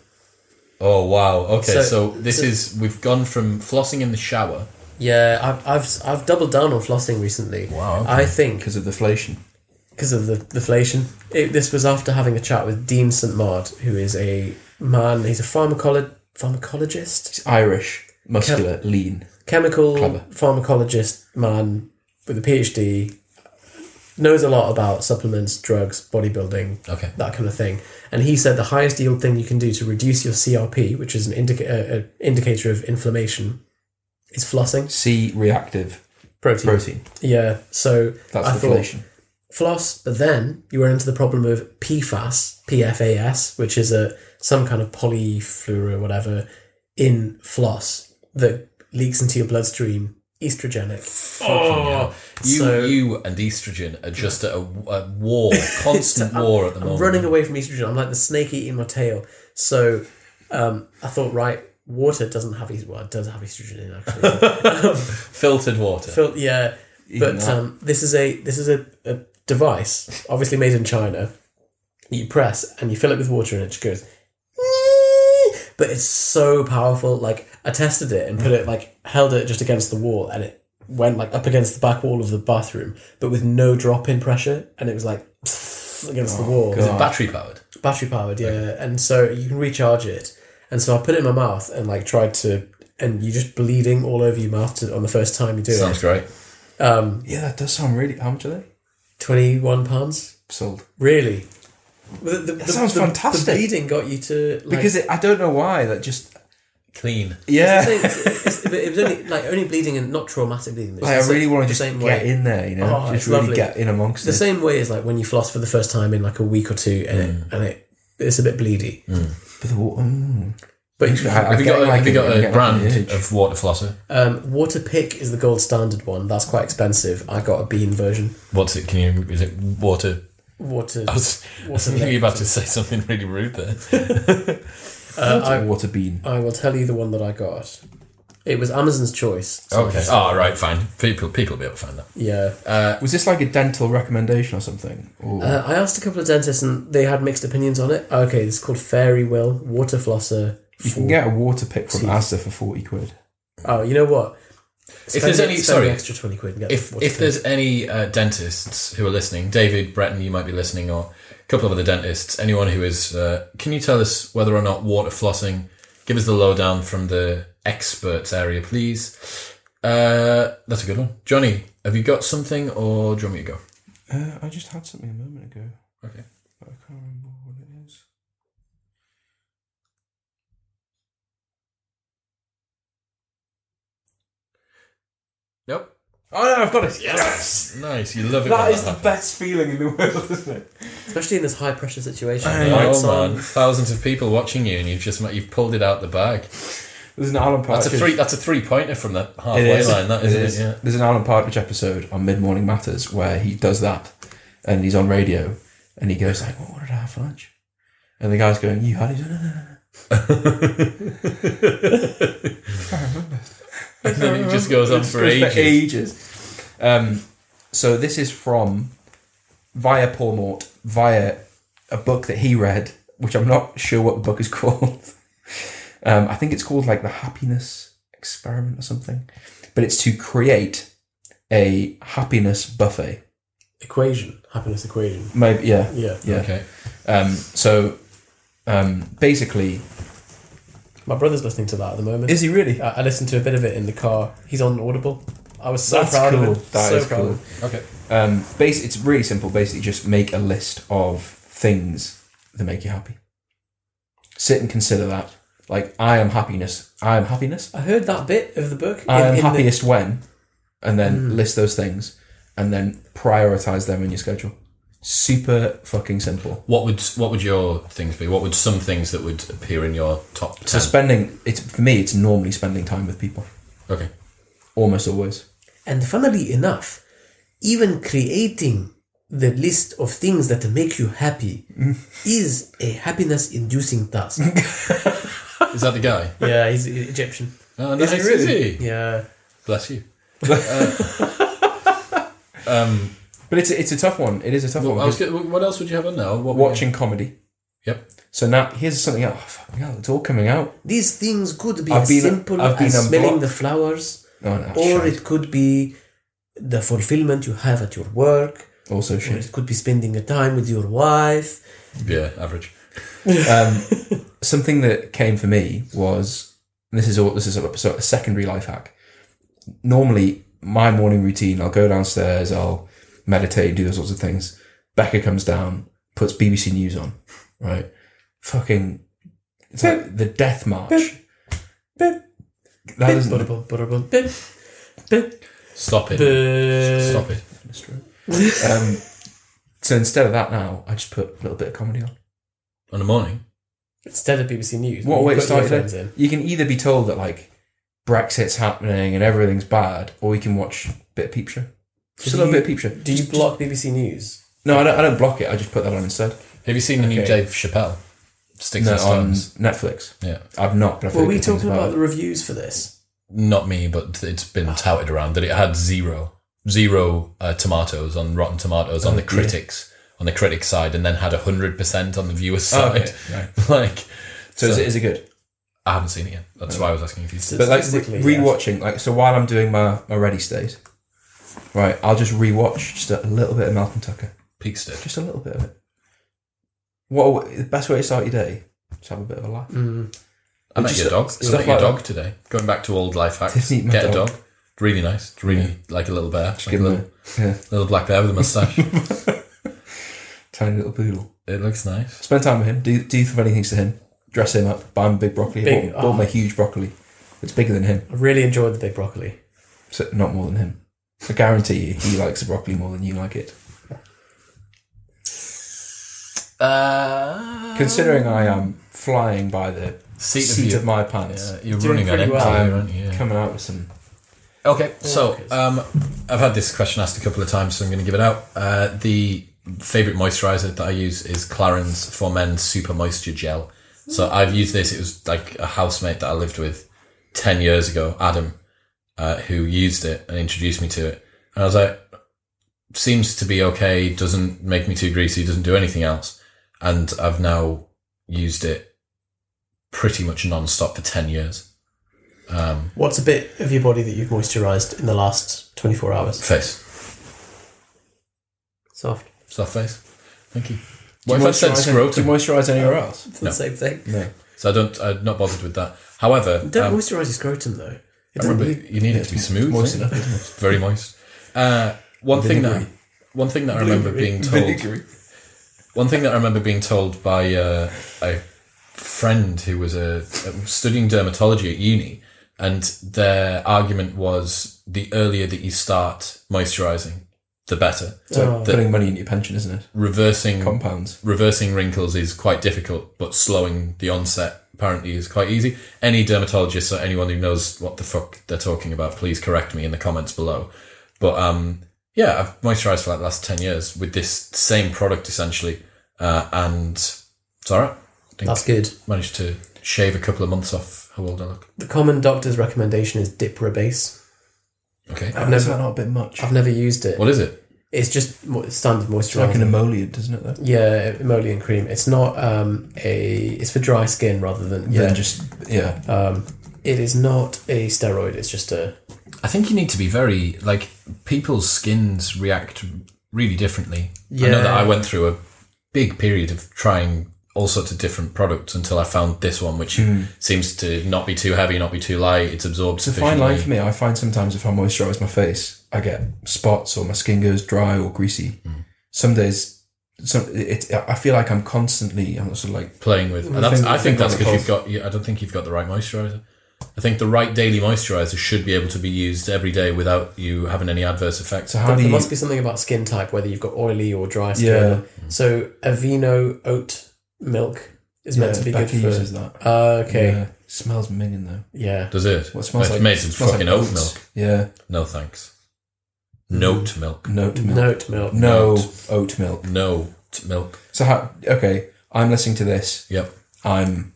[SPEAKER 1] Oh wow. Okay. So,
[SPEAKER 3] So-
[SPEAKER 1] this
[SPEAKER 3] so-
[SPEAKER 1] is we've gone from flossing in the shower.
[SPEAKER 3] Yeah, I've, I've I've doubled down on flossing recently.
[SPEAKER 1] Wow, okay.
[SPEAKER 3] I think
[SPEAKER 2] Because of deflation.
[SPEAKER 3] because of the deflation. It, this was after having a chat with Dean St. Maud, who is a man, he's a pharmacolo- pharmacologist,
[SPEAKER 2] It's Irish, muscular, lean.
[SPEAKER 3] chemical
[SPEAKER 2] Clever.
[SPEAKER 3] pharmacologist man with a PhD, knows a lot about supplements, drugs, bodybuilding,
[SPEAKER 1] Okay.
[SPEAKER 3] that kind of thing. And he said the highest yield thing you can do to reduce your CRP, which is an indica- uh, uh, indicator of inflammation, is flossing.
[SPEAKER 2] C reactive
[SPEAKER 3] Protein.
[SPEAKER 2] protein.
[SPEAKER 3] Yeah, so
[SPEAKER 2] That's
[SPEAKER 3] I thought
[SPEAKER 2] deflation.
[SPEAKER 3] floss, but then you run into the problem of PFAS, PFAS, which is a some kind of polyfluoro whatever in floss that leaks into your bloodstream, estrogenic.
[SPEAKER 1] Oh, you
[SPEAKER 3] so-
[SPEAKER 1] you and estrogen are just at a, a war, constant war at the
[SPEAKER 3] I'm
[SPEAKER 1] moment.
[SPEAKER 3] running away from estrogen. I'm like the snake eating my tail. So um, I thought, right, water doesn't have est- well, it does have estrogen in actually.
[SPEAKER 1] Filtered water.
[SPEAKER 3] Fil- yeah, but
[SPEAKER 2] that.
[SPEAKER 3] um, this is a this is a, a device, obviously made in China. You press and you fill it with water, and it just goes. [LAUGHS] But it's so powerful. Like I tested it and put it like held it just against the wall, and it went like up against the back wall of the bathroom, but with no drop in pressure, and it was like [LAUGHS] against the wall
[SPEAKER 1] Is it battery powered?
[SPEAKER 3] battery powered, yeah. And so you can recharge it. And so I put it in my mouth and like tried to, and you're just bleeding all over your mouth to, on the first time you do
[SPEAKER 1] Sounds great.
[SPEAKER 2] Yeah, that does sound really. How much are they?
[SPEAKER 3] it. Twenty one pounds,
[SPEAKER 2] Sold.
[SPEAKER 3] really? The, the, that
[SPEAKER 2] sounds
[SPEAKER 3] the, The
[SPEAKER 2] fantastic.
[SPEAKER 3] bleeding got you to like,
[SPEAKER 2] Because it, I don't know why. That just.
[SPEAKER 1] Clean.
[SPEAKER 2] Yeah.
[SPEAKER 3] it's the same- it's- it's- it was only like only bleeding and not traumatic bleeding. It's
[SPEAKER 2] Like,
[SPEAKER 3] the
[SPEAKER 2] I really
[SPEAKER 3] same-
[SPEAKER 2] want to
[SPEAKER 3] the
[SPEAKER 2] just
[SPEAKER 3] same
[SPEAKER 2] get
[SPEAKER 3] way.
[SPEAKER 2] in there, you know?
[SPEAKER 3] Oh,
[SPEAKER 2] just
[SPEAKER 3] it's
[SPEAKER 2] really
[SPEAKER 3] lovely.
[SPEAKER 2] get in amongst
[SPEAKER 3] The
[SPEAKER 2] it.
[SPEAKER 3] same way is like when you floss for the first time in like a week or two, and it, and it it's a bit bleedy.
[SPEAKER 2] But the water, mm,
[SPEAKER 3] But
[SPEAKER 2] I-
[SPEAKER 1] Have you got,
[SPEAKER 2] I
[SPEAKER 1] a, have you
[SPEAKER 2] can-
[SPEAKER 1] got
[SPEAKER 2] I
[SPEAKER 1] a
[SPEAKER 2] can-
[SPEAKER 1] brand
[SPEAKER 2] yeah.
[SPEAKER 1] of water flosser?
[SPEAKER 3] um, Waterpik is the gold standard one. That's quite expensive. I got a bean version.
[SPEAKER 1] What's it? Can you? Is it water?
[SPEAKER 3] Water.
[SPEAKER 1] I was, I was thinking you were about to say something really rude there. [LAUGHS]
[SPEAKER 3] Uh, I-
[SPEAKER 2] water bean?
[SPEAKER 3] I will tell you the one that I got. It was Amazon's choice. so
[SPEAKER 1] Okay.
[SPEAKER 3] just-
[SPEAKER 1] Oh, right. Fine. People, people will be able to find that.
[SPEAKER 3] yeah.
[SPEAKER 2] Was this like a dental recommendation or something? Or
[SPEAKER 3] Uh, I asked a couple of dentists and they had mixed opinions on it. Okay, it's called Fairy Will Water Flosser.
[SPEAKER 2] you
[SPEAKER 3] for-
[SPEAKER 2] can get a water pick from
[SPEAKER 3] Teeth.
[SPEAKER 2] Asda for forty quid.
[SPEAKER 3] Oh, you know what? Spend
[SPEAKER 1] there's
[SPEAKER 3] the-
[SPEAKER 1] any-
[SPEAKER 3] spend
[SPEAKER 1] sorry.
[SPEAKER 3] the extra twenty quid. And get
[SPEAKER 1] If
[SPEAKER 3] the water
[SPEAKER 1] if there's any uh, dentists who are listening, David Breton, you might be listening, or a couple of other dentists, anyone who is, uh, can you tell us whether or not water flossing? Give us the lowdown from the experts area, please. Uh, that's a good one, Johnny. Have you got something, or do you want me to go?
[SPEAKER 2] Uh, I just had something a moment ago.
[SPEAKER 1] Okay.
[SPEAKER 2] But I can't remember what it is.
[SPEAKER 1] Nope.
[SPEAKER 2] Oh no, I've got it.
[SPEAKER 1] Nice. You love it.
[SPEAKER 2] That
[SPEAKER 1] when
[SPEAKER 2] is the
[SPEAKER 1] happens.
[SPEAKER 2] best feeling in the world, isn't it?
[SPEAKER 3] especially in this high pressure situation.
[SPEAKER 2] I know,
[SPEAKER 3] lights
[SPEAKER 1] Oh
[SPEAKER 3] on.
[SPEAKER 1] man, thousands of people watching you, and you've just you've pulled it out the bag.
[SPEAKER 2] There's an Alan Partridge.
[SPEAKER 1] That's a three. That's a three pointer from the
[SPEAKER 2] It
[SPEAKER 1] halfway
[SPEAKER 2] is.
[SPEAKER 1] line. That
[SPEAKER 2] It
[SPEAKER 1] isn't
[SPEAKER 2] is.
[SPEAKER 1] it? Yeah.
[SPEAKER 2] There's an Alan Partridge episode on Mid Morning Matters where he does that, and he's on radio, and he goes like, well, "What did I have for lunch?" And the guy's going, "You had it." He's like, "No, no, no, no."
[SPEAKER 1] [LAUGHS] And then it just goes on
[SPEAKER 2] It's
[SPEAKER 1] for
[SPEAKER 2] goes
[SPEAKER 1] ages.
[SPEAKER 2] ages. Um, so this is from via Paul Mort via a book that he read, which I'm not sure what the book is [LAUGHS] called. Um, I think it's called like the Happiness Experiment or something, but it's to create a happiness buffet.
[SPEAKER 3] Equation, happiness equation.
[SPEAKER 2] Maybe yeah,
[SPEAKER 3] Yeah,
[SPEAKER 2] [LAUGHS] yeah.
[SPEAKER 1] Okay.
[SPEAKER 2] Um, so um, basically,
[SPEAKER 3] my brother's listening to that at the moment.
[SPEAKER 2] he really?
[SPEAKER 3] I I listened to a bit of it in the car. He's on Audible. I was so
[SPEAKER 2] That's
[SPEAKER 3] proud
[SPEAKER 2] cool.
[SPEAKER 3] of it.
[SPEAKER 2] That
[SPEAKER 3] so
[SPEAKER 2] is
[SPEAKER 3] proud of
[SPEAKER 2] cool.
[SPEAKER 3] it.
[SPEAKER 1] Okay.
[SPEAKER 2] Um, base, it's really simple. Basically, just make a list of things that make you happy. Sit and consider that. Like, I am happiness. I am happiness.
[SPEAKER 3] I heard that bit of the book.
[SPEAKER 2] I am
[SPEAKER 3] the- Hmm.
[SPEAKER 2] happiest when, and then list those things, and then prioritize them in your schedule. Super fucking simple.
[SPEAKER 1] What would what would your things be? What would some things that would appear in your top
[SPEAKER 2] So
[SPEAKER 1] ten?
[SPEAKER 2] spending it's for me. It's normally spending time with people,
[SPEAKER 1] okay.
[SPEAKER 2] almost always.
[SPEAKER 3] And funnily enough, even creating the list of things that make you
[SPEAKER 2] [LAUGHS]
[SPEAKER 3] happy is a happiness inducing task.
[SPEAKER 1] Is that the
[SPEAKER 2] [LAUGHS]
[SPEAKER 1] guy?
[SPEAKER 3] yeah, he's Egyptian.
[SPEAKER 1] Oh,
[SPEAKER 2] Is he
[SPEAKER 1] nice,
[SPEAKER 2] really?
[SPEAKER 1] he?
[SPEAKER 3] Yeah.
[SPEAKER 1] Bless
[SPEAKER 2] [LAUGHS]
[SPEAKER 1] you.
[SPEAKER 2] But it's a, it's a tough one. It is a tough
[SPEAKER 1] Well,
[SPEAKER 2] one.
[SPEAKER 1] I was
[SPEAKER 2] because
[SPEAKER 1] gonna- Um, what else would you have on now?
[SPEAKER 3] Oh,
[SPEAKER 1] What would you-
[SPEAKER 2] watching comedy.
[SPEAKER 1] Yep.
[SPEAKER 2] So now here's something else. Oh, fucking hell, it's all coming out.
[SPEAKER 3] These things could be
[SPEAKER 2] I've
[SPEAKER 3] as
[SPEAKER 2] been-
[SPEAKER 3] simple
[SPEAKER 2] I've been
[SPEAKER 3] as
[SPEAKER 2] a
[SPEAKER 3] smelling
[SPEAKER 2] block.
[SPEAKER 3] the flowers,
[SPEAKER 2] No, Oh, no,
[SPEAKER 3] or
[SPEAKER 2] shite.
[SPEAKER 3] it could be the fulfillment you have at your work,
[SPEAKER 2] also
[SPEAKER 3] or
[SPEAKER 2] shit.
[SPEAKER 3] it could be spending a time with your wife.
[SPEAKER 1] Yeah. Average.
[SPEAKER 2] um,
[SPEAKER 3] [LAUGHS]
[SPEAKER 2] something that came for me was and this is all this is a, so a secondary life hack. Normally, my morning routine: I'll go downstairs, I'll meditate, do those sorts of things. Becca comes down, puts BBC News on, right? Fucking, it's like the death march.
[SPEAKER 3] Beep,
[SPEAKER 2] That
[SPEAKER 3] beep,
[SPEAKER 2] isn't
[SPEAKER 3] ba-da-bum, ba-da-bum, beep, beep,
[SPEAKER 1] Stop it.
[SPEAKER 3] beep.
[SPEAKER 1] Stop it.
[SPEAKER 2] um, so instead of that, now I just put a little bit of comedy on.
[SPEAKER 1] On the morning.
[SPEAKER 3] Instead of BBC News,
[SPEAKER 2] What a
[SPEAKER 3] you've
[SPEAKER 2] way to
[SPEAKER 3] got your
[SPEAKER 2] start your
[SPEAKER 3] friends
[SPEAKER 2] day.
[SPEAKER 3] in.
[SPEAKER 2] You can either be told that like Brexit's happening and everything's bad, or you can watch a bit of Peep Show. Just
[SPEAKER 3] Do
[SPEAKER 2] a little
[SPEAKER 3] you-
[SPEAKER 2] bit of Peep Show.
[SPEAKER 3] Do you block BBC News?
[SPEAKER 2] No, I don't, I don't block it. I just put that on instead.
[SPEAKER 1] Have you seen the new
[SPEAKER 2] Okay.
[SPEAKER 1] Dave Chappelle? Sticks
[SPEAKER 2] No,
[SPEAKER 1] and
[SPEAKER 2] on
[SPEAKER 1] stones.
[SPEAKER 2] Netflix.
[SPEAKER 1] Yeah.
[SPEAKER 2] I've not. But I've
[SPEAKER 3] Were
[SPEAKER 2] heard
[SPEAKER 3] we
[SPEAKER 2] good things
[SPEAKER 3] talking about
[SPEAKER 2] it.
[SPEAKER 3] the reviews for this?
[SPEAKER 1] Not me, but it's been touted around that it had zero, zero uh, tomatoes on Rotten Tomatoes
[SPEAKER 2] Oh,
[SPEAKER 1] on the critics on the critic side, and then had hundred percent on the viewers
[SPEAKER 2] Oh,
[SPEAKER 1] side.
[SPEAKER 2] okay.
[SPEAKER 1] [LAUGHS]
[SPEAKER 2] Right.
[SPEAKER 1] like
[SPEAKER 2] So, is, it, is it good?
[SPEAKER 1] I haven't seen it yet. That's why I was asking if you did.
[SPEAKER 2] But like
[SPEAKER 3] Statistically,
[SPEAKER 2] re-
[SPEAKER 3] yes.
[SPEAKER 2] rewatching, like so while I'm doing my my ready state, right? I'll just rewatch just a little bit of Malcolm Tucker,
[SPEAKER 1] Peak stick.
[SPEAKER 2] just a little bit of it. What a w- the best way to start your day? Just have a bit of a laugh.
[SPEAKER 1] I
[SPEAKER 3] Mm.
[SPEAKER 2] But
[SPEAKER 1] met
[SPEAKER 2] just
[SPEAKER 1] your dog. I
[SPEAKER 2] stuff
[SPEAKER 1] met your
[SPEAKER 2] like
[SPEAKER 1] dog today. Going back to old life hacks.
[SPEAKER 2] Didn't eat my
[SPEAKER 1] Get a
[SPEAKER 2] dog.
[SPEAKER 1] dog. It's really nice. It's really like a little bear. Like a
[SPEAKER 2] Give 'em
[SPEAKER 1] little,
[SPEAKER 2] a yeah,
[SPEAKER 1] little black bear with a
[SPEAKER 2] [LAUGHS]
[SPEAKER 1] mustache.
[SPEAKER 2] tiny little poodle.
[SPEAKER 1] it looks nice.
[SPEAKER 2] Spend time with him. Do do funny things to him. Dress him up. Buy him a big broccoli.
[SPEAKER 3] Big-
[SPEAKER 2] bought, bought him a huge broccoli. It's bigger than him,
[SPEAKER 3] I really enjoyed the big broccoli.
[SPEAKER 2] so not more than him. I guarantee you, he likes the broccoli more than you like it.
[SPEAKER 1] Uh,
[SPEAKER 2] Considering I am flying by the
[SPEAKER 1] seat,
[SPEAKER 2] seat
[SPEAKER 1] of,
[SPEAKER 2] of my pants,
[SPEAKER 1] your, yeah, you're
[SPEAKER 3] Doing
[SPEAKER 1] running on empty,
[SPEAKER 3] pretty well.
[SPEAKER 1] here,
[SPEAKER 2] I'm
[SPEAKER 1] aren't you? Yeah.
[SPEAKER 2] coming out with some.
[SPEAKER 1] Okay, so um, I've had this question asked a couple of times, so I'm going to give it out. Uh, the favorite moisturizer that I use is Clarins for Men Super Moisture Gel. So I've used this. It was like a housemate that I lived with ten years ago, Adam, uh, who used it and introduced me to it, and I was like, seems to be okay. Doesn't make me too greasy. Doesn't do anything else, and I've now used it pretty much non-stop for ten years.
[SPEAKER 3] What's a bit of your body that you've moisturised in the last 24 hours?
[SPEAKER 1] Face.
[SPEAKER 3] Soft.
[SPEAKER 1] Soft face. Thank you.
[SPEAKER 2] Do
[SPEAKER 1] What
[SPEAKER 2] you
[SPEAKER 1] if I said
[SPEAKER 2] moisturise any- do you
[SPEAKER 1] scrotum?
[SPEAKER 2] moisturise anywhere else?
[SPEAKER 3] It's the same thing.
[SPEAKER 2] No.
[SPEAKER 1] So I don't. I'm not bothered with that. However,
[SPEAKER 3] Don't
[SPEAKER 1] um,
[SPEAKER 3] moisturise your scrotum though. It
[SPEAKER 1] I
[SPEAKER 3] doesn't
[SPEAKER 1] remember
[SPEAKER 3] really-
[SPEAKER 1] you need it to be smooth,
[SPEAKER 2] moist
[SPEAKER 1] isn't it?
[SPEAKER 2] enough, isn't it?
[SPEAKER 1] very moist. Uh, one thing that one thing that I remember being told. One thing that I remember being told by uh, a friend who was a, studying dermatology at uni, and their argument was the earlier that you start moisturising, the better.
[SPEAKER 2] It's like
[SPEAKER 3] Oh.
[SPEAKER 2] putting money in your pension, isn't it?
[SPEAKER 1] Reversing
[SPEAKER 2] Compounds.
[SPEAKER 1] reversing wrinkles is quite difficult, but slowing the onset apparently is quite easy. Any dermatologist or anyone who knows what the fuck they're talking about, please correct me in the comments below. But um, yeah, I've moisturised for like the last ten years with this same product essentially, uh, and it's alright.
[SPEAKER 3] That's good.
[SPEAKER 1] Managed to shave a couple of months off how old I look.
[SPEAKER 3] The common doctor's recommendation is Diprobase.
[SPEAKER 1] Okay,
[SPEAKER 3] I've
[SPEAKER 2] Is
[SPEAKER 3] never,
[SPEAKER 2] that not a bit much?
[SPEAKER 3] I've never used it.
[SPEAKER 1] what is it?
[SPEAKER 3] It's just mo- standard
[SPEAKER 2] It's like
[SPEAKER 3] moisturizer.
[SPEAKER 2] an emollient, doesn't it? Though?
[SPEAKER 3] yeah, emollient cream. It's not um, a. It's for dry skin rather than.
[SPEAKER 2] Then
[SPEAKER 3] Yeah.
[SPEAKER 2] just yeah.
[SPEAKER 3] Um, it is not a steroid. It's just a.
[SPEAKER 1] I think you need to be very like people's skins react really differently. I know that
[SPEAKER 3] Yeah.
[SPEAKER 1] I went through a big period of trying all sorts of different products until I found this one, which seems to not be too heavy, not be too light. It's absorbed
[SPEAKER 2] Hmm. It's a fine
[SPEAKER 1] sufficiently.
[SPEAKER 2] line for me. I find sometimes if I moisturise my face, I get spots or my skin goes dry or greasy.
[SPEAKER 1] Hmm.
[SPEAKER 2] Some days, some it, I feel like I'm constantly. I'm sort of like
[SPEAKER 1] Playing with, and
[SPEAKER 2] I
[SPEAKER 1] that's,
[SPEAKER 2] think-
[SPEAKER 1] I
[SPEAKER 2] I
[SPEAKER 1] think
[SPEAKER 2] think
[SPEAKER 1] that's
[SPEAKER 2] on the
[SPEAKER 1] because you've got. you- I don't think you've got the right moisturizer. I think the right daily moisturizer should be able to be used every day without you having any adverse effects.
[SPEAKER 2] so. How do
[SPEAKER 3] there
[SPEAKER 2] you?
[SPEAKER 3] must be something about skin type, whether you've got oily or dry skin.
[SPEAKER 2] Yeah.
[SPEAKER 3] So Aveeno oat milk is meant to be
[SPEAKER 2] Becky
[SPEAKER 3] good for.
[SPEAKER 2] uses that.
[SPEAKER 3] Ah, okay.
[SPEAKER 2] Yeah. Smells minging though.
[SPEAKER 3] Yeah.
[SPEAKER 1] Does it?
[SPEAKER 2] What smells
[SPEAKER 1] it's
[SPEAKER 2] like?
[SPEAKER 1] made from
[SPEAKER 2] smells
[SPEAKER 1] fucking
[SPEAKER 2] like
[SPEAKER 1] oat
[SPEAKER 2] oats.
[SPEAKER 1] milk.
[SPEAKER 2] Yeah,
[SPEAKER 1] No thanks.
[SPEAKER 2] Hmm.
[SPEAKER 1] Note milk.
[SPEAKER 2] note milk.
[SPEAKER 3] Note milk.
[SPEAKER 2] No
[SPEAKER 1] Oat.
[SPEAKER 2] oat milk.
[SPEAKER 1] No t- milk.
[SPEAKER 2] So how? Okay, I'm listening to this.
[SPEAKER 1] Yep.
[SPEAKER 2] I'm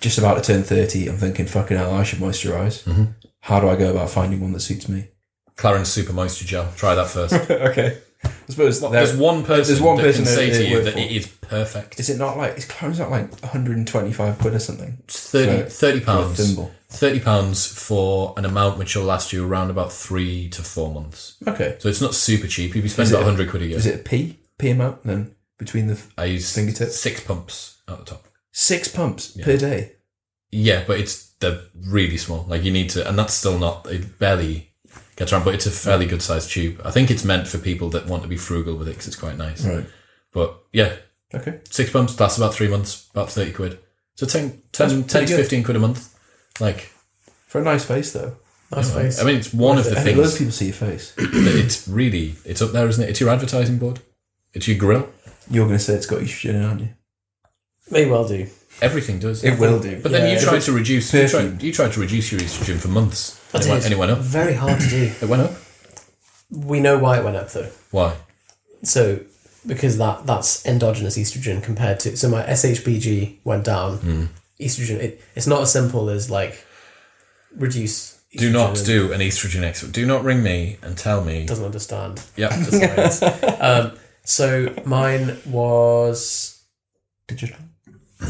[SPEAKER 2] just about to turn 30. I'm thinking, fucking hell, I should moisturize. How do I go about finding one that suits me?
[SPEAKER 1] Clarence Super Moisture Gel. Try that first.
[SPEAKER 2] okay. I suppose
[SPEAKER 1] There's one person
[SPEAKER 2] there's one
[SPEAKER 1] that
[SPEAKER 2] person
[SPEAKER 1] can say
[SPEAKER 2] it-
[SPEAKER 1] to
[SPEAKER 2] it
[SPEAKER 1] you
[SPEAKER 2] worked
[SPEAKER 1] that
[SPEAKER 2] for.
[SPEAKER 1] it is perfect.
[SPEAKER 2] Is it not like, is Clarence not like 125 quid or something?
[SPEAKER 1] It's 30,
[SPEAKER 2] Right.
[SPEAKER 1] 30
[SPEAKER 2] For a
[SPEAKER 1] pounds.
[SPEAKER 2] thimble.
[SPEAKER 1] 30 pounds for an amount which will last you around about three to four months.
[SPEAKER 2] Okay.
[SPEAKER 1] So it's not super cheap. You'd be
[SPEAKER 2] Is
[SPEAKER 1] spending
[SPEAKER 2] it-
[SPEAKER 1] about 100 quid a year.
[SPEAKER 2] Is it a P? P amount then? Between the f-
[SPEAKER 1] I use
[SPEAKER 2] Fingertip?
[SPEAKER 1] six pumps at the top.
[SPEAKER 2] six pumps per day.
[SPEAKER 1] Yeah, but it's they're really small. Like you need to, and that's still not, it barely gets around, but it's a fairly good sized tube. I think it's meant for people that want to be frugal with it because it's quite nice.
[SPEAKER 2] Right.
[SPEAKER 1] But yeah,
[SPEAKER 2] Okay.
[SPEAKER 1] six pumps, that's about three months, about 30 quid. So 10, 10,
[SPEAKER 2] That's
[SPEAKER 1] 10 to
[SPEAKER 2] pretty good.
[SPEAKER 1] 15 quid a month. Like,
[SPEAKER 2] For a nice face though.
[SPEAKER 3] Nice face.
[SPEAKER 1] I mean, it's one of the
[SPEAKER 2] I think loads of
[SPEAKER 1] things
[SPEAKER 2] people see your face.
[SPEAKER 1] that it's really it's up there, isn't it? It's your advertising board. It's your grill.
[SPEAKER 2] You're going to say it's got estrogen in, aren't you?
[SPEAKER 3] May well do.
[SPEAKER 1] Everything does.
[SPEAKER 2] will do.
[SPEAKER 1] but then
[SPEAKER 3] yeah.
[SPEAKER 1] you [LAUGHS] tried to reduce. You
[SPEAKER 2] Perfume.
[SPEAKER 1] tried, you tried to reduce your estrogen for months.
[SPEAKER 3] I
[SPEAKER 1] And it, went,
[SPEAKER 3] did.
[SPEAKER 1] and it went up.
[SPEAKER 3] Very hard to do.
[SPEAKER 1] It went up.
[SPEAKER 3] We know why it went up though.
[SPEAKER 1] Why?
[SPEAKER 3] So because that that's endogenous estrogen compared to so my SHBG went down. Estrogen it, it's not as simple as like reduce.
[SPEAKER 1] Do not
[SPEAKER 3] estrogen.
[SPEAKER 1] do an estrogen expert. Do not ring me and tell
[SPEAKER 3] [LAUGHS]
[SPEAKER 1] me.
[SPEAKER 3] doesn't understand.
[SPEAKER 1] Yeah.
[SPEAKER 3] Doesn't know what it
[SPEAKER 2] [LAUGHS]
[SPEAKER 3] is. um, so mine was
[SPEAKER 2] Digital.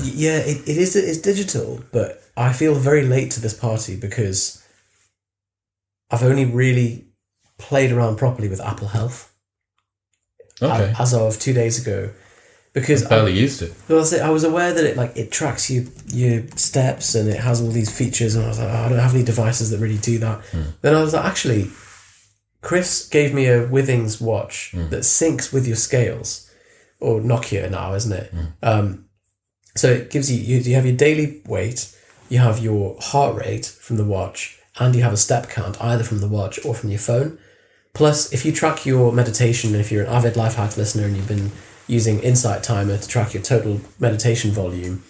[SPEAKER 3] yeah it, it is it's digital but I feel very late to this party because I've only really played around properly with Apple Health. [LAUGHS]
[SPEAKER 1] Okay.
[SPEAKER 3] as of two days ago because I,
[SPEAKER 1] Barely used it.
[SPEAKER 3] well, I was- I was aware that it like it tracks you your steps and it has all these features and I was like oh, I don't have any devices that really do that then I was like actually Chris gave me a Withings watch that syncs with your scales or Nokia now isn't it um, so it gives you, you you have your daily weight you have your heart rate from the watch and you have a step count either from the watch or from your phone Plus, if you track your meditation, if you're an avid life hack listener and you've been using Insight Timer to track your total meditation volume,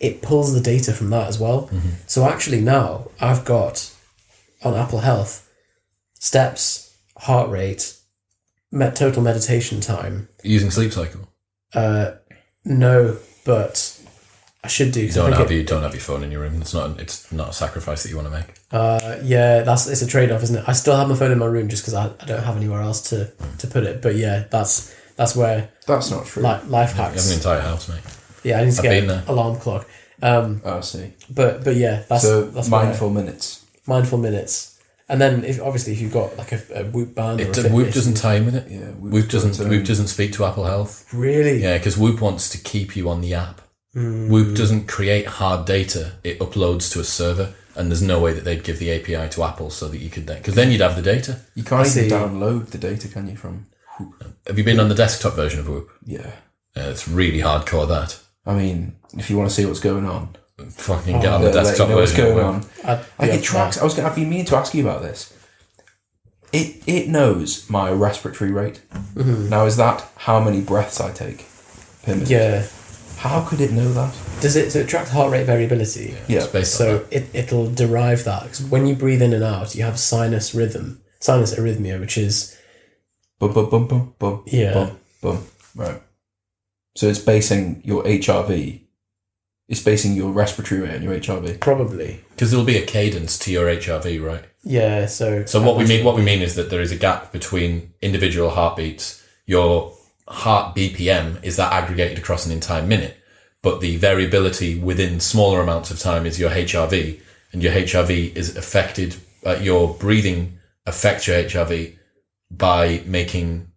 [SPEAKER 3] it pulls the data from that as well.
[SPEAKER 1] Mm-hmm.
[SPEAKER 3] So actually, now I've got on Apple Health steps, heart rate, met total meditation time.
[SPEAKER 1] Using Sleep Cycle.
[SPEAKER 3] No, but I should do.
[SPEAKER 1] You
[SPEAKER 3] 'cause I
[SPEAKER 1] don't
[SPEAKER 3] think
[SPEAKER 1] have
[SPEAKER 3] it-
[SPEAKER 1] you don't have your phone in your room. It's not it's not a sacrifice that you want to make.
[SPEAKER 3] Uh, yeah, that's it's a trade off, isn't it? I still have my phone in my room just because I, I don't have anywhere else to, to put it. But yeah, that's that's where
[SPEAKER 2] That's not true.
[SPEAKER 3] li- life
[SPEAKER 1] You have an
[SPEAKER 3] hacks.
[SPEAKER 1] entire house, mate.
[SPEAKER 3] Yeah, I need to
[SPEAKER 1] I've
[SPEAKER 3] get
[SPEAKER 1] been
[SPEAKER 3] an
[SPEAKER 1] there.
[SPEAKER 3] alarm clock. Um,
[SPEAKER 2] oh, I see.
[SPEAKER 3] but but yeah, that's
[SPEAKER 2] so
[SPEAKER 3] that's where-
[SPEAKER 2] mindful minutes.
[SPEAKER 3] mindful minutes. And then if obviously if you've got like a, a Whoop band,
[SPEAKER 1] It,
[SPEAKER 3] or a
[SPEAKER 1] Whoop
[SPEAKER 3] Fitbit,
[SPEAKER 1] doesn't tie in with it.
[SPEAKER 2] Yeah, Whoop's
[SPEAKER 1] Whoop doesn't
[SPEAKER 2] got um, its
[SPEAKER 1] Whoop
[SPEAKER 2] own-
[SPEAKER 1] doesn't speak to Apple Health.
[SPEAKER 3] really Hmm.
[SPEAKER 1] Yeah, because Whoop wants to keep you on the app. Whoop
[SPEAKER 2] Mm.
[SPEAKER 1] doesn't create hard data; it uploads to a server, and there's no way that they'd give the API to Apple so that you could then, because then you'd have the data.
[SPEAKER 2] You can't
[SPEAKER 3] I
[SPEAKER 2] even
[SPEAKER 3] see.
[SPEAKER 2] download the data, can you? From
[SPEAKER 1] Have you been on the desktop version of Whoop?
[SPEAKER 2] yeah.
[SPEAKER 1] Uh, it's really hardcore. That
[SPEAKER 2] I mean, if you want to see what's going on,
[SPEAKER 1] fucking get on the
[SPEAKER 2] they'll Oh, let you
[SPEAKER 1] desktop
[SPEAKER 2] know what's
[SPEAKER 1] version. of
[SPEAKER 2] going
[SPEAKER 1] Whoop.
[SPEAKER 2] on.
[SPEAKER 3] I'd
[SPEAKER 2] Like
[SPEAKER 3] be up
[SPEAKER 2] it
[SPEAKER 3] for
[SPEAKER 2] tracks.
[SPEAKER 3] that.
[SPEAKER 2] I was going. I've been meaning to ask you about this. It it knows my respiratory rate. Now is that how many breaths I take per minute?
[SPEAKER 3] Mm-hmm. Yeah,
[SPEAKER 2] How could it know that?
[SPEAKER 3] does it so it tracks heart rate variability?
[SPEAKER 2] Yeah.
[SPEAKER 1] It's based on that.
[SPEAKER 3] So it, it'll derive that 'cause when you breathe in and out, you have sinus rhythm, sinus arrhythmia, which is
[SPEAKER 2] Bum bum bum bum bum.
[SPEAKER 3] Yeah.
[SPEAKER 2] Bum bum. Right. So it's basing your HRV. It's basing your respiratory rate on your HRV.
[SPEAKER 3] probably
[SPEAKER 1] Because there'll be a cadence to your HRV, right?
[SPEAKER 3] yeah. So
[SPEAKER 1] So what we mean what we mean is that there is a gap between individual heartbeats. Your heart BPM is that aggregated across an entire minute, but the variability within smaller amounts of time is your HRV, and your HRV is affected. Uh, your breathing affects your HRV by making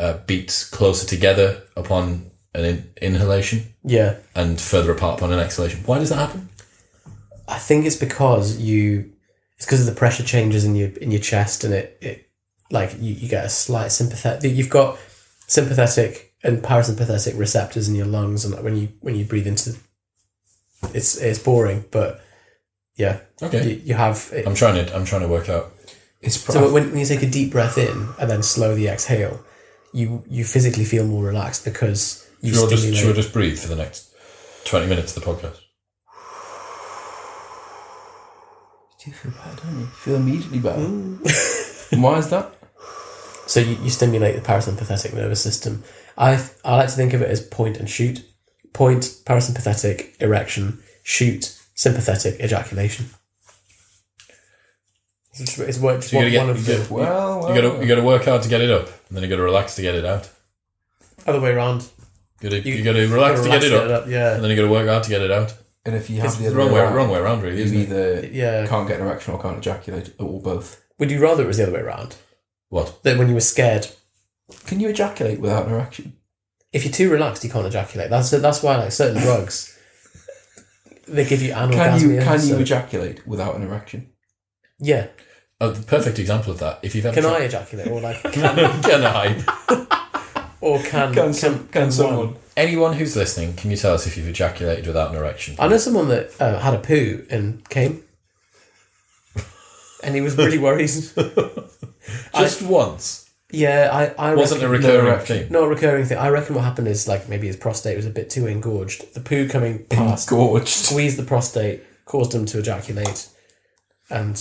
[SPEAKER 1] uh, beats closer together upon an in- inhalation
[SPEAKER 3] yeah.
[SPEAKER 1] and further apart upon an exhalation. Why does that happen?
[SPEAKER 3] I think it's because you it's because of the pressure changes in your in your chest and it it like you, you get a slight sympathetic you've got sympathetic and parasympathetic receptors in your lungs and when you when you breathe into it's it's boring but yeah
[SPEAKER 1] Okay,
[SPEAKER 3] you, you have it,
[SPEAKER 1] I'm trying to I'm trying to work out.
[SPEAKER 2] It's pro-
[SPEAKER 3] so when, when you take a deep breath in and then slow the exhale you you physically feel more relaxed because you
[SPEAKER 1] Should we all just, should we all
[SPEAKER 3] stimulate
[SPEAKER 1] just breathe for the next 20 minutes of the podcast?
[SPEAKER 2] Do you feel better? Don't you? You feel immediately better. and why is [LAUGHS] that?
[SPEAKER 3] so you, you stimulate the parasympathetic nervous system. I I like to think of it as point and shoot. Point parasympathetic erection, shoot sympathetic ejaculation. It's, it's what- it's
[SPEAKER 1] So you
[SPEAKER 3] one,
[SPEAKER 1] gotta
[SPEAKER 3] one
[SPEAKER 1] get-
[SPEAKER 3] of
[SPEAKER 1] you
[SPEAKER 3] the
[SPEAKER 2] Well,
[SPEAKER 1] You gotta, you gotta work hard to get it up, and then you gotta relax to get it out.
[SPEAKER 3] other way around.
[SPEAKER 1] You gotta, you,
[SPEAKER 3] You-
[SPEAKER 1] gotta relax to get it up,
[SPEAKER 3] Yeah,
[SPEAKER 1] and then you gotta work hard to get it out.
[SPEAKER 2] and if you
[SPEAKER 1] It's
[SPEAKER 2] have
[SPEAKER 1] the
[SPEAKER 2] the other
[SPEAKER 1] wrong way,
[SPEAKER 2] way, around,
[SPEAKER 1] wrong way around, really,
[SPEAKER 2] you
[SPEAKER 1] isn't it?
[SPEAKER 2] either
[SPEAKER 3] yeah.
[SPEAKER 2] can't get an erection or can't ejaculate, or both.
[SPEAKER 3] Would you rather it was the other way around?
[SPEAKER 1] What?
[SPEAKER 3] That when you were scared,
[SPEAKER 2] Can you ejaculate without an erection?
[SPEAKER 3] if you're too relaxed, you can't ejaculate. That's that's why like certain drugs, they give you
[SPEAKER 2] Can
[SPEAKER 3] anorgasmia.
[SPEAKER 2] you can
[SPEAKER 3] so-
[SPEAKER 2] you ejaculate without an erection?
[SPEAKER 3] yeah.
[SPEAKER 1] A perfect example of that. If you've ever
[SPEAKER 3] Can I ejaculate or like
[SPEAKER 1] tried- [LAUGHS] can I?
[SPEAKER 3] or can
[SPEAKER 2] some, can
[SPEAKER 3] someone-
[SPEAKER 1] Anyone who's listening, can you tell us if you've ejaculated without an erection?
[SPEAKER 3] I know someone that uh, had a poo and came, and he was really
[SPEAKER 1] [LAUGHS]
[SPEAKER 3] worried.
[SPEAKER 1] Just once.
[SPEAKER 3] yeah, I, I
[SPEAKER 1] Wasn't a
[SPEAKER 3] reckon,
[SPEAKER 1] recurring
[SPEAKER 2] erection.
[SPEAKER 1] thing.
[SPEAKER 3] not a recurring thing. I reckon what happened is like maybe his prostate was a bit too engorged. The poo coming
[SPEAKER 1] [LAUGHS]
[SPEAKER 3] past
[SPEAKER 2] Gorged.
[SPEAKER 3] squeezed the prostate, caused him to ejaculate, and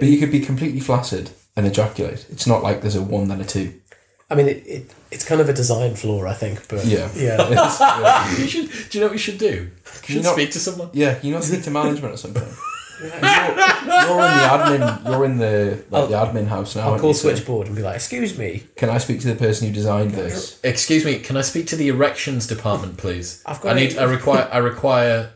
[SPEAKER 2] But you could be completely flaccid and ejaculate. It's not like there's a one then a two.
[SPEAKER 3] I mean it, it it's kind of a design flaw, I think. But
[SPEAKER 2] Yeah.
[SPEAKER 1] [LAUGHS]
[SPEAKER 3] yeah,
[SPEAKER 2] It's- [LAUGHS] yeah.
[SPEAKER 1] You should, do you know what you should do? You
[SPEAKER 2] you
[SPEAKER 1] should
[SPEAKER 2] not-
[SPEAKER 1] speak to someone.
[SPEAKER 2] yeah, you know, speak to management or something. Yeah, you're, you're in the admin. You're in the like, the admin house now.
[SPEAKER 3] I'll
[SPEAKER 2] aren't
[SPEAKER 3] call
[SPEAKER 2] you? So,
[SPEAKER 3] switchboard and be like, "Excuse me,
[SPEAKER 2] Can I speak to the person who designed this?
[SPEAKER 1] Excuse me, can I speak to the erections department, please?
[SPEAKER 3] I've got
[SPEAKER 1] I need.
[SPEAKER 3] it.
[SPEAKER 1] I require. I require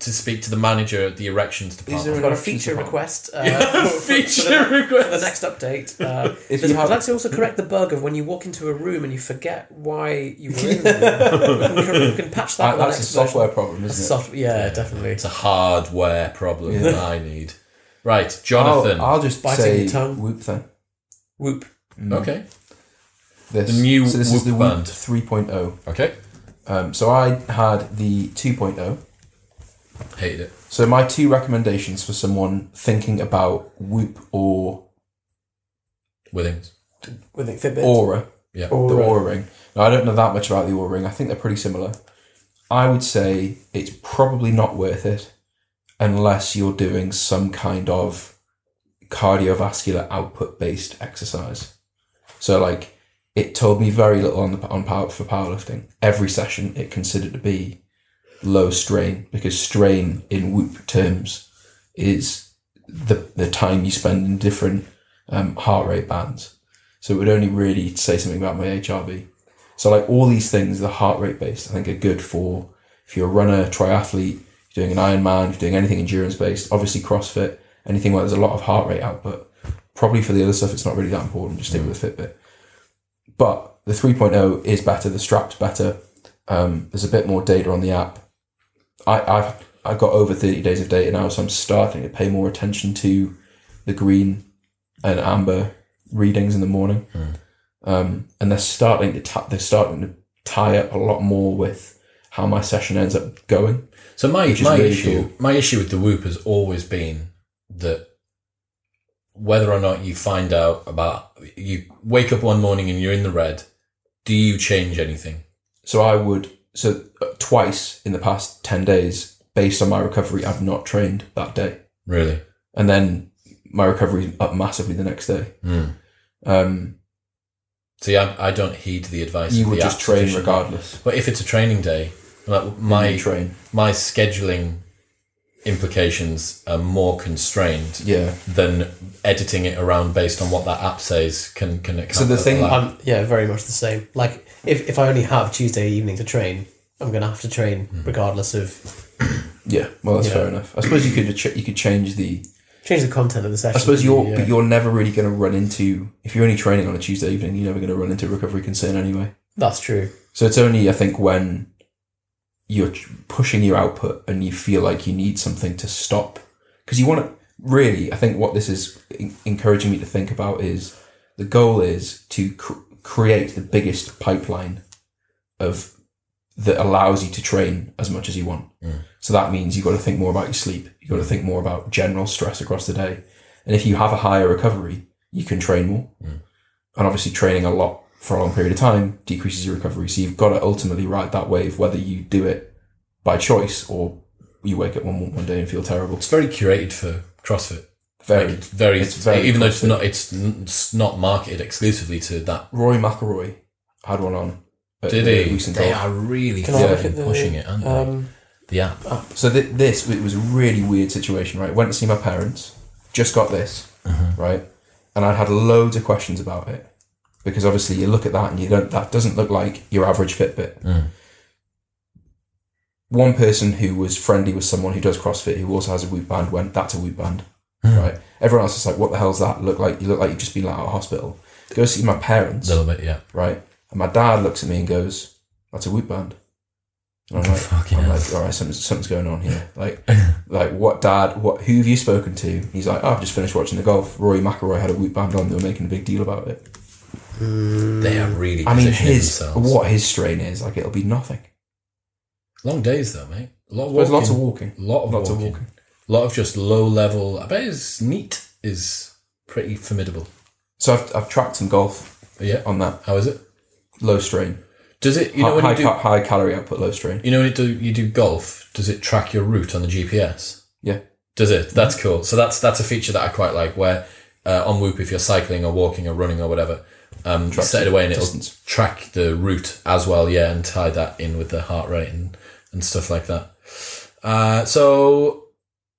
[SPEAKER 1] to speak to the manager at the erections department.
[SPEAKER 2] there
[SPEAKER 3] I've got a
[SPEAKER 1] [LAUGHS]
[SPEAKER 2] Erections
[SPEAKER 3] feature
[SPEAKER 2] department.
[SPEAKER 3] request." Uh, [LAUGHS] for- for the-
[SPEAKER 1] feature
[SPEAKER 3] the
[SPEAKER 1] request.
[SPEAKER 3] next update. Uh,
[SPEAKER 2] If
[SPEAKER 3] there's-
[SPEAKER 2] you have-
[SPEAKER 3] I'd like to also correct the bug of when you walk into a room and you forget why you were
[SPEAKER 2] [LAUGHS]
[SPEAKER 3] in the room. we, can, we can patch that.
[SPEAKER 2] That- that's
[SPEAKER 3] with the
[SPEAKER 2] a
[SPEAKER 3] next
[SPEAKER 2] software
[SPEAKER 3] version.
[SPEAKER 2] problem, isn't it?
[SPEAKER 3] Soft, yeah, definitely.
[SPEAKER 1] It's a hardware problem that I need. Right, Jonathan.
[SPEAKER 2] I'll, I'll just
[SPEAKER 3] Biting
[SPEAKER 2] say
[SPEAKER 3] your tongue.
[SPEAKER 2] whoop then.
[SPEAKER 3] Whoop.
[SPEAKER 1] okay.
[SPEAKER 2] This.
[SPEAKER 1] The new
[SPEAKER 2] so this is
[SPEAKER 1] Whoop
[SPEAKER 2] the Whoop
[SPEAKER 1] band.
[SPEAKER 2] 3.0.
[SPEAKER 1] Okay.
[SPEAKER 2] Um, so I had the 2.0.
[SPEAKER 1] Hated it.
[SPEAKER 2] So my two recommendations for someone thinking about Whoop or
[SPEAKER 1] Withings.
[SPEAKER 3] With it, Fitbit.
[SPEAKER 2] Aura
[SPEAKER 1] Yeah.
[SPEAKER 2] the
[SPEAKER 3] Aura.
[SPEAKER 2] aura ring. Now, I don't know that much about the aura ring. I think they're pretty similar. I would say it's probably not worth it unless you're doing some kind of cardiovascular output based exercise. So, like, it told me very little on the on power for powerlifting. Every session it considered to be low strain because strain in whoop terms is the the time you spend in different um, heart rate bands. So it would only really say something about my HRV. So like all these things, the heart rate based, I think are good for if you're a runner, triathlete, you're doing an Ironman, you're doing anything endurance based, obviously CrossFit, anything where there's a lot of heart rate output. Probably for the other stuff, it's not really that important. Just stick with the Fitbit. But the 3.0 is better. The strap's better. Um, there's a bit more data on the app. I, I've I got over 30 days of data now, so I'm starting to pay more attention to the green and amber readings in the morning.
[SPEAKER 1] Mm.
[SPEAKER 2] Um, and they're starting to ta- they're starting to tie up a lot more with how my session ends up going.
[SPEAKER 1] So my
[SPEAKER 2] Which is
[SPEAKER 1] my
[SPEAKER 2] really
[SPEAKER 1] issue
[SPEAKER 2] cool.
[SPEAKER 1] my issue with the Whoop has always been that whether or not you find out about you wake up one morning and you're in the red, do you change anything?
[SPEAKER 2] So I would so uh, twice in the past 10 days based on my recovery I've not trained that day.
[SPEAKER 1] Really?
[SPEAKER 2] and then my recovery is up massively the next day.
[SPEAKER 1] Hmm.
[SPEAKER 2] Um,
[SPEAKER 1] See, I, I don't heed the advice.
[SPEAKER 2] you
[SPEAKER 1] of
[SPEAKER 2] would
[SPEAKER 1] the
[SPEAKER 2] just
[SPEAKER 1] app
[SPEAKER 2] train
[SPEAKER 1] sufficiently.
[SPEAKER 2] regardless. Mm-hmm.
[SPEAKER 1] But if it's a training day, like my
[SPEAKER 2] You train,
[SPEAKER 1] my scheduling implications are more constrained
[SPEAKER 2] yeah.
[SPEAKER 1] than editing it around based on what that app says can can account
[SPEAKER 2] So the
[SPEAKER 1] for
[SPEAKER 2] thing-
[SPEAKER 1] that.
[SPEAKER 3] I'm yeah, very much the same. Like if, if I only have Tuesday evening to train, I'm gonna have to train
[SPEAKER 2] Hmm.
[SPEAKER 3] regardless of
[SPEAKER 2] Yeah, well, that's
[SPEAKER 3] Yeah.
[SPEAKER 2] fair enough. I suppose you could ch- you could change the.
[SPEAKER 3] change the content of the session.
[SPEAKER 2] I suppose you're
[SPEAKER 3] Yeah.
[SPEAKER 2] but you're never really going to run into if you're only training on a Tuesday evening, you're never going to run into recovery concern anyway.
[SPEAKER 3] That's true.
[SPEAKER 2] So it's only I think when you're tr- pushing your output and you feel like you need something to stop because you want to really. I think what this is en- encouraging me to think about is the goal is to cr- create the biggest pipeline of that allows you to train as much as you want. So that means you've got to think more about your sleep. You've got to think more about general stress across the day. And if you have a higher recovery, you can train more. And obviously, training a lot for a long period of time decreases your recovery. So you've got to ultimately ride that wave, whether you do it by choice or you wake up one one day and feel terrible.
[SPEAKER 1] it's very curated for CrossFit.
[SPEAKER 2] Very.
[SPEAKER 1] Like, it's very,
[SPEAKER 2] It's very
[SPEAKER 1] even though it's not it's, n- it's not marketed exclusively to that.
[SPEAKER 2] Roy McElroy had one on. at
[SPEAKER 1] Did
[SPEAKER 2] the
[SPEAKER 1] he?
[SPEAKER 2] recent
[SPEAKER 1] They
[SPEAKER 2] golf.
[SPEAKER 1] are really
[SPEAKER 3] Can I
[SPEAKER 2] Yeah.
[SPEAKER 3] look
[SPEAKER 1] fucking
[SPEAKER 3] at the
[SPEAKER 1] pushing it, aren't they?
[SPEAKER 3] um,
[SPEAKER 1] The app.
[SPEAKER 2] So th- this it was a really weird situation, right? Went to see my parents, just got this, right? And I'd had loads of questions about it because obviously you look at that and you don't. That doesn't look like your average Fitbit.
[SPEAKER 1] Mm.
[SPEAKER 2] One person who was friendly with someone who does CrossFit who also has a Whoop band went, "That's a Whoop band," right? Everyone else is like, "What the hell's that? Look like you look like you've just been let out of hospital." Go see my
[SPEAKER 1] A
[SPEAKER 2] parents,
[SPEAKER 1] little bit, yeah.
[SPEAKER 2] right? And my dad looks at me and goes, "That's a Whoop band." And
[SPEAKER 1] [LAUGHS]
[SPEAKER 2] I'm like,
[SPEAKER 1] Fucking
[SPEAKER 2] I'm
[SPEAKER 1] hell.
[SPEAKER 2] like, all right, something's, something's going on here. Like, like what, Dad? What? Who have you spoken to? He's like, oh, I've just finished watching the golf. Rory McIlroy had a whoop band on. They were making a big deal about it. Mm.
[SPEAKER 1] They are really.
[SPEAKER 2] I mean,
[SPEAKER 1] positioning
[SPEAKER 2] his
[SPEAKER 1] themselves.
[SPEAKER 2] what his strain is like it'll be nothing.
[SPEAKER 1] long days though, mate. A lot of
[SPEAKER 2] There's
[SPEAKER 1] walking.
[SPEAKER 2] lots of walking.
[SPEAKER 1] lot of
[SPEAKER 2] Lots of
[SPEAKER 1] walking.
[SPEAKER 2] walking.
[SPEAKER 1] lot of just low level. I bet his neat is pretty formidable.
[SPEAKER 2] So I've, I've tracked some golf
[SPEAKER 1] But yeah.
[SPEAKER 2] on that
[SPEAKER 1] How is it?
[SPEAKER 2] low strain,
[SPEAKER 1] Does it? You know when
[SPEAKER 2] high,
[SPEAKER 1] you do.
[SPEAKER 2] ca- high calorie output, low strain.
[SPEAKER 1] You know when you do, you do golf. Does it track your route on the GPS?
[SPEAKER 2] Yeah,
[SPEAKER 1] Does it? That's cool. So that's that's a feature that I quite like. Where uh, on Whoop, if you're cycling or walking or running or whatever, um, you set it away and it'll
[SPEAKER 2] distance.
[SPEAKER 1] track the route as well. Yeah, and tie that in with the heart rate and and stuff like that. Uh, so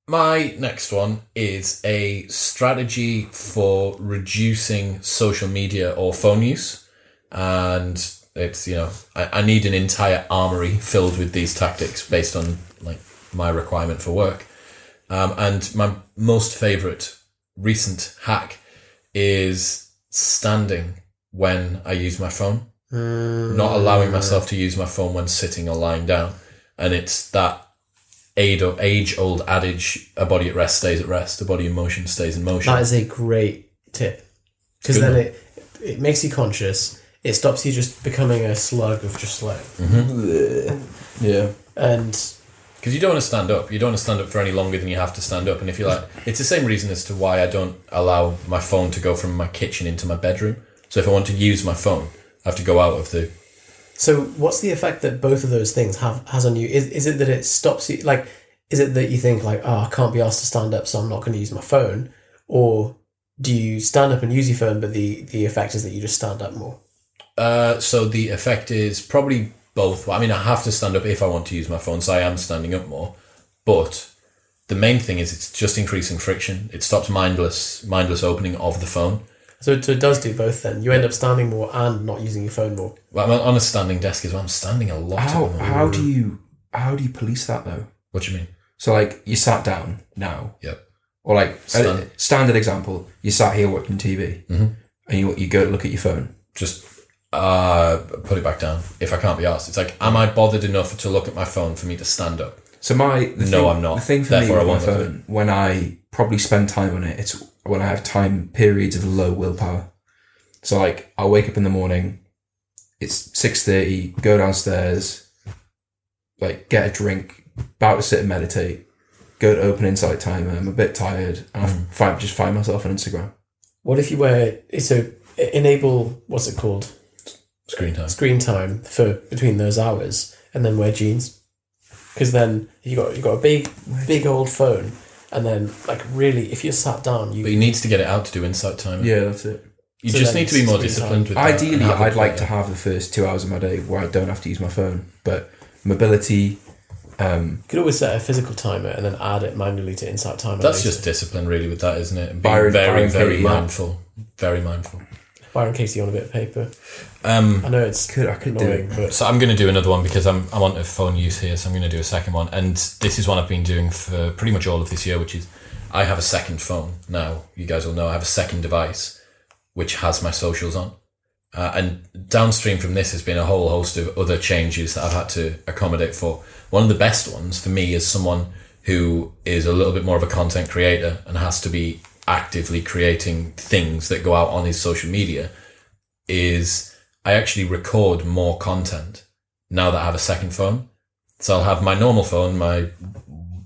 [SPEAKER 1] my next one is a strategy for reducing social media or phone use, and it's you know I, I need an entire armory filled with these tactics based on like my requirement for work. Um, and my most favorite recent hack is standing when I use my phone, not allowing myself to use my phone when sitting or lying down. And it's that age or age old adage: a body at rest stays at rest, a body in motion stays in motion.
[SPEAKER 3] That is a great tip because
[SPEAKER 1] Good
[SPEAKER 3] then
[SPEAKER 1] one.
[SPEAKER 3] it it makes you conscious. It stops you just becoming a slug of just like
[SPEAKER 2] yeah.
[SPEAKER 3] and
[SPEAKER 1] Because you don't want to stand up. You don't want to stand up for any longer than you have to stand up. And if you're like, it's the same reason as to why I don't allow my phone to go from my kitchen into my bedroom. So if I want to use my phone, have to go out of the.
[SPEAKER 3] So what's the effect that both of those things have has on you? Is is it that it stops you like is it that you think like, oh I can't be asked to stand up so I'm not gonna use my phone? Or do you stand up and use your phone but the, the effect is that you just stand up more?
[SPEAKER 1] Uh, so the effect is probably both. I mean, I have to stand up if I want to use my phone, so I am standing up more. But the main thing is it's just increasing friction. It stops mindless mindless opening of the phone.
[SPEAKER 3] So, so it does do both then. You end up standing more and not using your phone more.
[SPEAKER 1] Well, I'm on a standing desk as well. I'm standing a lot.
[SPEAKER 2] How
[SPEAKER 1] at the moment.
[SPEAKER 2] how do you how do you police that though?
[SPEAKER 1] What do you mean?
[SPEAKER 2] So like you sat down now,
[SPEAKER 1] Yep.
[SPEAKER 2] or like a
[SPEAKER 1] Stand-
[SPEAKER 2] standard example, you sat here watching TV,
[SPEAKER 1] Mm-hmm.
[SPEAKER 2] and you you go to look at your phone.
[SPEAKER 1] Just uh, put it back down if I can't be asked. It's like, am I bothered enough to look at my phone for me to stand up?
[SPEAKER 2] So my the
[SPEAKER 1] No,
[SPEAKER 2] thing,
[SPEAKER 1] I'm not.
[SPEAKER 2] The thing for
[SPEAKER 1] Therefore, I
[SPEAKER 2] me with
[SPEAKER 1] won't
[SPEAKER 2] my
[SPEAKER 1] look at
[SPEAKER 2] phone when I probably spend time on it, it's when I have time periods of low willpower. So like I'll wake up in the morning, it's six thirty, go downstairs, like get a drink, about to sit and meditate, go to open insight timer. I'm a bit tired, and I
[SPEAKER 1] Mm.
[SPEAKER 2] find just find myself on Instagram.
[SPEAKER 3] What if you were so e-, enable what's it called?
[SPEAKER 1] Screen time.
[SPEAKER 3] screen time for between those hours and then wear jeans because then you got you got a big big old phone and then like really if you're sat down you
[SPEAKER 1] But he needs to get it out to do insight time.
[SPEAKER 2] Yeah, that's it.
[SPEAKER 1] You
[SPEAKER 3] So
[SPEAKER 1] just
[SPEAKER 3] then
[SPEAKER 1] need to be more
[SPEAKER 3] it's screen
[SPEAKER 1] disciplined with that and
[SPEAKER 2] Ideally,
[SPEAKER 1] have a-
[SPEAKER 2] I'd like to have the first two hours of my day where I don't have to use my phone, but mobility. Um,
[SPEAKER 3] could always set a physical timer and then add it manually to insight timer
[SPEAKER 1] That's
[SPEAKER 3] later.
[SPEAKER 1] just discipline, really, with that, isn't it? And Being
[SPEAKER 2] Byron-
[SPEAKER 1] very,
[SPEAKER 2] Byron
[SPEAKER 1] very
[SPEAKER 2] Katie, yeah.
[SPEAKER 1] mindful. Very mindful.
[SPEAKER 3] Byron Casey on a bit of paper
[SPEAKER 1] Um,
[SPEAKER 3] I know it's
[SPEAKER 2] could I could do
[SPEAKER 3] annoying
[SPEAKER 2] it?
[SPEAKER 3] but
[SPEAKER 1] So I'm going to do another one because I'm I'm on a phone use here, so I'm going to do a second one, and this is one I've been doing for pretty much all of this year, which is I have a second phone now. You guys will know I have a second device which has my socials on, uh, and downstream from this has been a whole host of other changes that I've had to accommodate for. One of the best ones for me is someone who is a little bit more of a content creator and has to be actively creating things that go out on his social media is I actually record more content now that I have a second phone. So I'll have my normal phone, my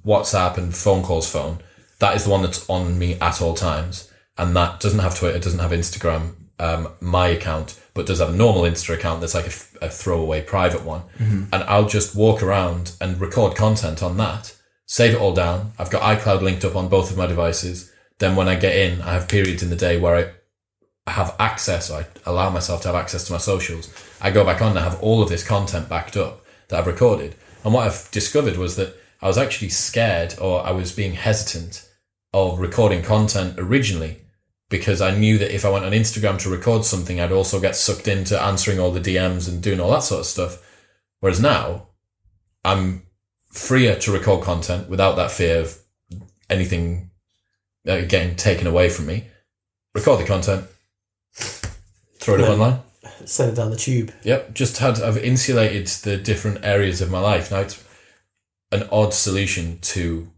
[SPEAKER 1] WhatsApp and phone calls phone. That is the one that's on me at all times. And that doesn't have Twitter, doesn't have Instagram, um, my account, but does have a normal Insta account that's like a, f- a throwaway private one. And I'll just walk around and record content on that, save it all down. I've got iCloud linked up on both of my devices. Then when I get in, I have periods in the day where I I have access, I allow myself to have access to my socials. I go back on and I have all of this content backed up that I've recorded. And what I've discovered was that I was actually scared or I was being hesitant of recording content originally because I knew that if I went on Instagram to record something, I'd also get sucked into answering all the DMs and doing all that sort of stuff. Whereas now, I'm freer to record content without that fear of anything uh, getting taken away from me. Record the content, throw it up
[SPEAKER 3] No.
[SPEAKER 1] online.
[SPEAKER 3] send it down the tube
[SPEAKER 1] Yep, just had I've insulated the different areas of my life. Now it's an odd solution to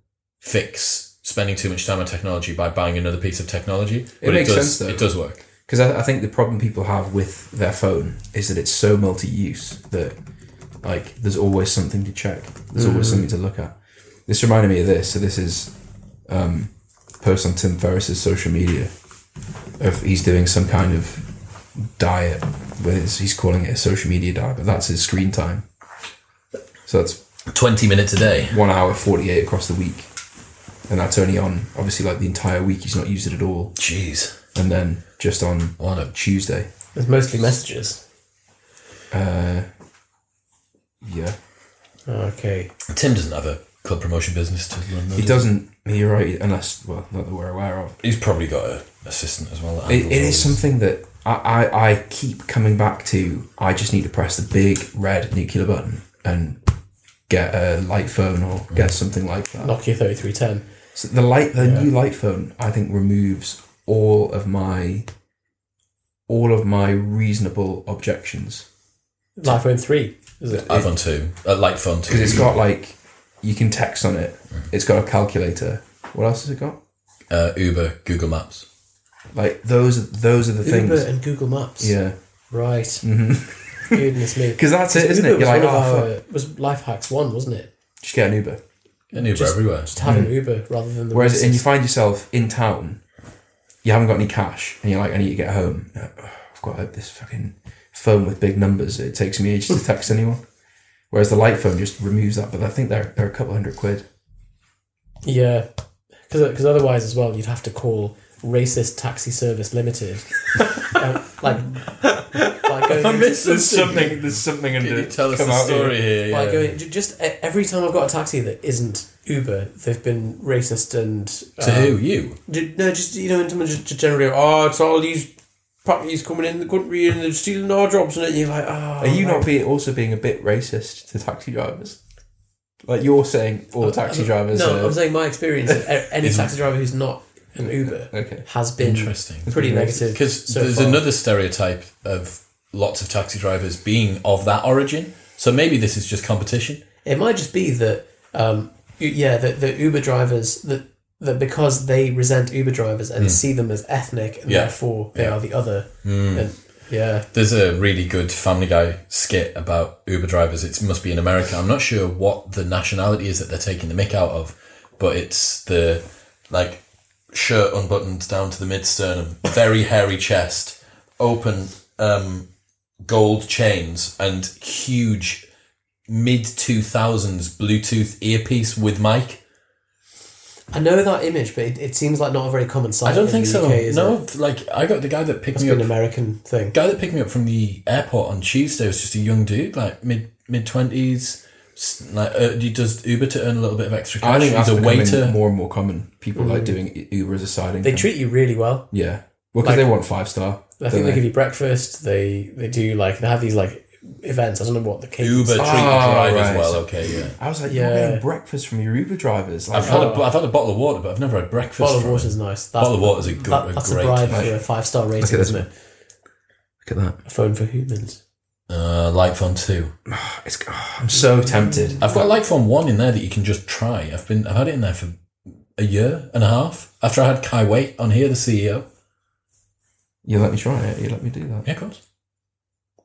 [SPEAKER 1] fix spending too much time on technology by buying another piece of technology. but
[SPEAKER 2] makes
[SPEAKER 1] it does,
[SPEAKER 2] sense, though.
[SPEAKER 1] It does work.
[SPEAKER 2] Because I, I think the problem people have with their phone is that it's so multi-use that like there's always something to check. There's always
[SPEAKER 1] Mm-hmm.
[SPEAKER 2] something to look at. This reminded me of this. So this is um, a post on Tim Ferriss's social media of he's doing some kind of diet with his, he's calling it a social media diet, but that's his screen time. So that's
[SPEAKER 1] Twenty minutes a day.
[SPEAKER 2] one hour forty-eight across the week, and that's only on obviously like the entire week. He's not used it at all,
[SPEAKER 1] Jeez,
[SPEAKER 2] and then just on
[SPEAKER 1] what a
[SPEAKER 2] Tuesday.
[SPEAKER 3] it's mostly messages
[SPEAKER 2] Uh, yeah,
[SPEAKER 3] okay
[SPEAKER 1] Tim doesn't have a club promotion business to run. Though,
[SPEAKER 2] he
[SPEAKER 1] does he?
[SPEAKER 2] doesn't. You're right, unless well, not that we're aware of.
[SPEAKER 1] He's probably got an assistant as well. that
[SPEAKER 2] It,
[SPEAKER 1] handles
[SPEAKER 2] it
[SPEAKER 1] all
[SPEAKER 2] is
[SPEAKER 1] this.
[SPEAKER 2] something that I, I I keep coming back to. I just need to press the big red nuclear button and get a light phone or get something like that.
[SPEAKER 3] Nokia 3310
[SPEAKER 2] So the light, the new light phone, I think removes all of my all of my reasonable objections.
[SPEAKER 3] iPhone 3 is it
[SPEAKER 1] iPhone two, uh, light phone two.
[SPEAKER 2] because it's got like you can text on it.
[SPEAKER 3] Mm-hmm.
[SPEAKER 2] It's got a calculator. What else has it got?
[SPEAKER 1] uh, Uber, Google Maps.
[SPEAKER 2] Like those are those are the
[SPEAKER 3] Uber
[SPEAKER 2] things.
[SPEAKER 3] and Google Maps
[SPEAKER 2] Yeah,
[SPEAKER 3] right goodness me
[SPEAKER 2] because [LAUGHS] that's it, isn't
[SPEAKER 3] Uber
[SPEAKER 2] it?
[SPEAKER 3] was
[SPEAKER 2] You're like,
[SPEAKER 3] one of
[SPEAKER 2] oh,
[SPEAKER 3] our,
[SPEAKER 2] fuck.
[SPEAKER 3] was life hacks one wasn't it
[SPEAKER 2] just get an Uber.
[SPEAKER 1] And Uber
[SPEAKER 3] Just-
[SPEAKER 1] everywhere.
[SPEAKER 3] just have an Uber rather than the
[SPEAKER 2] Hmm. Whereas,
[SPEAKER 3] buses.
[SPEAKER 2] and you find yourself in town, you haven't got any cash, and you're like, I need to get home. Uh, I've got this fucking phone with big numbers, it takes me
[SPEAKER 1] [LAUGHS]
[SPEAKER 2] ages to text anyone. Whereas the light phone just removes that, but I think they're, they're a couple hundred quid.
[SPEAKER 3] Yeah, because otherwise, as well, you'd have to call racist taxi
[SPEAKER 2] [LAUGHS]
[SPEAKER 3] service limited. Um, like, like going into,
[SPEAKER 1] There's
[SPEAKER 2] something, there's something in
[SPEAKER 1] Can you tell us the story here?
[SPEAKER 3] like
[SPEAKER 1] Yeah.
[SPEAKER 3] going, ju- just e- every time I've got a taxi that isn't Uber, they've been racist and
[SPEAKER 1] To
[SPEAKER 3] um,
[SPEAKER 1] who? You?
[SPEAKER 3] Ju- No, just you know, in terms of just, just generally, oh, it's all these puppies coming in the country and they're stealing our jobs, and you're like, oh,
[SPEAKER 2] Are you not be, also being a bit racist to taxi drivers? Like you're saying all taxi drivers
[SPEAKER 3] No,
[SPEAKER 2] are.
[SPEAKER 3] I'm saying my experience of e- any taxi driver who's not an Uber
[SPEAKER 2] okay.
[SPEAKER 3] has been
[SPEAKER 1] Interesting.
[SPEAKER 3] pretty
[SPEAKER 2] It's been
[SPEAKER 3] negative.
[SPEAKER 1] Because
[SPEAKER 3] so
[SPEAKER 1] there's
[SPEAKER 3] far.
[SPEAKER 1] another stereotype of lots of taxi drivers being of that origin. So maybe this is just competition.
[SPEAKER 3] It might just be that, um, u- yeah, that the Uber drivers that that because they resent Uber drivers and see them as ethnic, and
[SPEAKER 1] Hmm. Yeah.
[SPEAKER 3] therefore they
[SPEAKER 1] Yeah.
[SPEAKER 3] are the other. And, yeah,
[SPEAKER 1] There's a really good Family Guy skit about Uber drivers. It must be in America. I'm not sure what the nationality is that they're taking the mick out of, but it's the like shirt unbuttoned down to the mid sternum, very hairy chest, open um, gold chains, and huge mid 2000s Bluetooth earpiece with mic.
[SPEAKER 3] I know that image, but it, it seems like not a very common sight.
[SPEAKER 1] I don't
[SPEAKER 3] in
[SPEAKER 1] think
[SPEAKER 3] the
[SPEAKER 1] so.
[SPEAKER 3] UK, is it?
[SPEAKER 1] no, like I got the guy that picked
[SPEAKER 3] it's
[SPEAKER 1] me
[SPEAKER 3] been
[SPEAKER 1] up.
[SPEAKER 3] an American thing.
[SPEAKER 1] guy that picked me up from the airport on Tuesday was just a young dude, like mid mid twenties. Like uh, he does Uber to earn a little bit of extra cash.
[SPEAKER 2] I think
[SPEAKER 1] He's
[SPEAKER 2] that's
[SPEAKER 1] a
[SPEAKER 2] becoming
[SPEAKER 1] waiter. Mm.
[SPEAKER 2] more and more common. People like doing U- Uber as a side income.
[SPEAKER 3] They treat you really well.
[SPEAKER 2] yeah. Well, because
[SPEAKER 3] Like-
[SPEAKER 2] they want five star.
[SPEAKER 3] I think they give you breakfast. They they do like they have these like events. I don't know what the cadence. Ah,
[SPEAKER 1] Uber treat the
[SPEAKER 2] Oh,
[SPEAKER 1] drive as
[SPEAKER 2] right.
[SPEAKER 1] well. Okay, yeah.
[SPEAKER 2] I was like,
[SPEAKER 3] Yeah.
[SPEAKER 2] you're getting breakfast from your Uber drivers. Like, oh,
[SPEAKER 1] I've had a, I've had a bottle of water, but I've never had breakfast.
[SPEAKER 3] Bottle of
[SPEAKER 1] from
[SPEAKER 3] water's
[SPEAKER 1] it.
[SPEAKER 3] nice. That's,
[SPEAKER 1] Bottle of water's a good,
[SPEAKER 3] that-
[SPEAKER 1] a
[SPEAKER 3] that's a
[SPEAKER 1] great.
[SPEAKER 3] bribe
[SPEAKER 1] drink.
[SPEAKER 3] for a five star rating,
[SPEAKER 2] this
[SPEAKER 3] isn't it?
[SPEAKER 2] look at
[SPEAKER 3] A phone for humans.
[SPEAKER 1] Uh, Light Phone Two.
[SPEAKER 2] that. It's, oh, I'm so tempted.
[SPEAKER 1] I've got Light Phone One in there that you can just try. I've been I've had it in there for a year and a half after I had Kai Wait on here, the E CEO.
[SPEAKER 2] You let me try it. You let me do that.
[SPEAKER 1] Yeah, of course.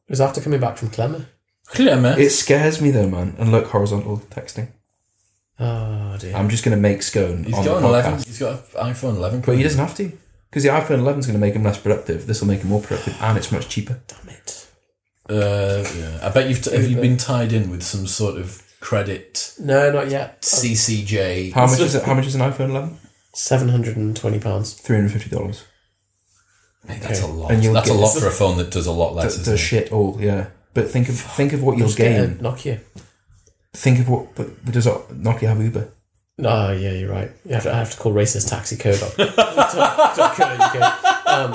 [SPEAKER 3] It was after coming back from Clemmer.
[SPEAKER 1] Clear man.
[SPEAKER 2] It scares me though, man. And look, horizontal texting.
[SPEAKER 3] Oh
[SPEAKER 1] Um,
[SPEAKER 3] dear.
[SPEAKER 2] I'm just gonna make scone
[SPEAKER 1] He's
[SPEAKER 2] on the
[SPEAKER 1] got an
[SPEAKER 2] podcast.
[SPEAKER 1] eleven. He's got an iPhone eleven.
[SPEAKER 2] But he
[SPEAKER 1] coming.
[SPEAKER 2] doesn't have to. Because the iPhone 11 is going to make him less productive. This will make him more productive, and it's much cheaper.
[SPEAKER 3] Damn it.
[SPEAKER 1] Uh, yeah. I bet you've t- have you been tied in with some sort of credit
[SPEAKER 3] No, not yet.
[SPEAKER 1] CCJ.
[SPEAKER 2] How much is it? How much is an iPhone 11?
[SPEAKER 3] Seven hundred and twenty pounds.
[SPEAKER 2] Three hundred fifty dollars.
[SPEAKER 1] Mate, That's a lot.
[SPEAKER 2] And you'll
[SPEAKER 1] That's a
[SPEAKER 2] get-
[SPEAKER 1] lot for a phone that does a lot less.
[SPEAKER 2] Does
[SPEAKER 1] isn't it?
[SPEAKER 2] shit all, yeah. But think of think of what you'll
[SPEAKER 3] Just get a
[SPEAKER 2] gain.
[SPEAKER 3] Nokia.
[SPEAKER 2] Think of what. But but does Nokia have Uber?
[SPEAKER 3] No, Ah, yeah, you're right. You have to, I have to call racist taxi code [LAUGHS] up. um,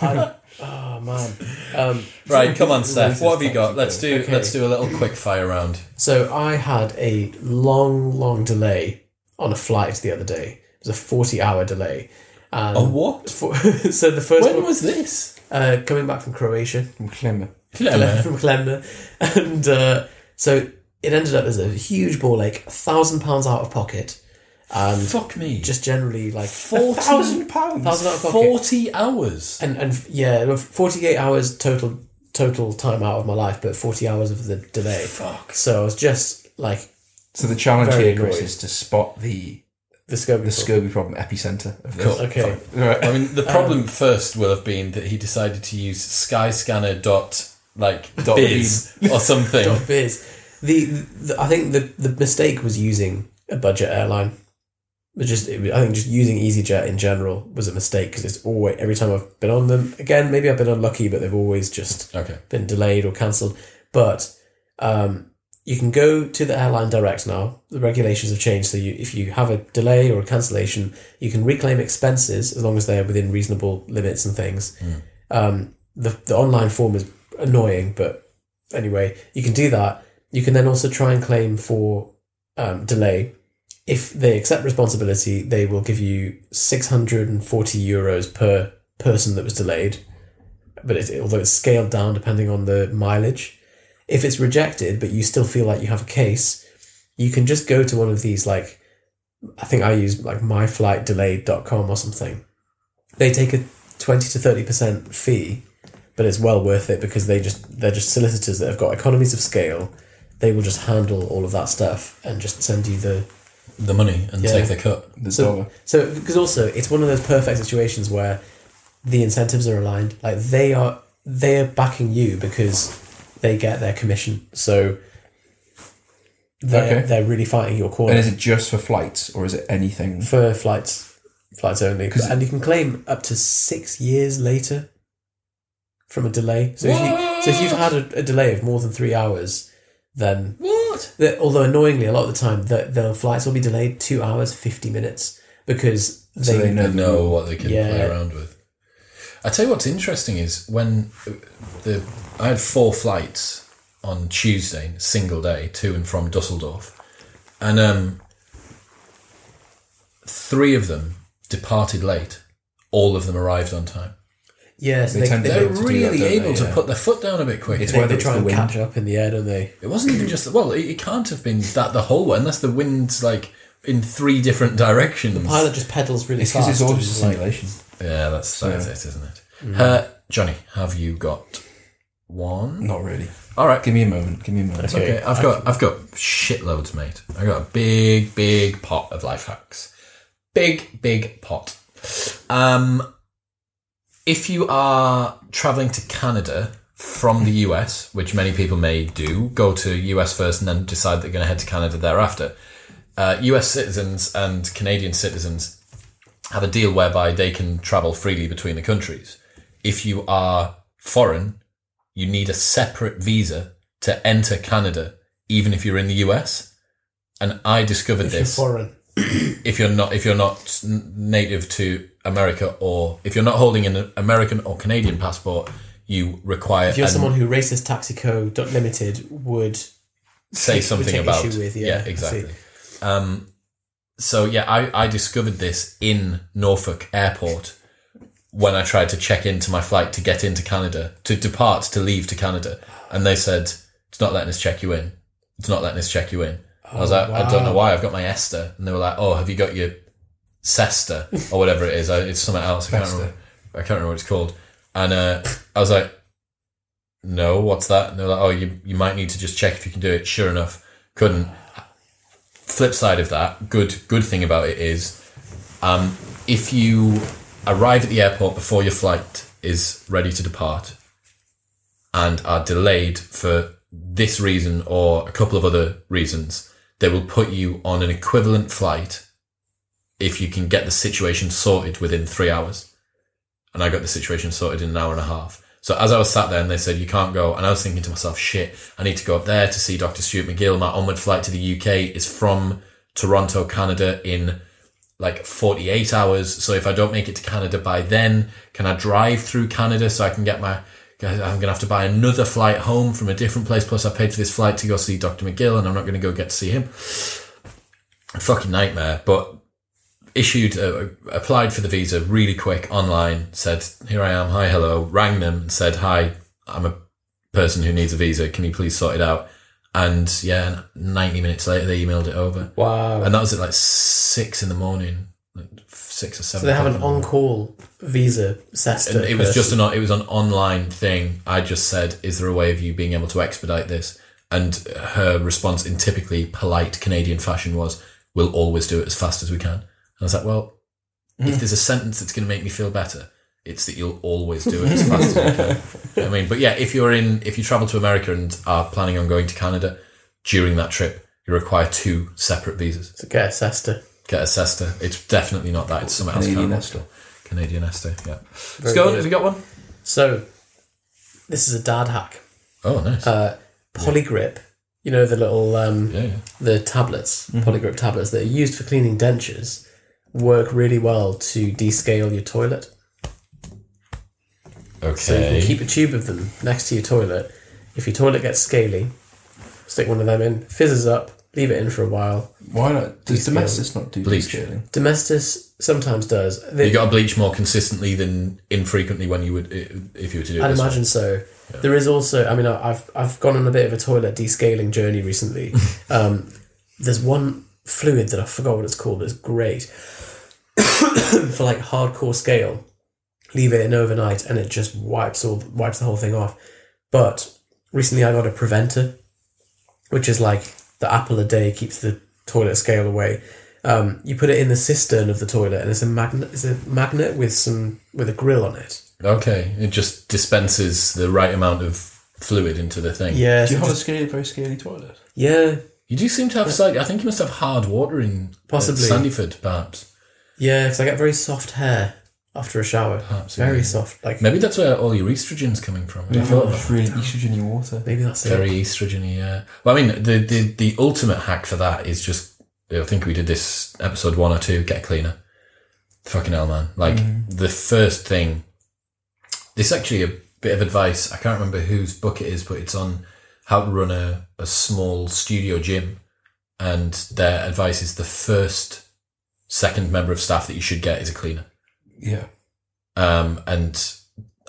[SPEAKER 3] I- oh man. Um,
[SPEAKER 1] Right, come on, Steph. What have you got?
[SPEAKER 2] expensive,
[SPEAKER 1] Let's do
[SPEAKER 3] Okay.
[SPEAKER 1] let's do a little quick fire round.
[SPEAKER 3] So I had a long, long delay on a flight the other day. It was a forty-hour delay. And
[SPEAKER 1] what?
[SPEAKER 3] for- [LAUGHS] so the first
[SPEAKER 1] When
[SPEAKER 3] one,
[SPEAKER 1] was this?
[SPEAKER 3] uh, coming back from Croatia,
[SPEAKER 2] From Clemmer.
[SPEAKER 1] Yeah, man.
[SPEAKER 3] [LAUGHS] from Clemna, and uh, so it ended up as a huge ball ache, thousand pounds out of pocket, and
[SPEAKER 1] Fuck me. Just
[SPEAKER 3] just generally like
[SPEAKER 1] 40,
[SPEAKER 2] Thousand pounds.
[SPEAKER 3] thousand out of pocket.
[SPEAKER 1] 40 hours.
[SPEAKER 3] [LAUGHS] and and yeah, forty eight hours total total time out of my life, but forty hours of the delay.
[SPEAKER 1] Fuck.
[SPEAKER 3] So I was just like
[SPEAKER 2] So the challenge
[SPEAKER 3] Very
[SPEAKER 2] here, Chris,
[SPEAKER 3] annoying.
[SPEAKER 2] is to spot the
[SPEAKER 3] the scope.
[SPEAKER 2] the Scobie problem epicenter of this.
[SPEAKER 3] Okay. [LAUGHS]
[SPEAKER 2] Right.
[SPEAKER 1] I mean, the problem first will have been that he decided to use Skyscanner dot like
[SPEAKER 2] Dot
[SPEAKER 1] biz or
[SPEAKER 3] [LAUGHS]
[SPEAKER 1] something.
[SPEAKER 3] Biz. The, the I think the the mistake was using a budget airline. But just it, was- I think just using EasyJet in general was a mistake because it's always every time I've been on them. Again, maybe I've been unlucky, but they've always just
[SPEAKER 1] okay.
[SPEAKER 3] been delayed or cancelled. But um, you can go to the airline direct now. The regulations have changed, so you, if you have a delay or a cancellation, you can reclaim expenses as long as they're within reasonable limits and things. Um, the the online form is annoying, but anyway, you can do that. You can then also try and claim for um, delay. If they accept responsibility, they will give you six hundred and forty euros per person that was delayed but it, although it's scaled down depending on the mileage. If it's rejected, but you still feel like you have a case, you can just go to one of these, like, I think I use like myflightdelayed.com or something. They take a 20 to 30% fee, but it's well worth it because they just, they're just solicitors that have got economies of scale. They will just handle all of that stuff and just send you the,
[SPEAKER 1] The money and
[SPEAKER 3] Yeah.
[SPEAKER 1] take the cut.
[SPEAKER 2] The
[SPEAKER 3] so,
[SPEAKER 2] dollar.
[SPEAKER 3] so because also it's one of those perfect situations where the incentives are aligned. Like they are they're backing you because they get their commission. So they're,
[SPEAKER 2] Okay.
[SPEAKER 3] they're really fighting your
[SPEAKER 2] And
[SPEAKER 3] corner
[SPEAKER 2] is it just for flights or is it anything?
[SPEAKER 3] for flights, flights only.
[SPEAKER 2] 'Cause-
[SPEAKER 3] And you can claim up to six years later from a delay. So if, you, so if you've had a, a delay of more than three hours, then
[SPEAKER 1] What?
[SPEAKER 3] that- although annoyingly a lot of the time the, the flights will be delayed two hours fifty minutes because they,
[SPEAKER 2] So they know.
[SPEAKER 1] They know what they can play
[SPEAKER 3] Yeah.
[SPEAKER 1] around with. I tell you what's interesting is when the I had four flights on Tuesday, single day, to and from Dusseldorf, and um, three of them departed late. All of them arrived on time.
[SPEAKER 3] yeah so
[SPEAKER 2] They
[SPEAKER 3] they,
[SPEAKER 2] tend
[SPEAKER 3] they,
[SPEAKER 2] to
[SPEAKER 1] They're
[SPEAKER 2] do that,
[SPEAKER 1] really
[SPEAKER 2] don't they?
[SPEAKER 1] able to
[SPEAKER 2] Yeah.
[SPEAKER 1] put their foot down a bit quicker.
[SPEAKER 2] It's
[SPEAKER 3] they-
[SPEAKER 2] whether
[SPEAKER 3] they
[SPEAKER 2] it's
[SPEAKER 3] try
[SPEAKER 2] the
[SPEAKER 3] and
[SPEAKER 2] wind.
[SPEAKER 3] catch up in the air, don't they?
[SPEAKER 1] It wasn't even just well. It, it can't have been that the whole way, unless the wind's like in three different directions.
[SPEAKER 3] Pilot just pedals really
[SPEAKER 2] It's because
[SPEAKER 3] fast.
[SPEAKER 2] it's all
[SPEAKER 3] and
[SPEAKER 2] just a
[SPEAKER 3] like-
[SPEAKER 2] simulation.
[SPEAKER 1] Yeah, that's that's it, isn't it? Uh, Johnny, have you got one?
[SPEAKER 2] Not really.
[SPEAKER 1] All right.
[SPEAKER 2] Give me a moment. Give me a moment.
[SPEAKER 3] Okay.
[SPEAKER 1] Okay, I've got I've got shitloads, mate. I got a big, big pot of life hacks. Big, big pot. Um, if you are traveling to Canada from the US, which many people may do, go to US first and then decide they're going to head to Canada thereafter. Uh, US citizens and Canadian citizens have a deal whereby they can travel freely between the countries. If you are foreign, you need a separate visa to enter Canada, even if you're in the US. And I discovered
[SPEAKER 3] If you're
[SPEAKER 1] this
[SPEAKER 3] foreign.
[SPEAKER 1] if you're not if you're not n- native to America or if you're not holding an American or Canadian passport, you require
[SPEAKER 3] If you're
[SPEAKER 1] and
[SPEAKER 3] someone who racist Taxico Dot Limited would [LAUGHS]
[SPEAKER 1] say
[SPEAKER 3] would
[SPEAKER 1] something
[SPEAKER 3] take
[SPEAKER 1] about
[SPEAKER 3] issue with, yeah, I see.
[SPEAKER 1] exactly. Um, so yeah, I, I discovered this in Norfolk Airport when I tried to check into my flight to get into Canada to depart to leave to Canada, and they said it's not letting us check you in. It's not letting us check you in. I
[SPEAKER 3] Oh,
[SPEAKER 1] was like, I don't know why. I've got my Esther, and they were like, Oh, have you got your Sester or whatever it is? I, it's something else. I can't
[SPEAKER 2] Fester.
[SPEAKER 1] remember. I can't remember what it's called. And uh, I was like, No, what's that? And they were like, Oh, you you might need to just check if you can do it. Sure enough, couldn't. Flip side of that, good good thing about it is, um, if you arrive at the airport before your flight is ready to depart, and are delayed for this reason or a couple of other reasons, they will put you on an equivalent flight if you can get the situation sorted within three hours. And I got the situation sorted in an hour and a half. So as I was sat there and they said, you can't go. And I was thinking to myself, shit, I need to go up there to see Dr. Stuart McGill. My onward flight to the UK is from Toronto, Canada in like 48 hours. So if I don't make it to Canada by then, can I drive through Canada so I can get my. I'm going to have to buy another flight home from a different place. Plus, I paid for this flight to go see Dr. McGill and I'm not going to go get to see him. Fucking nightmare. But issued, uh, applied for the visa really quick online, said, Here I am. Hi, hello. Rang them and said, Hi, I'm a person who needs a visa. Can you please sort it out? And yeah, 90 minutes later, they emailed it over.
[SPEAKER 3] Wow.
[SPEAKER 1] And that was at like six in the morning, like six or seven.
[SPEAKER 3] So they
[SPEAKER 1] o'clock
[SPEAKER 3] have
[SPEAKER 1] in
[SPEAKER 3] an
[SPEAKER 1] the morning.
[SPEAKER 3] on-call visa Sesta.
[SPEAKER 1] And it was just an it was an online thing. I just said, "Is there a way of you being able to expedite this?" And her response, in typically polite Canadian fashion, was, "We'll always do it as fast as we can." And I was like, "Well,
[SPEAKER 2] Hmm.
[SPEAKER 3] Hmm.
[SPEAKER 1] if there's a sentence that's going to make me feel better, it's that you'll always do it as fast as
[SPEAKER 3] [LAUGHS]
[SPEAKER 1] you can." I mean, but yeah, if you're in, if you travel to America and are planning on going to Canada during that trip, you require two separate visas
[SPEAKER 3] So get a Sesta.
[SPEAKER 1] get a Sester. It's definitely not that. It's something
[SPEAKER 2] Canadian
[SPEAKER 1] else. Canadian Esther. Canadian Esther. Yeah. Let's
[SPEAKER 3] Very
[SPEAKER 1] go.
[SPEAKER 3] good.
[SPEAKER 1] Have you got one?
[SPEAKER 3] So this is a dad hack.
[SPEAKER 1] Oh, nice.
[SPEAKER 3] Uh, polygrip. You know the little um,
[SPEAKER 1] yeah, Mm-hmm. yeah.
[SPEAKER 3] the tablets, polygrip tablets that are used for cleaning dentures, work really well to descale your toilet.
[SPEAKER 1] Okay.
[SPEAKER 3] So you can keep a tube of them next to your toilet. If your toilet gets scaly, stick one of them in, fizzes up, leave it in for a while.
[SPEAKER 2] Why not? Does
[SPEAKER 3] Descaling.
[SPEAKER 2] Domestos not do
[SPEAKER 1] Bleach.
[SPEAKER 2] descaling?
[SPEAKER 3] Domestos sometimes does. They-
[SPEAKER 1] you got to bleach more consistently than infrequently when you would i- if you were to do it
[SPEAKER 3] I'd
[SPEAKER 1] this way.
[SPEAKER 3] imagine so. There is also, I mean, I- I've I've gone on a bit of a toilet descaling journey [LAUGHS] recently. um, there's one fluid that I forgot what it's called. It's great [COUGHS] for like hardcore scale. Leave it in overnight, and it just wipes all wipes the whole thing off. But recently, I got a preventer, which is like the apple a day keeps the toilet scale away. Um, you put it in the cistern of the toilet, and it's a magnet. It's a magnet with some with a grill on it
[SPEAKER 1] Okay, it just dispenses the right amount of fluid into the thing.
[SPEAKER 3] Yeah,
[SPEAKER 2] Do you
[SPEAKER 3] so
[SPEAKER 2] have a
[SPEAKER 3] just-
[SPEAKER 2] scaly, very scaly toilet?
[SPEAKER 3] yeah,
[SPEAKER 1] You do seem to have slightly. I think you must have hard water in uh,
[SPEAKER 3] Possibly.
[SPEAKER 1] Sandyford, perhaps.
[SPEAKER 3] yeah. Because I get very soft hair after a shower.
[SPEAKER 1] Perhaps,
[SPEAKER 3] very
[SPEAKER 1] yeah.
[SPEAKER 3] soft. Like
[SPEAKER 1] Oh, Maybe that's where all your estrogen's coming from. Have you thought about that?
[SPEAKER 2] it's
[SPEAKER 3] [LAUGHS]
[SPEAKER 2] really estrogen in water.
[SPEAKER 3] maybe that's
[SPEAKER 1] very
[SPEAKER 3] it.
[SPEAKER 1] estrogen yeah well i mean the, the the ultimate hack for that is just i think we did this episode one or two get a cleaner fucking hell man like the first thing this is actually a bit of advice i can't remember whose book it is but it's on how to run a, a small studio gym and their advice is the first second member of staff that you should get is a cleaner
[SPEAKER 2] Yeah. [LAUGHS]
[SPEAKER 1] um, and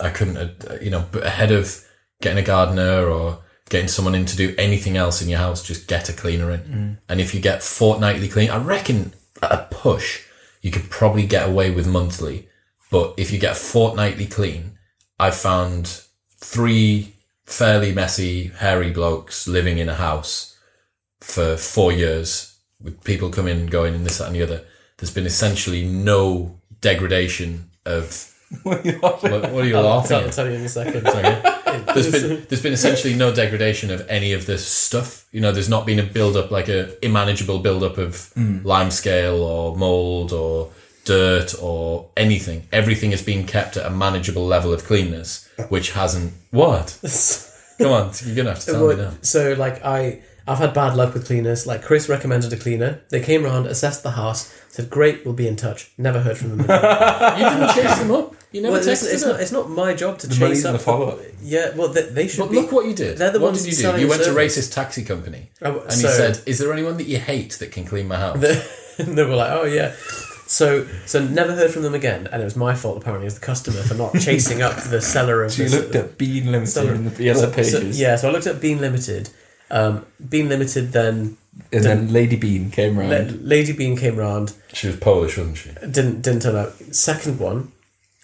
[SPEAKER 1] I couldn't, uh, you know, but ahead of getting a gardener or getting someone in to do anything else in your house, just get a cleaner in. And if you get fortnightly clean, I reckon at a push, you could probably get away with monthly. But if you get fortnightly clean, I found three fairly messy, hairy blokes living in a house for four years with people coming and going and this, that, and the other. There's been essentially no degradation of
[SPEAKER 2] What are you laughing
[SPEAKER 1] what, what are you
[SPEAKER 3] I'll,
[SPEAKER 1] laughing
[SPEAKER 3] tell, I'll
[SPEAKER 1] at?
[SPEAKER 3] tell you in a second. [LAUGHS]
[SPEAKER 1] There's been there's been essentially no degradation of any of this stuff. You know, there's not been a build up like a immanageable build up of
[SPEAKER 3] Hmm.
[SPEAKER 1] limescale or mold or dirt or anything. Everything has been kept at a manageable level of cleanness, which hasn't.
[SPEAKER 3] [LAUGHS]
[SPEAKER 1] What? Come on, you're gonna have to tell me now.
[SPEAKER 3] so like I I've had bad luck with cleaners. Like Chris recommended a cleaner. They came round, assessed the house, said great, we'll be in touch. Never
[SPEAKER 1] [LAUGHS]
[SPEAKER 3] heard from them. again.
[SPEAKER 1] You didn't chase them up. You never
[SPEAKER 3] well, it's,
[SPEAKER 1] texted
[SPEAKER 3] it's
[SPEAKER 1] them.
[SPEAKER 3] not it's not my job to
[SPEAKER 2] The
[SPEAKER 3] chase
[SPEAKER 2] money's in
[SPEAKER 3] up.
[SPEAKER 2] the follow up.
[SPEAKER 3] yeah, well they, they should
[SPEAKER 1] But
[SPEAKER 3] be.
[SPEAKER 1] look what you did.
[SPEAKER 3] They're the
[SPEAKER 1] what
[SPEAKER 3] ones
[SPEAKER 1] did
[SPEAKER 3] who
[SPEAKER 1] you
[SPEAKER 3] sell
[SPEAKER 1] do?
[SPEAKER 3] your
[SPEAKER 1] You went
[SPEAKER 3] service.
[SPEAKER 1] to racist taxi company,
[SPEAKER 3] Oh,
[SPEAKER 1] and
[SPEAKER 3] so-
[SPEAKER 1] you said, "Is there anyone that you hate that can clean my house?"
[SPEAKER 3] and [LAUGHS] they were like, oh yeah. So so never heard from them again, and it was my fault apparently as the customer for
[SPEAKER 1] [LAUGHS]
[SPEAKER 3] not chasing up the seller of
[SPEAKER 2] So you
[SPEAKER 3] the,
[SPEAKER 2] looked at Bean Limited
[SPEAKER 3] Stellar-
[SPEAKER 2] in the yellow pages,
[SPEAKER 3] So, yeah, so I looked at Bean Limited. Um, Bean Limited then
[SPEAKER 2] and then Lady Bean came round.
[SPEAKER 3] La- Lady Bean came round,
[SPEAKER 1] She was Polish, wasn't she?
[SPEAKER 3] didn't didn't turn up. Second one,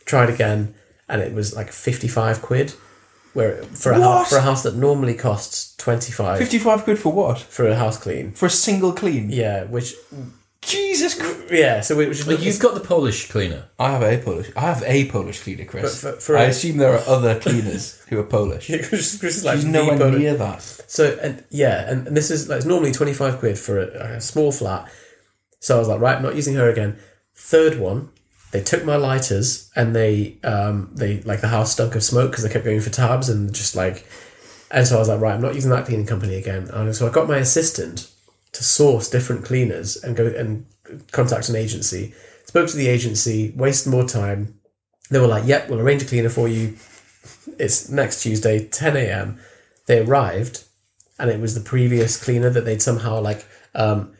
[SPEAKER 3] tried again, and it was like fifty five quid, where for a
[SPEAKER 2] What?
[SPEAKER 3] house for a house that normally costs twenty five
[SPEAKER 2] Fifty-five quid for what?
[SPEAKER 3] for a house clean.
[SPEAKER 2] For a single clean?
[SPEAKER 3] Yeah, which
[SPEAKER 2] Jesus Christ!
[SPEAKER 3] yeah, so we- which is
[SPEAKER 1] But you've got the Polish cleaner.
[SPEAKER 2] I have a Polish. I have a Polish cleaner, Chris.
[SPEAKER 3] But for- for
[SPEAKER 2] I
[SPEAKER 3] a-
[SPEAKER 2] assume there are other cleaners who are
[SPEAKER 3] [LAUGHS]
[SPEAKER 2] Polish.
[SPEAKER 3] Chris is like
[SPEAKER 2] He's
[SPEAKER 3] the
[SPEAKER 2] nowhere
[SPEAKER 3] bonus-
[SPEAKER 2] near that.
[SPEAKER 3] So and yeah, and, and this is like it's normally twenty five quid for a, a small flat. So I was like, right, I'm not using her again. Third one, they took my lighters and they um they like the house stunk of smoke because they kept going for tabs and just like, and so I was like, right, I'm not using that cleaning company again. And so I got my assistant to source different cleaners and go and contact an agency. Spoke to the agency, wasted more time. They were like, yep, we'll arrange a cleaner for you. It's next Tuesday, 10 a.m. They arrived and it was the previous cleaner that they'd somehow like um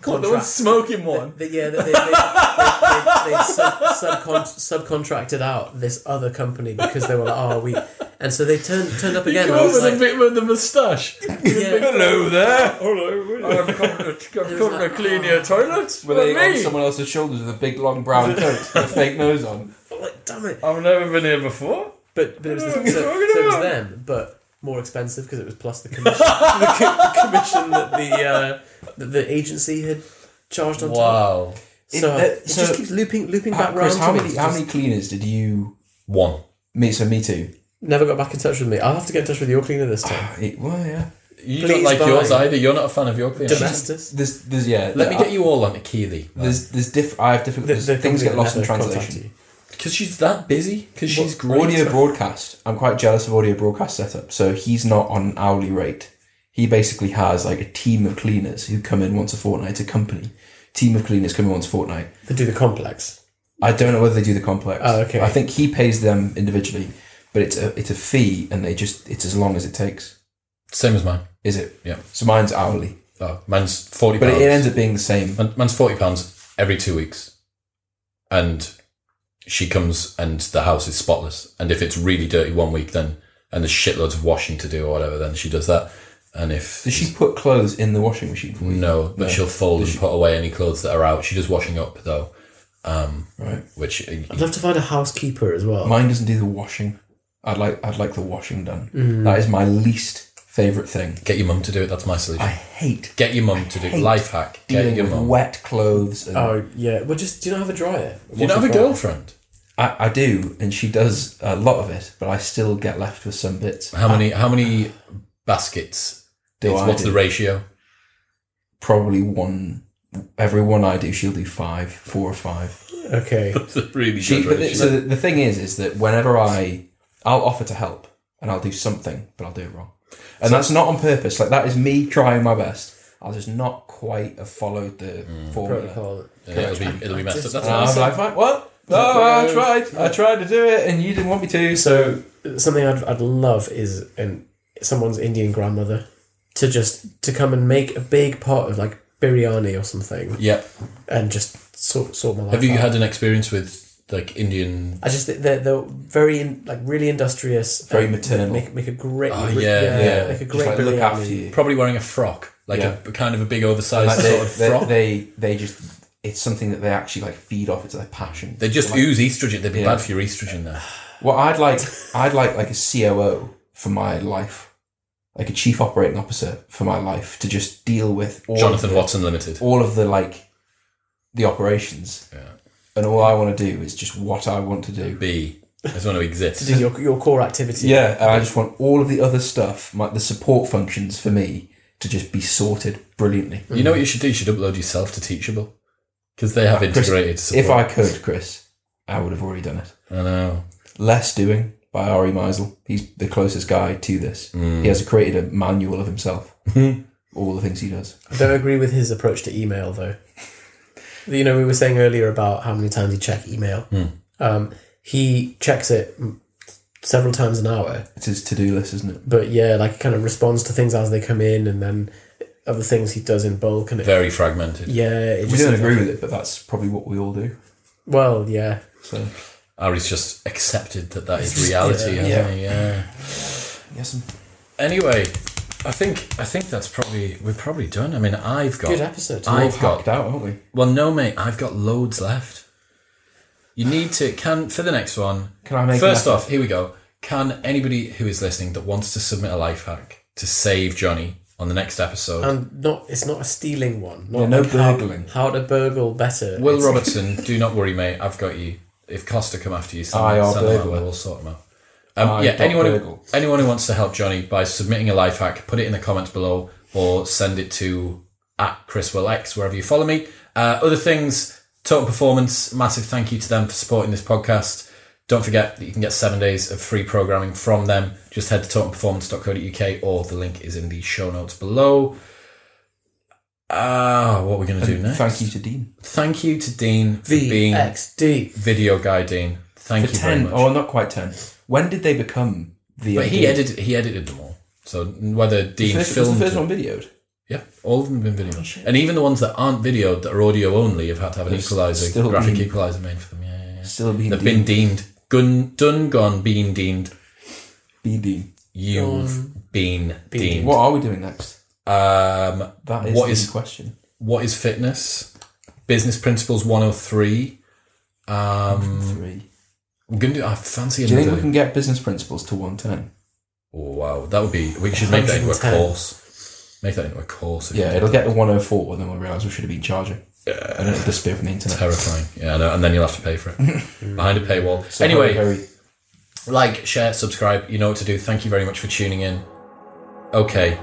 [SPEAKER 3] contract-
[SPEAKER 2] smoking one.
[SPEAKER 3] the- yeah, that they, they, they, they, they sub, subcon- subcontracted out this other company because they were like, "Oh, we," and so they turned turned up again. and I was like,
[SPEAKER 1] bit with the
[SPEAKER 2] [LAUGHS]
[SPEAKER 1] moustache.
[SPEAKER 3] yeah,
[SPEAKER 2] Hello there. Hello. Oh, I've come to, I've come to
[SPEAKER 1] oh.
[SPEAKER 2] clean your toilet. Were they on someone else's shoulders with a big long brown coat, with a fake nose on?
[SPEAKER 3] like, "Damn it!"
[SPEAKER 4] I've never been here before.
[SPEAKER 3] But but it was the, so,
[SPEAKER 4] you're
[SPEAKER 3] so
[SPEAKER 4] talking
[SPEAKER 3] it was
[SPEAKER 4] about-
[SPEAKER 3] them, but more expensive because it was plus the commission, the, co- the commission that the uh, that the agency had charged on top.
[SPEAKER 1] Wow.
[SPEAKER 3] So
[SPEAKER 2] It-
[SPEAKER 3] it,
[SPEAKER 2] that- so-
[SPEAKER 3] just keeps looping looping [LAUGHS] back
[SPEAKER 2] Uh, Chris,
[SPEAKER 3] round.
[SPEAKER 2] how
[SPEAKER 3] to me.
[SPEAKER 2] many
[SPEAKER 3] It's
[SPEAKER 2] how
[SPEAKER 3] just-
[SPEAKER 2] many cleaners did you
[SPEAKER 1] One.
[SPEAKER 2] meet? So me too.
[SPEAKER 3] never got back in touch with me. I'll have to get in touch with your cleaner this time.
[SPEAKER 2] [SIGHS] Uh, It- well, yeah.
[SPEAKER 1] You
[SPEAKER 3] Please
[SPEAKER 1] don't like
[SPEAKER 3] buy-
[SPEAKER 1] yours either. You're not a fan of your cleaner.
[SPEAKER 3] Domestis.
[SPEAKER 2] There's there's yeah.
[SPEAKER 1] Let me get you all onto Keely.
[SPEAKER 2] There's there's diff. I have different.
[SPEAKER 3] The-
[SPEAKER 2] there's
[SPEAKER 3] the
[SPEAKER 2] things get
[SPEAKER 3] company
[SPEAKER 2] lost in
[SPEAKER 3] that contacted
[SPEAKER 2] translation.
[SPEAKER 3] you.
[SPEAKER 1] Because she's that busy. Because she's great.
[SPEAKER 2] Audio broadcast. I'm quite jealous of audio broadcast setup. So he's not on an hourly rate. He basically has like a team of cleaners who come in once a fortnight. It's a company. Team of cleaners come in once a fortnight.
[SPEAKER 3] They do the complex.
[SPEAKER 2] I don't know whether they do the complex.
[SPEAKER 3] Oh, okay.
[SPEAKER 2] I think he pays them individually, but it's a it's a fee, and they just it's as long as it takes.
[SPEAKER 1] Same as mine.
[SPEAKER 2] Is it?
[SPEAKER 1] Yeah.
[SPEAKER 2] So mine's hourly,
[SPEAKER 1] Oh, mine's forty.
[SPEAKER 2] but
[SPEAKER 1] pounds.
[SPEAKER 2] it ends up being the same.
[SPEAKER 1] Man- Man's forty pounds every two weeks, and she comes and the house is spotless. And if it's really dirty one week, then and there's shitloads of washing to do or whatever, then she does that. And if
[SPEAKER 2] Does she put clothes in the washing machine for you?
[SPEAKER 1] no, but
[SPEAKER 2] No.
[SPEAKER 1] she'll fold and put away any clothes that are out. She does washing up though, um,
[SPEAKER 2] Right.
[SPEAKER 1] which
[SPEAKER 3] I'd love to find a housekeeper as well.
[SPEAKER 2] Mine doesn't do the washing. I'd like I'd like the washing done.
[SPEAKER 3] Mm.
[SPEAKER 2] That is my least favorite thing.
[SPEAKER 1] Get your mum to do it. That's my solution.
[SPEAKER 2] I hate
[SPEAKER 1] Get your mum to do
[SPEAKER 2] hate
[SPEAKER 1] life hack. Get
[SPEAKER 2] dealing
[SPEAKER 1] your
[SPEAKER 2] with
[SPEAKER 1] mum. Oh.
[SPEAKER 2] wet clothes. And
[SPEAKER 3] oh yeah, well just do you not have a dryer?
[SPEAKER 1] Do you not have a girlfriend?
[SPEAKER 2] I, I do, and she does a lot of it, but I still get left with some bits.
[SPEAKER 1] How many how many baskets?
[SPEAKER 2] Do
[SPEAKER 1] is-
[SPEAKER 2] I
[SPEAKER 1] what's
[SPEAKER 2] do?
[SPEAKER 1] the ratio?
[SPEAKER 2] Probably one. Every one I do, she'll do five, four or five. [LAUGHS]
[SPEAKER 3] Okay.
[SPEAKER 1] [LAUGHS] That's a really
[SPEAKER 2] She,
[SPEAKER 1] good
[SPEAKER 2] but the, so
[SPEAKER 1] ratio.
[SPEAKER 2] the, the thing is, is that whenever I, I'll offer to help and I'll do something, but I'll do it wrong, and that's not on purpose. Like that is me trying my best. I'll just not quite have followed the
[SPEAKER 1] Mm.
[SPEAKER 2] formula.
[SPEAKER 3] Protocol.
[SPEAKER 1] Yeah, it'll be it'll be messed up. That's
[SPEAKER 2] And I'm
[SPEAKER 1] awesome.
[SPEAKER 2] like, "Fuck, what? Oh, I tried. I tried to do it, and you didn't want me to. So
[SPEAKER 3] So something I'd, I'd love is an someone's Indian grandmother to just to come and make a big pot of like biryani or something
[SPEAKER 1] Yeah.
[SPEAKER 3] and just sort sort my life.
[SPEAKER 1] Have you
[SPEAKER 3] out.
[SPEAKER 2] um,
[SPEAKER 1] had an experience with like Indian?
[SPEAKER 3] I just think they're, they're very in- like really industrious,
[SPEAKER 2] Very
[SPEAKER 3] and
[SPEAKER 2] maternal.
[SPEAKER 3] Make, make a great,
[SPEAKER 1] Oh,
[SPEAKER 3] re-
[SPEAKER 1] yeah, yeah.
[SPEAKER 3] make a
[SPEAKER 2] just
[SPEAKER 3] great
[SPEAKER 2] like look
[SPEAKER 3] biryani.
[SPEAKER 2] after you.
[SPEAKER 1] Probably wearing a frock, like
[SPEAKER 2] Yeah.
[SPEAKER 1] a kind of a big
[SPEAKER 2] And,
[SPEAKER 1] oversized
[SPEAKER 2] like,
[SPEAKER 1] sort of
[SPEAKER 2] they,
[SPEAKER 1] frock. They,
[SPEAKER 2] they, they they just it's something that they actually like feed off. It's their passion.
[SPEAKER 1] just
[SPEAKER 2] Like,
[SPEAKER 1] ooze estrogen. They'd be
[SPEAKER 2] Yeah.
[SPEAKER 1] bad for your estrogen there.
[SPEAKER 2] Well, I'd like I'd like like a COO for my life, like a chief operating officer for my life to just deal with all
[SPEAKER 1] Jonathan
[SPEAKER 2] of the,
[SPEAKER 1] Watson Limited.
[SPEAKER 2] all of the like the operations,
[SPEAKER 1] Yeah.
[SPEAKER 2] and all I want to do is just what I want to do.
[SPEAKER 1] B. I just want to
[SPEAKER 3] [LAUGHS] To
[SPEAKER 1] exist.
[SPEAKER 3] do your, your core activity.
[SPEAKER 2] Yeah, and I just want all of the other stuff, my, the support functions for me to just be sorted brilliantly.
[SPEAKER 1] You know what you should do? You should upload yourself to Teachable because they have
[SPEAKER 2] Chris,
[SPEAKER 1] integrated support.
[SPEAKER 2] If I could, Chris, I would have already done it.
[SPEAKER 1] I know.
[SPEAKER 2] Less Doing by Ari Meisel. He's the closest guy to this.
[SPEAKER 1] Hmm. [LAUGHS]
[SPEAKER 2] He has created a manual of himself. All the things he does.
[SPEAKER 3] I don't agree with his approach to email though. you know, we were saying earlier about how many times you check email. Um, he checks it m- several times an hour,
[SPEAKER 2] It's his to-do list, isn't it?
[SPEAKER 3] but yeah, like kind of responds to things as they come in, and then other things he does in bulk, and it,
[SPEAKER 1] Very fragmented.
[SPEAKER 3] yeah, it
[SPEAKER 2] We
[SPEAKER 3] just
[SPEAKER 2] don't agree with it, but that's probably what we all do.
[SPEAKER 3] well, yeah,
[SPEAKER 2] So
[SPEAKER 1] Ari's just accepted that that is
[SPEAKER 3] just-
[SPEAKER 1] reality.
[SPEAKER 3] yeah.
[SPEAKER 1] hasn't he? yeah.
[SPEAKER 2] yes, I'm-
[SPEAKER 1] Anyway, I think I think that's probably we're probably done. I mean, I've got
[SPEAKER 3] good episode.
[SPEAKER 1] I- I've
[SPEAKER 2] we're
[SPEAKER 1] got-
[SPEAKER 2] hacked out, aren't we?
[SPEAKER 1] well, no, mate, I've got loads left. You need to can for the next one.
[SPEAKER 2] Can I make an
[SPEAKER 1] First
[SPEAKER 2] effort?
[SPEAKER 1] off, here we go. Can anybody who is listening that wants to submit a life hack to save Johnny on the next episode?
[SPEAKER 3] and not it's not a stealing one. Not
[SPEAKER 2] Yeah, no
[SPEAKER 3] like how-
[SPEAKER 2] burgling.
[SPEAKER 3] How, to burgle better?
[SPEAKER 1] Will
[SPEAKER 3] It's-
[SPEAKER 1] Robertson, do not worry, mate. I've got you. If Costa come after you, send,
[SPEAKER 2] I are
[SPEAKER 1] send them our
[SPEAKER 2] burglar.
[SPEAKER 1] way. We'll sort them out. Um,
[SPEAKER 2] I
[SPEAKER 1] yeah,
[SPEAKER 2] dot
[SPEAKER 1] anyone who,
[SPEAKER 2] burgle.
[SPEAKER 1] anyone who wants to help Johnny by submitting a life hack, put it in the comments below or send it to at ChrisWillX, wherever you follow me. Uh, other things, Total Performance, massive thank you to them for supporting this podcast. Don't forget that you can get seven days of free programming from them. Just head to totalperformance.co.uk or the link is in the show notes below. Ah, what are we going to do next?
[SPEAKER 2] Thank you to Dean.
[SPEAKER 1] Thank you to Dean for being
[SPEAKER 3] VXD.
[SPEAKER 1] video guy Dean. Thank
[SPEAKER 2] uh, For
[SPEAKER 1] you
[SPEAKER 2] ten,
[SPEAKER 1] very much.
[SPEAKER 2] oh, not quite ten. When did they become the?
[SPEAKER 1] but he
[SPEAKER 2] idea?
[SPEAKER 1] edited he edited them all. So whether Dean
[SPEAKER 2] First, was the
[SPEAKER 1] filmed Oh,
[SPEAKER 2] first
[SPEAKER 1] them-
[SPEAKER 2] one videoed.
[SPEAKER 1] yeah, all of them have been videoed, and even the ones that aren't videoed that are audio only have had to have an
[SPEAKER 2] There's
[SPEAKER 1] equalizer,
[SPEAKER 2] still
[SPEAKER 1] graphic
[SPEAKER 2] been-
[SPEAKER 1] equalizer made for them. Yeah, yeah, yeah.
[SPEAKER 2] Still being
[SPEAKER 1] they've
[SPEAKER 2] Dean.
[SPEAKER 1] been deemed gun done gone being deemed.
[SPEAKER 2] Being Dean.
[SPEAKER 1] You've
[SPEAKER 3] Um,
[SPEAKER 1] been deemed.
[SPEAKER 2] What are we doing next?
[SPEAKER 1] Um,
[SPEAKER 2] That is
[SPEAKER 1] What
[SPEAKER 2] the
[SPEAKER 1] is-
[SPEAKER 2] question.
[SPEAKER 1] what is fitness? Business Principles One Hundred Three. Um,
[SPEAKER 2] Three.
[SPEAKER 1] I'm gonna do. I fancy
[SPEAKER 2] Do you think
[SPEAKER 1] another.
[SPEAKER 2] we can get business principles to one ten?
[SPEAKER 1] Oh, wow, that would be. We should make that into a
[SPEAKER 3] 110.
[SPEAKER 1] course. Make that into a course. if
[SPEAKER 2] Yeah,
[SPEAKER 1] you
[SPEAKER 2] it'll
[SPEAKER 1] did
[SPEAKER 2] get to one hundred four, and then we'll realise we should have been charging. Yeah. And it'll disappear from the
[SPEAKER 1] that.
[SPEAKER 2] internet.
[SPEAKER 1] terrifying. Yeah, I know, and then you'll have to pay
[SPEAKER 2] [LAUGHS]
[SPEAKER 1] for it behind a paywall.
[SPEAKER 2] So
[SPEAKER 1] anyway,
[SPEAKER 2] very, very-
[SPEAKER 1] like, share, subscribe. You know what to do. Thank you very much for tuning in. Okay,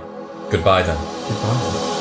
[SPEAKER 1] goodbye then.
[SPEAKER 2] goodbye.